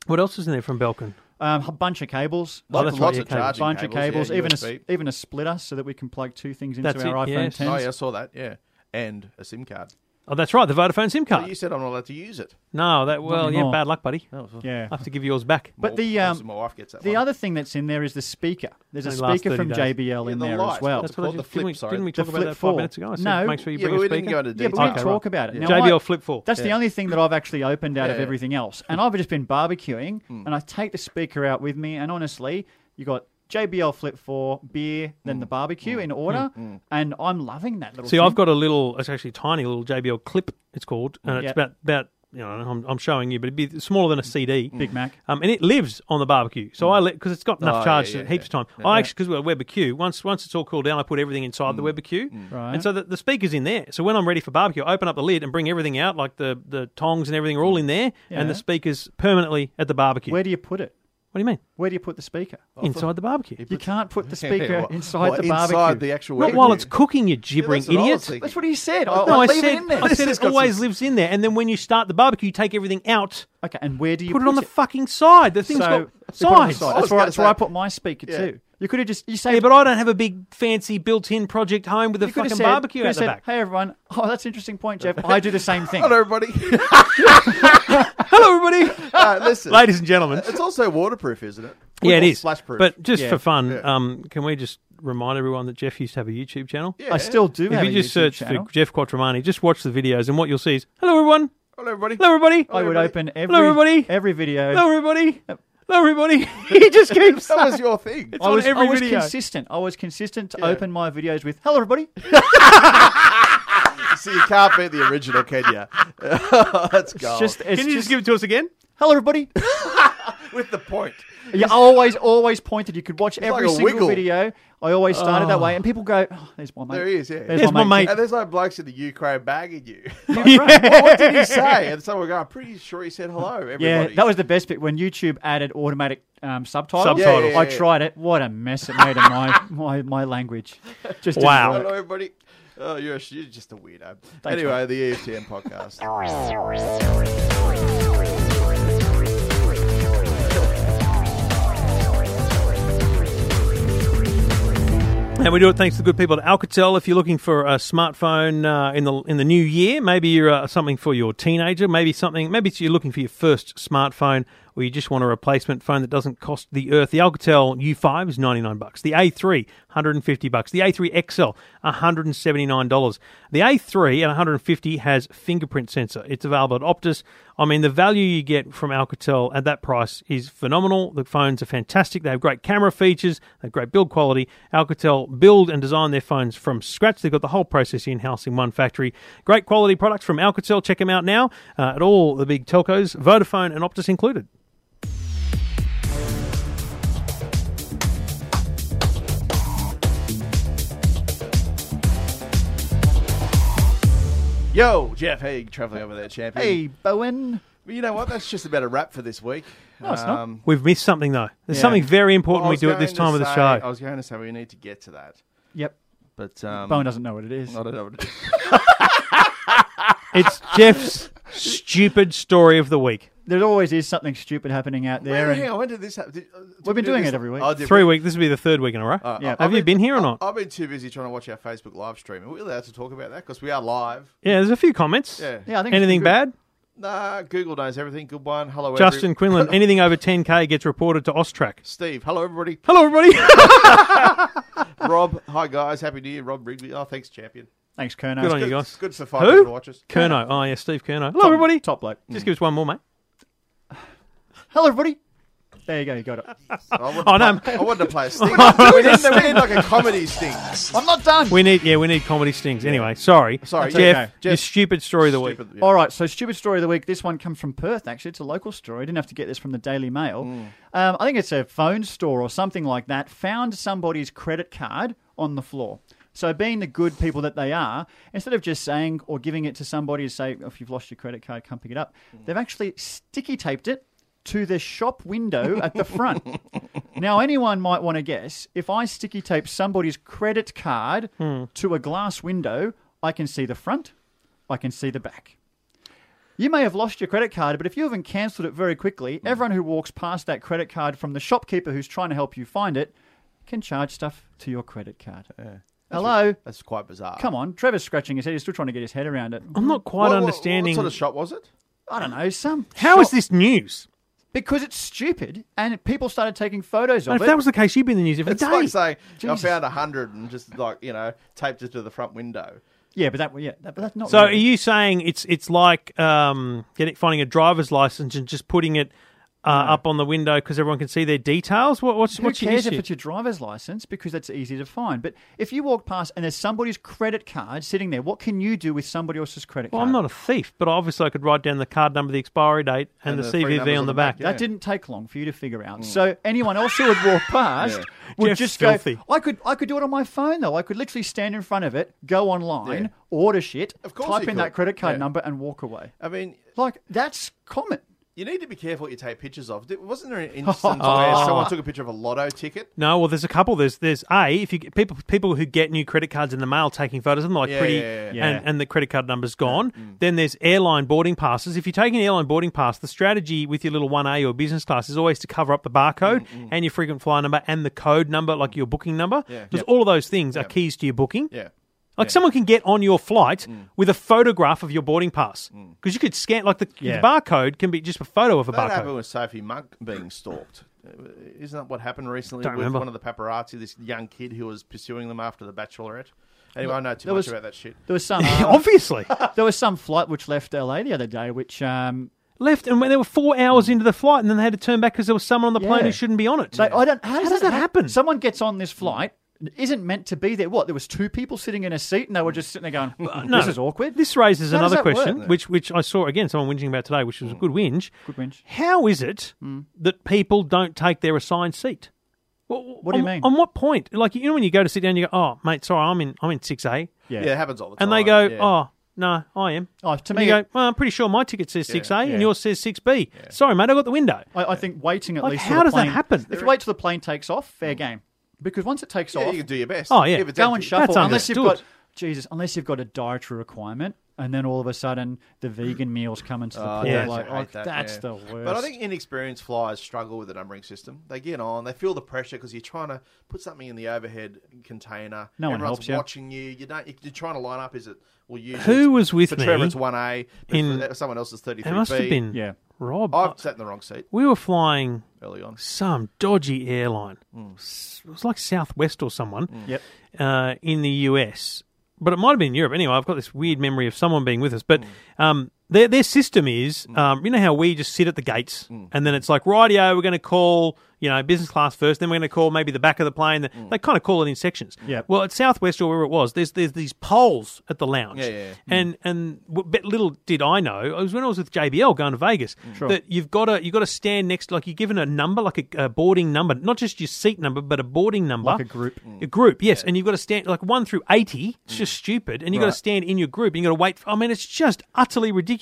Speaker 5: What else is in there from Belkin?
Speaker 6: a bunch of cables.
Speaker 5: Oh,
Speaker 2: Lots,
Speaker 5: that's
Speaker 2: lots
Speaker 5: right,
Speaker 2: of
Speaker 5: yeah,
Speaker 2: charging
Speaker 6: bunch of cables,
Speaker 2: yeah,
Speaker 6: even a
Speaker 2: USB.
Speaker 6: even a splitter, so that we can plug two things into
Speaker 5: That's
Speaker 6: our
Speaker 5: it,
Speaker 6: iPhone
Speaker 5: yes.
Speaker 6: 10.
Speaker 2: Oh, yeah, I saw that, yeah. And a SIM card.
Speaker 5: Oh, that's right, the Vodafone SIM
Speaker 2: But you
Speaker 5: card.
Speaker 2: said I'm not allowed to use it.
Speaker 5: No, that well, yeah,
Speaker 6: anymore.
Speaker 5: bad luck, buddy.
Speaker 6: Yeah.
Speaker 5: I have to give yours back.
Speaker 6: But
Speaker 2: Well,
Speaker 6: the,
Speaker 2: obviously
Speaker 6: um,
Speaker 2: my wife gets that
Speaker 6: The
Speaker 2: one.
Speaker 6: other thing that's in there is the speaker. There's a
Speaker 5: Only lasts 30
Speaker 6: speaker from
Speaker 5: days.
Speaker 6: JBL
Speaker 2: Yeah,
Speaker 6: in
Speaker 2: the
Speaker 6: there as
Speaker 2: lights.
Speaker 6: well.
Speaker 2: That's
Speaker 5: what I
Speaker 2: called
Speaker 5: just-
Speaker 2: the
Speaker 5: didn't we,
Speaker 2: flip side.
Speaker 5: Didn't we
Speaker 6: The
Speaker 5: talk about that
Speaker 6: flip
Speaker 5: five
Speaker 6: four.
Speaker 5: minutes ago? I said,
Speaker 6: No.
Speaker 5: make sure you
Speaker 2: Yeah,
Speaker 5: bring
Speaker 2: but
Speaker 5: a
Speaker 2: we
Speaker 5: speaker.
Speaker 2: didn't go into
Speaker 6: Yeah,
Speaker 2: detail.
Speaker 6: but we didn't
Speaker 5: Okay,
Speaker 6: talk about it. Now,
Speaker 5: JBL
Speaker 6: I-
Speaker 5: Flip Four.
Speaker 6: That's the only thing that I've actually opened out of
Speaker 2: Yeah. Mm.
Speaker 6: everything else. And I've just been barbecuing, and I take the speaker out with me. And honestly, you got JBL Flip 4, beer, then
Speaker 2: Mm.
Speaker 6: the barbecue in order. And I'm loving that little
Speaker 5: See,
Speaker 6: thing.
Speaker 5: I've got a little. It's actually a tiny little JBL clip. It's called, and it's
Speaker 6: Yeah.
Speaker 5: about about you know I'm, I'm showing you, but it'd be smaller than a CD.
Speaker 6: Big Mac.
Speaker 5: Um, and it lives on the barbecue, so I let because it's got enough
Speaker 2: Oh,
Speaker 5: charge,
Speaker 2: yeah, yeah,
Speaker 5: heaps of time. I actually because we're a WebQ. Once once it's all cooled down, I put everything inside the WebQ,
Speaker 6: Right.
Speaker 5: and so the, the speaker's in there. So when I'm ready for barbecue, I open up the lid and bring everything out, like the the tongs and everything are all in there,
Speaker 6: Yeah.
Speaker 5: and the speaker's permanently at the barbecue.
Speaker 6: Where do you put it?
Speaker 5: what do you mean?
Speaker 6: Where do you put the speaker?
Speaker 5: Inside the barbecue.
Speaker 6: You can't put the
Speaker 2: Yeah,
Speaker 6: speaker
Speaker 2: what-
Speaker 6: inside
Speaker 2: what,
Speaker 6: the barbecue.
Speaker 2: Inside the actual Oh,
Speaker 5: Not
Speaker 2: webcam.
Speaker 5: while it's cooking, you gibbering
Speaker 2: that's what I was
Speaker 5: idiot.
Speaker 2: thinking.
Speaker 6: That's what he said. I,
Speaker 5: No, I
Speaker 6: leave
Speaker 5: said,
Speaker 6: it in there.
Speaker 5: I said
Speaker 2: This has
Speaker 5: it
Speaker 2: got
Speaker 5: always
Speaker 2: some-
Speaker 5: lives in there. And then when you start the barbecue, you take everything out,
Speaker 6: Okay, and where do you
Speaker 5: put
Speaker 6: put
Speaker 5: it on the fucking side. The thing's
Speaker 6: so,
Speaker 5: got
Speaker 6: you put it on the
Speaker 5: sides.
Speaker 6: side.
Speaker 2: I was
Speaker 6: That's, where,
Speaker 2: gonna
Speaker 6: that's where I
Speaker 2: say-
Speaker 6: put my speaker
Speaker 2: Yeah.
Speaker 6: too. You could have just you say
Speaker 5: Yeah, but I don't have a big fancy built-in project home with a
Speaker 6: you could have
Speaker 5: fucking
Speaker 6: said,
Speaker 5: barbecue at
Speaker 6: could have
Speaker 5: the
Speaker 6: said,
Speaker 5: back.
Speaker 6: Hey everyone, oh that's an interesting point, Jeff. I do the same thing.
Speaker 2: Hello, everybody.
Speaker 5: Hello, everybody,
Speaker 2: Uh, listen,
Speaker 5: ladies and gentlemen.
Speaker 6: uh,
Speaker 2: it's also waterproof, isn't it?
Speaker 5: Yeah, it
Speaker 2: Or
Speaker 5: is.
Speaker 2: Splashproof.
Speaker 5: But just
Speaker 6: Yeah.
Speaker 5: for fun, um, can we just remind everyone that Jeff used to have a YouTube channel?
Speaker 2: yeah.
Speaker 6: I still do
Speaker 5: If
Speaker 6: have
Speaker 5: you
Speaker 6: a
Speaker 5: just
Speaker 6: YouTube
Speaker 5: search
Speaker 6: channel.
Speaker 5: for Jeff Quattromani, just watch the videos, and what you'll see is, "Hello, everyone.
Speaker 2: Hello, everybody.
Speaker 5: Hello, everybody.
Speaker 6: I would
Speaker 2: everybody.
Speaker 6: open every
Speaker 5: Hello, everybody.
Speaker 6: every video.
Speaker 5: Hello, everybody. Hello, everybody." he just keeps.
Speaker 2: That was your thing.
Speaker 5: It's
Speaker 6: I
Speaker 5: on
Speaker 6: was,
Speaker 5: every
Speaker 6: I was
Speaker 5: video.
Speaker 6: consistent. I was consistent to open my videos with "Hello, everybody."
Speaker 2: See, you can't beat the original, can you? That's gold.
Speaker 6: Just it's
Speaker 5: Can you
Speaker 6: just
Speaker 5: just give it to us again?
Speaker 6: "Hello, everybody."
Speaker 2: with the point.
Speaker 6: You always always pointed. You could watch every
Speaker 2: like a
Speaker 6: single
Speaker 2: wiggle.
Speaker 6: video. I always started
Speaker 5: Ah.
Speaker 6: that way, and people go, oh, "There's my mate."
Speaker 2: There he is, yeah.
Speaker 5: There's my mate.
Speaker 2: And there's like blokes in the Ukraine bagging you.
Speaker 5: Yeah.
Speaker 2: what did he say? And someone go, I'm pretty sure he said hello, everybody.
Speaker 6: Yeah, that was the best bit when YouTube added automatic um, subtitles.
Speaker 5: Subtitles.
Speaker 2: Yeah, yeah,
Speaker 6: I
Speaker 2: yeah.
Speaker 6: tried it. What a mess it made of my my, my language. Just didn't
Speaker 5: Wow.
Speaker 6: work.
Speaker 2: Hello, everybody. Oh, you're, a, you're just a weirdo.
Speaker 6: Thanks,
Speaker 2: anyway, the E EFTM podcast.
Speaker 5: And we do it thanks to the good people at Alcatel. If you're looking for a smartphone uh, in the in the new year, maybe you're uh, something for your teenager, maybe something, maybe it's you're looking for your first smartphone, or you just want a replacement phone that doesn't cost the earth. The Alcatel U5 is 99 bucks. The A3 150 bucks. The A3 XL 179 dollars. The A3 at 150 has fingerprint sensor. It's available at Optus. I mean, the value you get from Alcatel at that price is phenomenal. The phones are fantastic. They have great camera features, they have great build quality. Alcatel build and design their phones from scratch. They've got the whole process in house in one factory. Great quality products from Alcatel. Check them out now uh, at all the big telcos, Vodafone and Optus included.
Speaker 2: Yo, Jeff, hey, traveling over there, champion.
Speaker 6: Hey, Bowen.
Speaker 2: Well, you know what? That's just about a wrap for this week. No,
Speaker 6: it's not.
Speaker 5: We've missed something though. There's
Speaker 6: Yeah.
Speaker 5: something very important
Speaker 2: I
Speaker 5: we
Speaker 2: was
Speaker 5: do at
Speaker 2: going
Speaker 5: this time
Speaker 2: to
Speaker 5: of the
Speaker 2: say-
Speaker 5: show.
Speaker 2: I was going to say we need to get to that,
Speaker 6: Yep.
Speaker 2: but um,
Speaker 6: Bowen doesn't know what it is.
Speaker 2: I don't know what it is.
Speaker 5: It's Jeff's stupid story of the week.
Speaker 6: there always is something stupid happening out there.
Speaker 2: Wait,
Speaker 6: and
Speaker 2: hang on, when did this happen? Did, uh, did
Speaker 6: been
Speaker 2: we do
Speaker 6: doing
Speaker 2: this?
Speaker 6: it every week.
Speaker 2: Oh, did
Speaker 5: Three
Speaker 2: we?
Speaker 5: weeks. This will be the third week in a row.
Speaker 2: Uh,
Speaker 6: yeah.
Speaker 5: Have you been here or not?
Speaker 2: I've been too busy trying to watch our Facebook live stream. Are we allowed to talk about that? Because we are live.
Speaker 5: Yeah, there's a few comments.
Speaker 2: Yeah.
Speaker 6: Yeah, I think it's
Speaker 5: Anything
Speaker 6: good.
Speaker 5: bad?
Speaker 2: Nah, Google knows everything. Good one. Hello,
Speaker 5: Justin
Speaker 2: every-
Speaker 5: Quinlan. Anything over 10k gets reported to Austrac.
Speaker 2: Steve. Hello, everybody.
Speaker 5: Hello, everybody.
Speaker 2: Rob. Hi, guys. Happy New Year. Rob Rigby. Oh, thanks, champion.
Speaker 6: Thanks, Kerno.
Speaker 5: Good on you
Speaker 2: Good,
Speaker 5: guys.
Speaker 2: good for five
Speaker 5: Who?
Speaker 2: people to watch us.
Speaker 5: Kerno. Oh yeah, Steve Kerno. Hello, everybody.
Speaker 6: Top bloke.
Speaker 5: Just give us one more, mate.
Speaker 6: Hello, everybody. There you go. You got it.
Speaker 5: Oh no,
Speaker 2: I wanted to play a sting. we, need, we need like a comedy sting.
Speaker 6: I'm not done.
Speaker 5: we need yeah, we need comedy stings. Anyway, sorry,
Speaker 2: Sorry,
Speaker 5: Jeff,
Speaker 6: okay.
Speaker 5: Your
Speaker 2: Jeff,
Speaker 5: stupid story of the week.
Speaker 2: Stupid- yeah.
Speaker 6: All right, so stupid story of the week. This one comes from Perth, actually. It's a local story. I didn't have to get this from the Daily Mail. Um, I think it's a phone store or something like that. Found somebody's credit card on the floor. So, being the good people that they are, instead of just saying or giving it to somebody to say, "Oh, if you've lost your credit card, come pick it up, they've actually sticky taped it to the shop window at the front. now, anyone might want to guess if I sticky tape somebody's credit card to a glass window, I can see the front, I can see the back. You may have lost your credit card, but if you haven't cancelled it very quickly,
Speaker 5: Mm.
Speaker 6: everyone who walks past that credit card from the shopkeeper who's trying to help you find it can charge stuff to your credit card. Hello?
Speaker 2: That's quite bizarre.
Speaker 6: Come on. Trevor's scratching his head. He's still trying to get his head around it.
Speaker 5: I'm not quite
Speaker 2: What- what-
Speaker 5: understanding.
Speaker 2: What, sort of shop was it?
Speaker 6: I don't know. Some.
Speaker 5: How is
Speaker 6: shop-
Speaker 5: this news?
Speaker 6: Because it's stupid and people started taking photos of
Speaker 5: And
Speaker 6: it.
Speaker 5: if that was the case, you'd be in the news every
Speaker 2: It's
Speaker 5: day.
Speaker 2: like saying
Speaker 6: Jesus.
Speaker 2: I found a hundred and just like you know taped it to the front window.
Speaker 6: yeah, but that yeah, that, but that's not
Speaker 5: so, are
Speaker 6: really-
Speaker 5: you saying it's it's like um, getting finding a driver's license and just putting it uh, up on the window because everyone can see their details? What, what's
Speaker 6: Who
Speaker 5: what's your
Speaker 6: cares
Speaker 5: issue?
Speaker 6: if it's your driver's license? Because that's easy to find. But if you walk past and there's somebody's credit card sitting there, what can you do with somebody else's credit
Speaker 5: well,
Speaker 6: card?
Speaker 5: I'm not a thief, but obviously I could write down the card number, the expiry date, and,
Speaker 2: And
Speaker 5: the,
Speaker 2: the three
Speaker 5: CVV
Speaker 2: numbers
Speaker 5: on the back.
Speaker 2: yeah. Mm.
Speaker 6: That didn't take long for you to figure out. So anyone else who would walk past would
Speaker 5: Jeff's
Speaker 6: just
Speaker 5: filthy.
Speaker 6: go. I could I could do it on my phone though. I could literally stand in front of it, go online, order shit,
Speaker 2: Of course
Speaker 6: type
Speaker 2: you
Speaker 6: in that
Speaker 2: could.
Speaker 6: credit card
Speaker 2: Yeah.
Speaker 6: number, and walk away.
Speaker 2: I mean,
Speaker 6: Like that's common.
Speaker 2: you need to be careful what you take pictures of. Did- Wasn't there an instance where
Speaker 5: Oh.
Speaker 2: someone took a picture of a lotto ticket?
Speaker 5: No, well, there's a couple. There's there's a if you get- people people who get new credit cards in the mail taking photos of them like
Speaker 2: Yeah,
Speaker 5: pretty
Speaker 2: yeah, Mm.
Speaker 6: yeah.
Speaker 5: and
Speaker 6: Yeah.
Speaker 5: and the credit card number's gone. Then there's airline boarding passes. If you take an airline boarding pass, the strategy with your little one A or business class is always to cover up the barcode
Speaker 2: Mm,
Speaker 5: and your frequent flyer number and the code number, like your booking number, because all of those things are keys to your booking.
Speaker 2: Yeah.
Speaker 5: Like someone can get on your flight
Speaker 6: Mm.
Speaker 5: with a photograph of your boarding pass because you could scan like the,
Speaker 6: Yeah.
Speaker 5: the barcode can be just a photo of a
Speaker 2: That
Speaker 5: barcode.
Speaker 2: happened with Sophie Monk being stalked. Uh, Isn't that what happened recently
Speaker 5: Don't
Speaker 2: with
Speaker 5: remember.
Speaker 2: one of the paparazzi, this young kid who was pursuing them after the Bachelorette? Anyway, I know too
Speaker 6: There
Speaker 2: much
Speaker 6: was-
Speaker 2: about that shit.
Speaker 6: There was some uh,
Speaker 5: Obviously.
Speaker 6: there was some flight which left LA the other day, which um,
Speaker 5: left and when they were four hours into the flight and then they had to turn back because there was someone on the plane
Speaker 6: Mm. Yeah.
Speaker 5: who shouldn't be on it.
Speaker 6: they, I don't. How does,
Speaker 5: does that
Speaker 6: hap-
Speaker 5: happen?
Speaker 6: Someone gets on this flight. Isn't meant to be there. What? There was two people sitting in a seat, and they
Speaker 2: Mm.
Speaker 6: were just sitting there going, "This is awkward."
Speaker 5: This raises
Speaker 6: How does
Speaker 5: another
Speaker 6: that work? Mm.
Speaker 5: question, which which I saw again someone whinging about today, which was a good whinge.
Speaker 6: Good Mm. whinge.
Speaker 5: How is it that people don't take their assigned seat?
Speaker 6: What do you
Speaker 5: on,
Speaker 6: mean?
Speaker 5: On what point? Like you know when you go to sit down, you go, "Oh, mate, sorry, I'm in I'm in six A,"
Speaker 2: Yeah. it happens all the time.
Speaker 5: and they go,
Speaker 2: yeah.
Speaker 5: "Oh, no, I am."
Speaker 6: Oh, to
Speaker 5: and
Speaker 6: me,
Speaker 5: you go, well, "I'm pretty sure my ticket says six A
Speaker 6: yeah.
Speaker 5: and yours says six B." Sorry, mate, I got the window.
Speaker 6: I, I think waiting at
Speaker 5: Like,
Speaker 6: least.
Speaker 5: how
Speaker 6: till the
Speaker 5: does that
Speaker 6: plane-
Speaker 5: happen?
Speaker 6: If you wait till the plane takes off, fair game. Because once it takes
Speaker 2: Yeah,
Speaker 6: off,
Speaker 2: you can do your best.
Speaker 5: Oh, yeah.
Speaker 2: If it's
Speaker 6: go and
Speaker 2: empty.
Speaker 6: shuffle.
Speaker 5: That's
Speaker 6: Unless you've got
Speaker 5: understood.
Speaker 6: Jesus, unless you've got a dietary requirement, and then all of a sudden the vegan meals come into the
Speaker 2: Oh,
Speaker 6: plate.
Speaker 5: yeah.
Speaker 6: Like,
Speaker 2: I hate
Speaker 6: oh,
Speaker 2: that,
Speaker 6: that's
Speaker 2: yeah.
Speaker 6: the worst.
Speaker 2: But I think inexperienced flyers struggle with the numbering system. They get on, they feel the pressure because you're trying to put something in the overhead container.
Speaker 6: No one
Speaker 2: Everyone's
Speaker 6: helps you.
Speaker 2: watching you. You don't. You're trying to line up. Is it? Well, usually
Speaker 5: Who
Speaker 2: it's-
Speaker 5: was with
Speaker 2: for
Speaker 5: me
Speaker 2: Trevor, it's one A.
Speaker 5: in-
Speaker 2: For someone else is thirty three.
Speaker 5: It must have been
Speaker 6: yeah.
Speaker 5: Rob. Uh,
Speaker 2: I've sat in the wrong seat
Speaker 5: we were flying
Speaker 2: early on.
Speaker 5: some dodgy airline.
Speaker 6: Hmm.
Speaker 5: S- It was like Southwest or someone
Speaker 6: Yep.
Speaker 5: uh, in the US, but it might have been in Europe. Anyway, I've got this weird memory of someone being with us, but.
Speaker 2: Mm.
Speaker 5: Um, their, their system is, um, you know how we just sit at the gates
Speaker 2: Mm.
Speaker 5: and then it's like, rightio, we're going to call, you know, business class first, then we're going to call maybe the back of the plane.
Speaker 2: Mm.
Speaker 5: They kind of call it in sections.
Speaker 6: Yep.
Speaker 5: Well, at Southwest or wherever it was, there's there's these poles at the lounge.
Speaker 2: Yeah, yeah, yeah.
Speaker 5: And and w- but little did I know, it was when I was with JBL going to Vegas
Speaker 2: Mm.
Speaker 5: that you've got to you got to stand next, like you're given a number, like a, a boarding number, not just your seat number, but a boarding number,
Speaker 6: Like a group.
Speaker 5: a group, yes. And you've got to stand like one through eighty. It's
Speaker 6: Mm.
Speaker 5: just stupid, and you've got to stand in your group, and you've got to wait. For, I mean, it's just utterly
Speaker 6: Mm.
Speaker 5: ridiculous.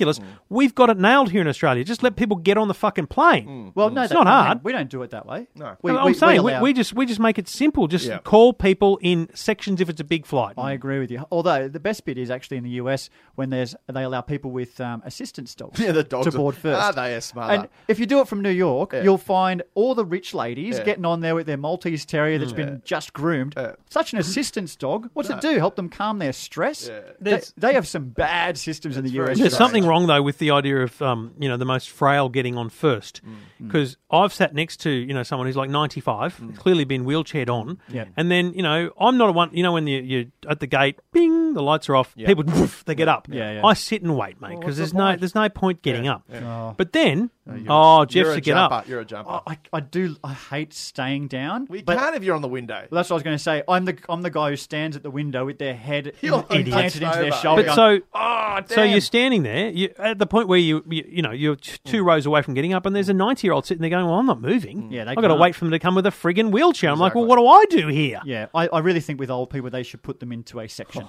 Speaker 5: We've got it nailed here in Australia. Just let people get on the fucking plane.
Speaker 6: Well, no,
Speaker 5: it's
Speaker 6: that-
Speaker 5: not
Speaker 6: I mean,
Speaker 5: hard.
Speaker 6: We don't do it that way.
Speaker 2: No.
Speaker 6: Mm. we,
Speaker 5: I'm
Speaker 6: we- we
Speaker 5: saying we,
Speaker 6: allow-
Speaker 5: we just we just make it simple. Just
Speaker 2: Yeah.
Speaker 5: call people in sections if it's a big flight.
Speaker 2: Mm.
Speaker 6: I agree with you. Although the best bit is actually in the US when there's they allow people with um, assistance dogs,
Speaker 2: Yeah, the dogs
Speaker 6: to
Speaker 2: are-
Speaker 6: board first.
Speaker 2: Ah, they are smarter.
Speaker 6: And if you do it from New York,
Speaker 2: Yeah.
Speaker 6: you'll find all the rich ladies
Speaker 2: Yeah. Mm,
Speaker 6: getting on there with their Maltese terrier that's been just groomed. Such an assistance dog. What's it do? Help them calm their stress? They,
Speaker 5: There's-
Speaker 6: they have some bad systems in the
Speaker 2: very
Speaker 6: US.
Speaker 5: There's
Speaker 2: Right.
Speaker 5: something wrong though with the idea of um, you know the most frail getting on first,
Speaker 2: Mm,
Speaker 5: because I've sat next to you know someone who's like 95, clearly been wheelchaired on,
Speaker 6: Yep.
Speaker 5: and then you know I'm not a one. You know when you, you're at the gate, bing, the lights are off, people woof, they get up.
Speaker 6: Yeah, yeah.
Speaker 5: I sit and wait, mate, because
Speaker 6: what's
Speaker 5: there's
Speaker 6: the
Speaker 5: no
Speaker 6: point?
Speaker 5: there's no point getting up.
Speaker 6: Oh.
Speaker 5: But then,
Speaker 2: you're-
Speaker 5: oh,
Speaker 2: You're
Speaker 5: Jeff's
Speaker 2: a
Speaker 5: to get
Speaker 2: jumper.
Speaker 5: up.
Speaker 2: You're a jumper.
Speaker 6: I, I- I do. I hate staying down.
Speaker 2: we
Speaker 6: Oh, but
Speaker 2: can't if you're on the window.
Speaker 6: Well, that's what I was going to say. I'm the I'm the guy who stands at the window with their head
Speaker 2: You're
Speaker 6: in- implanted
Speaker 2: an
Speaker 6: into their
Speaker 2: idiot.
Speaker 6: shoulder.
Speaker 5: But
Speaker 6: going,
Speaker 5: so,
Speaker 2: "Oh,
Speaker 5: so you're standing there you, at the point where you, you, you know, you're t-
Speaker 2: Hmm.
Speaker 5: two rows away from getting up, and there's a 90 year old sitting there going, "Well, I'm not moving.
Speaker 6: Yeah, they
Speaker 5: I've got to
Speaker 6: can't.
Speaker 5: wait for them to come with a friggin' wheelchair." I'm like, "Well, what do I do here?"
Speaker 6: yeah, I, I really think with old people they should put them into a section.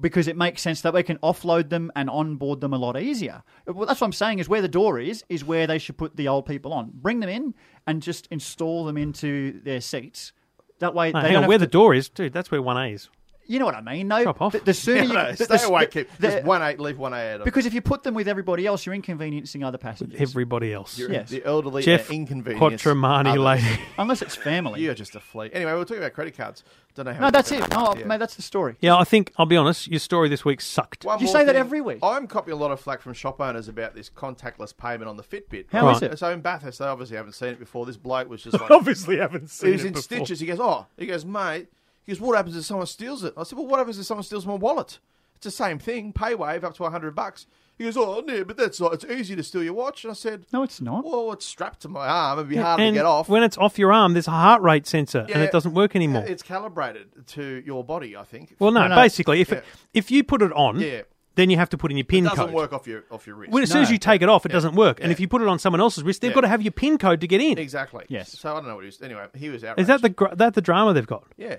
Speaker 6: Because it makes sense that we can offload them and onboard them a lot easier. Well, that's what I'm saying is where the door is is where they should put the old people on. Bring them in and just install them into their seats. That
Speaker 5: Mate,
Speaker 6: way, they
Speaker 5: Oh, Uh, hang
Speaker 6: don't
Speaker 5: on,
Speaker 6: have
Speaker 5: where
Speaker 6: to-
Speaker 5: the door is, dude. That's where one A is.
Speaker 6: you know what I mean. No,
Speaker 5: Drop off.
Speaker 6: The, the sooner you
Speaker 2: No, no,
Speaker 6: the-
Speaker 2: stay
Speaker 6: the-
Speaker 2: away,
Speaker 6: the-
Speaker 2: kid.
Speaker 6: the-
Speaker 2: Just one eight, leave one eight.
Speaker 6: because if you put them with everybody else, you're inconveniencing other passengers.
Speaker 5: Everybody else,
Speaker 2: you're
Speaker 6: yes.
Speaker 2: the elderly,
Speaker 5: Jeff
Speaker 2: and inconvenience.
Speaker 5: Quattromani,
Speaker 2: others.
Speaker 5: lady.
Speaker 6: Unless it's family.
Speaker 2: You are just a flea. Anyway, we're talking about credit cards. Don't know how.
Speaker 6: No,
Speaker 2: we
Speaker 6: that's
Speaker 2: got
Speaker 6: it.
Speaker 2: there.
Speaker 6: No,
Speaker 2: Yeah.
Speaker 6: mate, that's the story.
Speaker 5: Yeah, I think I'll be honest. Your story this week sucked.
Speaker 2: One
Speaker 6: You
Speaker 2: more
Speaker 6: say that every week.
Speaker 2: I'm copying a lot of flack from shop owners about this contactless payment on the Fitbit.
Speaker 6: How
Speaker 5: is
Speaker 6: it?
Speaker 2: So in Bathurst, they obviously haven't seen it before. This bloke was just like,
Speaker 5: Obviously, haven't seen
Speaker 2: he was in stitches. He goes, oh, he goes, mate. He goes, what happens if someone steals it? I said, well, what happens if someone steals my wallet? It's the same thing. Paywave up to hundred bucks. He goes, oh, no, but that's not. It's easy to steal your watch. And I said,
Speaker 6: No, it's not.
Speaker 2: well, it's strapped to my arm. It'd be hard to
Speaker 5: And
Speaker 2: get off.
Speaker 5: when it's off your arm, there's a heart rate sensor, and
Speaker 2: Yeah.
Speaker 5: it doesn't work anymore.
Speaker 2: It's calibrated to your body, I think.
Speaker 5: well, no,
Speaker 6: No, no.
Speaker 5: basically, if it,
Speaker 2: Yeah.
Speaker 5: if you put it on,
Speaker 2: Yeah.
Speaker 5: then you have to put in your pin
Speaker 2: it doesn't
Speaker 5: code.
Speaker 2: work off your off your wrist.
Speaker 5: Well, as soon as
Speaker 6: No.
Speaker 5: you take it off, it doesn't work. And if you put it on someone else's wrist, they've
Speaker 2: Yeah.
Speaker 5: got to have your pin code to get in.
Speaker 2: Exactly.
Speaker 6: Yes.
Speaker 2: So I don't know what he was. Anyway, he was out.
Speaker 5: Is that the gr- that the drama they've got,
Speaker 2: yeah?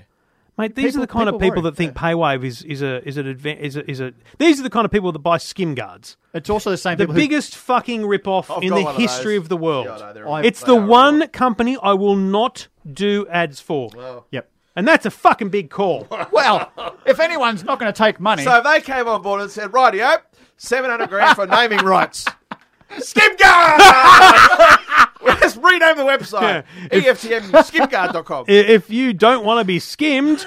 Speaker 5: mate? These
Speaker 6: People-
Speaker 5: are the kind of
Speaker 6: people
Speaker 5: people
Speaker 6: worry,
Speaker 5: that think PayWave is is a is an advan- is a, is a. These are the kind of people that buy skim guards.
Speaker 6: It's also the same
Speaker 5: The
Speaker 6: people
Speaker 5: biggest fucking rip off
Speaker 2: I've
Speaker 5: in
Speaker 2: got
Speaker 5: the
Speaker 2: one of
Speaker 5: history
Speaker 2: those.
Speaker 5: of the
Speaker 2: Yeah, I know,
Speaker 5: world.
Speaker 2: they're awful.
Speaker 5: it's
Speaker 2: They
Speaker 5: the
Speaker 2: are awful.
Speaker 5: one company I will not do ads for,
Speaker 6: who. Yep.
Speaker 5: and that's a fucking big call.
Speaker 6: Well, if anyone's not going to take money,
Speaker 2: So they came on board and said, "Rightio, seven hundred grand for naming rights." Skimguard. Let's rename the website. E EFTM skimguard.com.
Speaker 5: I- if you don't want to be skimmed,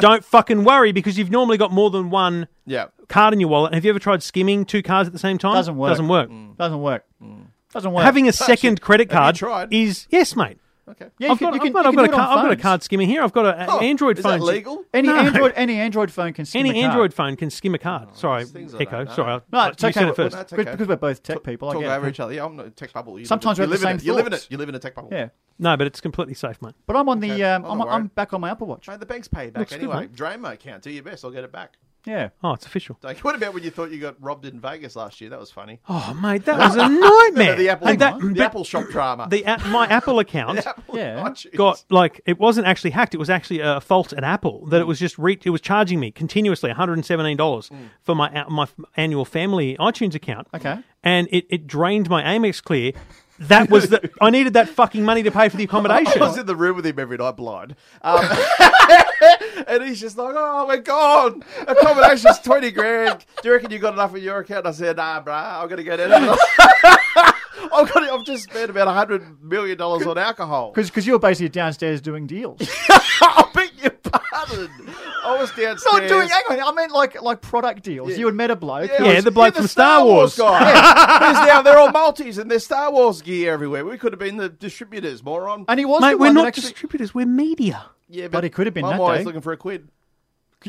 Speaker 5: don't fucking worry because you've normally got more than one
Speaker 2: Yeah.
Speaker 5: card in your wallet. And have you ever tried skimming two cards at the same time?
Speaker 6: Doesn't work.
Speaker 5: Doesn't work.
Speaker 2: Mm.
Speaker 6: doesn't work. Doesn't work.
Speaker 5: Hmm. Having a second
Speaker 2: have
Speaker 5: credit
Speaker 2: you
Speaker 5: card
Speaker 2: tried?
Speaker 5: is yes, mate.
Speaker 2: Okay.
Speaker 6: yeah, you
Speaker 5: I've
Speaker 6: can-
Speaker 5: got,
Speaker 6: you
Speaker 5: I've
Speaker 6: can-
Speaker 5: got-
Speaker 6: you
Speaker 5: I've got
Speaker 6: can do
Speaker 5: a
Speaker 6: it on
Speaker 5: card, I've got a
Speaker 6: phones.
Speaker 5: card skimmer here. I've got a- an
Speaker 2: Oh,
Speaker 5: Android
Speaker 2: is
Speaker 5: phone.
Speaker 2: that legal?
Speaker 6: Any
Speaker 5: No.
Speaker 6: Android, any Android phone can skim
Speaker 5: Any
Speaker 6: a card.
Speaker 5: Android phone can skim a card. Sorry,
Speaker 2: things like
Speaker 5: Echo.
Speaker 2: that, no.
Speaker 5: Sorry, I-
Speaker 6: No,
Speaker 5: I-
Speaker 6: it's
Speaker 5: you
Speaker 6: okay.
Speaker 5: said it
Speaker 6: but-
Speaker 5: first.
Speaker 2: No, it's
Speaker 6: because-
Speaker 2: okay.
Speaker 6: Because we're both tech people. I
Speaker 2: Talk
Speaker 6: get
Speaker 2: over
Speaker 6: it.
Speaker 2: each other. Yeah, I'm not a tech bubble. You
Speaker 6: Sometimes
Speaker 2: live,
Speaker 6: we
Speaker 2: you
Speaker 6: have the
Speaker 2: live in
Speaker 6: same
Speaker 2: it. You live in
Speaker 6: thoughts.
Speaker 2: it. You live in a tech bubble.
Speaker 6: Yeah,
Speaker 5: No, but it's completely safe, mate.
Speaker 6: but I'm on the.
Speaker 2: Okay,
Speaker 6: Um,
Speaker 2: I'm
Speaker 6: I'm,
Speaker 2: not
Speaker 6: I'm
Speaker 2: worried.
Speaker 6: back on my Apple Watch.
Speaker 2: Mate, the bank's paid back
Speaker 5: Looks good,
Speaker 2: anyway.
Speaker 5: mate.
Speaker 2: Drain my account. Do your best. I'll get it back.
Speaker 6: Yeah.
Speaker 5: Oh, it's official.
Speaker 2: Like, what about when you thought you got robbed in Vegas last year? That was funny.
Speaker 5: Oh, mate, that was a nightmare.
Speaker 2: the Apple,
Speaker 5: And that-
Speaker 2: the
Speaker 5: but
Speaker 2: Apple shop drama.
Speaker 5: the app- my Apple account.
Speaker 2: Apple
Speaker 6: Yeah.
Speaker 2: watch is-
Speaker 5: Got like it wasn't actually hacked. It was actually a fault at Apple that it was just re- it was charging me continuously one hundred and seventeen dollars for my a- my f- annual family iTunes account.
Speaker 6: Okay.
Speaker 5: and it, it drained my Amex clear. That was the I needed that fucking money to pay for the accommodation.
Speaker 2: I was in the room with him every night, blind, um, and he's just like, "Oh, we're gone. Accommodation's twenty grand. Do you reckon you got enough in your account?" I said, "Nah, bruh, I'm gonna go down." and- I've got. I've just spent about hundred million dollars on alcohol.
Speaker 6: Because you were basically downstairs doing deals.
Speaker 2: I beg your pardon. I was downstairs.
Speaker 6: Not doing. Hang on. I meant like like product deals. You had met a bloke. who
Speaker 5: Yeah,
Speaker 6: was-
Speaker 5: the bloke
Speaker 2: you're
Speaker 5: from Star Wars.
Speaker 2: guy. Yeah. Who's now they're all Maltese and there's Star Wars gear everywhere. We could have been the distributors, moron.
Speaker 6: And he was
Speaker 5: Mate,
Speaker 6: the
Speaker 5: we're
Speaker 6: one that
Speaker 5: not
Speaker 6: actually.
Speaker 5: distributors, we're media.
Speaker 2: yeah,
Speaker 6: but it could have been
Speaker 2: I'm
Speaker 6: that
Speaker 2: always
Speaker 6: day.
Speaker 2: looking for a quid.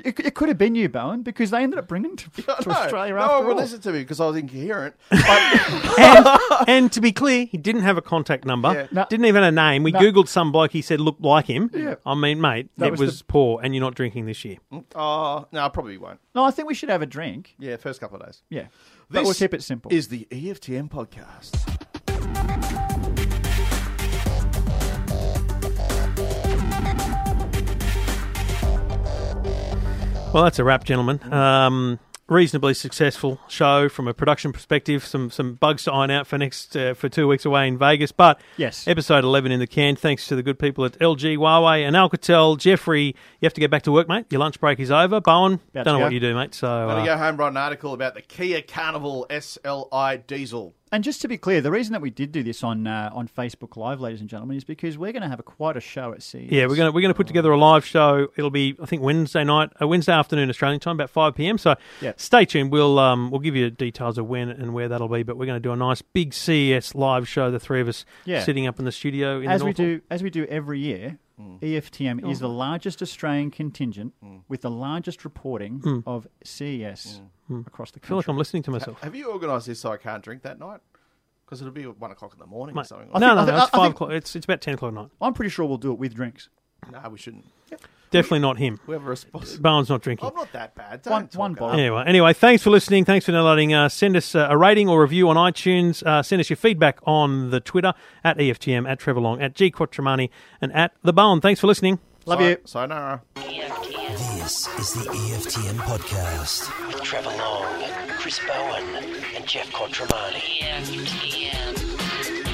Speaker 6: It, it could have been you, Bowen, because they ended up bringing to,
Speaker 2: I
Speaker 6: to
Speaker 2: know.
Speaker 6: Australia
Speaker 2: no
Speaker 6: after
Speaker 2: one would
Speaker 6: all.
Speaker 2: listen to me because I was incoherent. But
Speaker 5: And, and to be clear, he didn't have a contact number,
Speaker 2: Yeah.
Speaker 6: No.
Speaker 5: didn't even have a name. We Googled some bloke he said looked like him. I mean, mate,
Speaker 6: That
Speaker 5: it was,
Speaker 6: was the-
Speaker 5: poor, and you're not drinking this year.
Speaker 2: oh no, I probably won't.
Speaker 6: No, I think we should have a drink.
Speaker 2: Yeah, first couple of days.
Speaker 6: Yeah. but we'll keep it simple.
Speaker 2: Is the E EFTM podcast?
Speaker 5: Well, that's a wrap, gentlemen. Um, reasonably successful show from a production perspective. Some some bugs to iron out for next uh, for two weeks away in Vegas, but
Speaker 6: Yes.
Speaker 5: episode eleven in the can. Thanks to the good people at LG, Huawei, and Alcatel. Jeffrey, you have to get back to work, mate. Your lunch break is over. Bowen,
Speaker 6: About to
Speaker 5: don't know
Speaker 6: go.
Speaker 5: what you do, mate. So
Speaker 2: I'm going
Speaker 5: uh,
Speaker 2: to go home and write an article about the Kia Carnival SLI diesel.
Speaker 6: And just to be clear, the reason that we did do this on uh, on Facebook Live, ladies and gentlemen, is because we're going to have a, quite a show at CES.
Speaker 5: yeah, we're gonna we're gonna put together a live show. It'll be I think Wednesday night, uh, Wednesday afternoon Australian time, about five pm. So
Speaker 6: Yeah.
Speaker 5: stay tuned. We'll um we'll give you details of when and where that'll be. But we're going to do a nice big CES live show. The three of us
Speaker 6: Yeah.
Speaker 5: sitting up in the studio in Mm.
Speaker 6: as
Speaker 5: the
Speaker 6: we
Speaker 5: North
Speaker 6: do as we do every year. E EFTM is the largest Australian contingent
Speaker 5: Mm.
Speaker 6: with the largest reporting of CES across the
Speaker 5: Mm. I feel like
Speaker 6: country.
Speaker 5: I'm listening to myself.
Speaker 2: Have you organised this so I can't drink that night? Because it'll be one o'clock in the morning or
Speaker 5: Mate,
Speaker 2: something.
Speaker 5: no, no,
Speaker 6: I
Speaker 5: no,
Speaker 6: think-
Speaker 5: it's
Speaker 6: I
Speaker 5: five
Speaker 6: think-
Speaker 5: o'clock. It's it's about ten o'clock at night.
Speaker 6: I'm pretty sure we'll do it with drinks.
Speaker 2: no, we shouldn't.
Speaker 5: Definitely not him.
Speaker 2: We have a response.
Speaker 5: Bowen's not drinking.
Speaker 2: I'm not that bad. Don't
Speaker 6: One-
Speaker 2: talk
Speaker 6: one
Speaker 2: it
Speaker 6: bottle.
Speaker 2: up.
Speaker 5: Anyway, anyway, thanks for listening. Thanks for downloading. Uh, send us uh, a rating or review on iTunes. Uh, send us your feedback on the Twitter at E EFTM, at Trevor Long, at G Quattromani, and at The Bowen. Thanks for listening.
Speaker 6: Love
Speaker 2: So-
Speaker 6: you.
Speaker 2: Sayonara.
Speaker 3: E EFTM.
Speaker 4: This is the E EFTM podcast with Trevor
Speaker 3: E
Speaker 4: Long, Chris Bowen, and Jeff Quattromani.
Speaker 3: EFTM.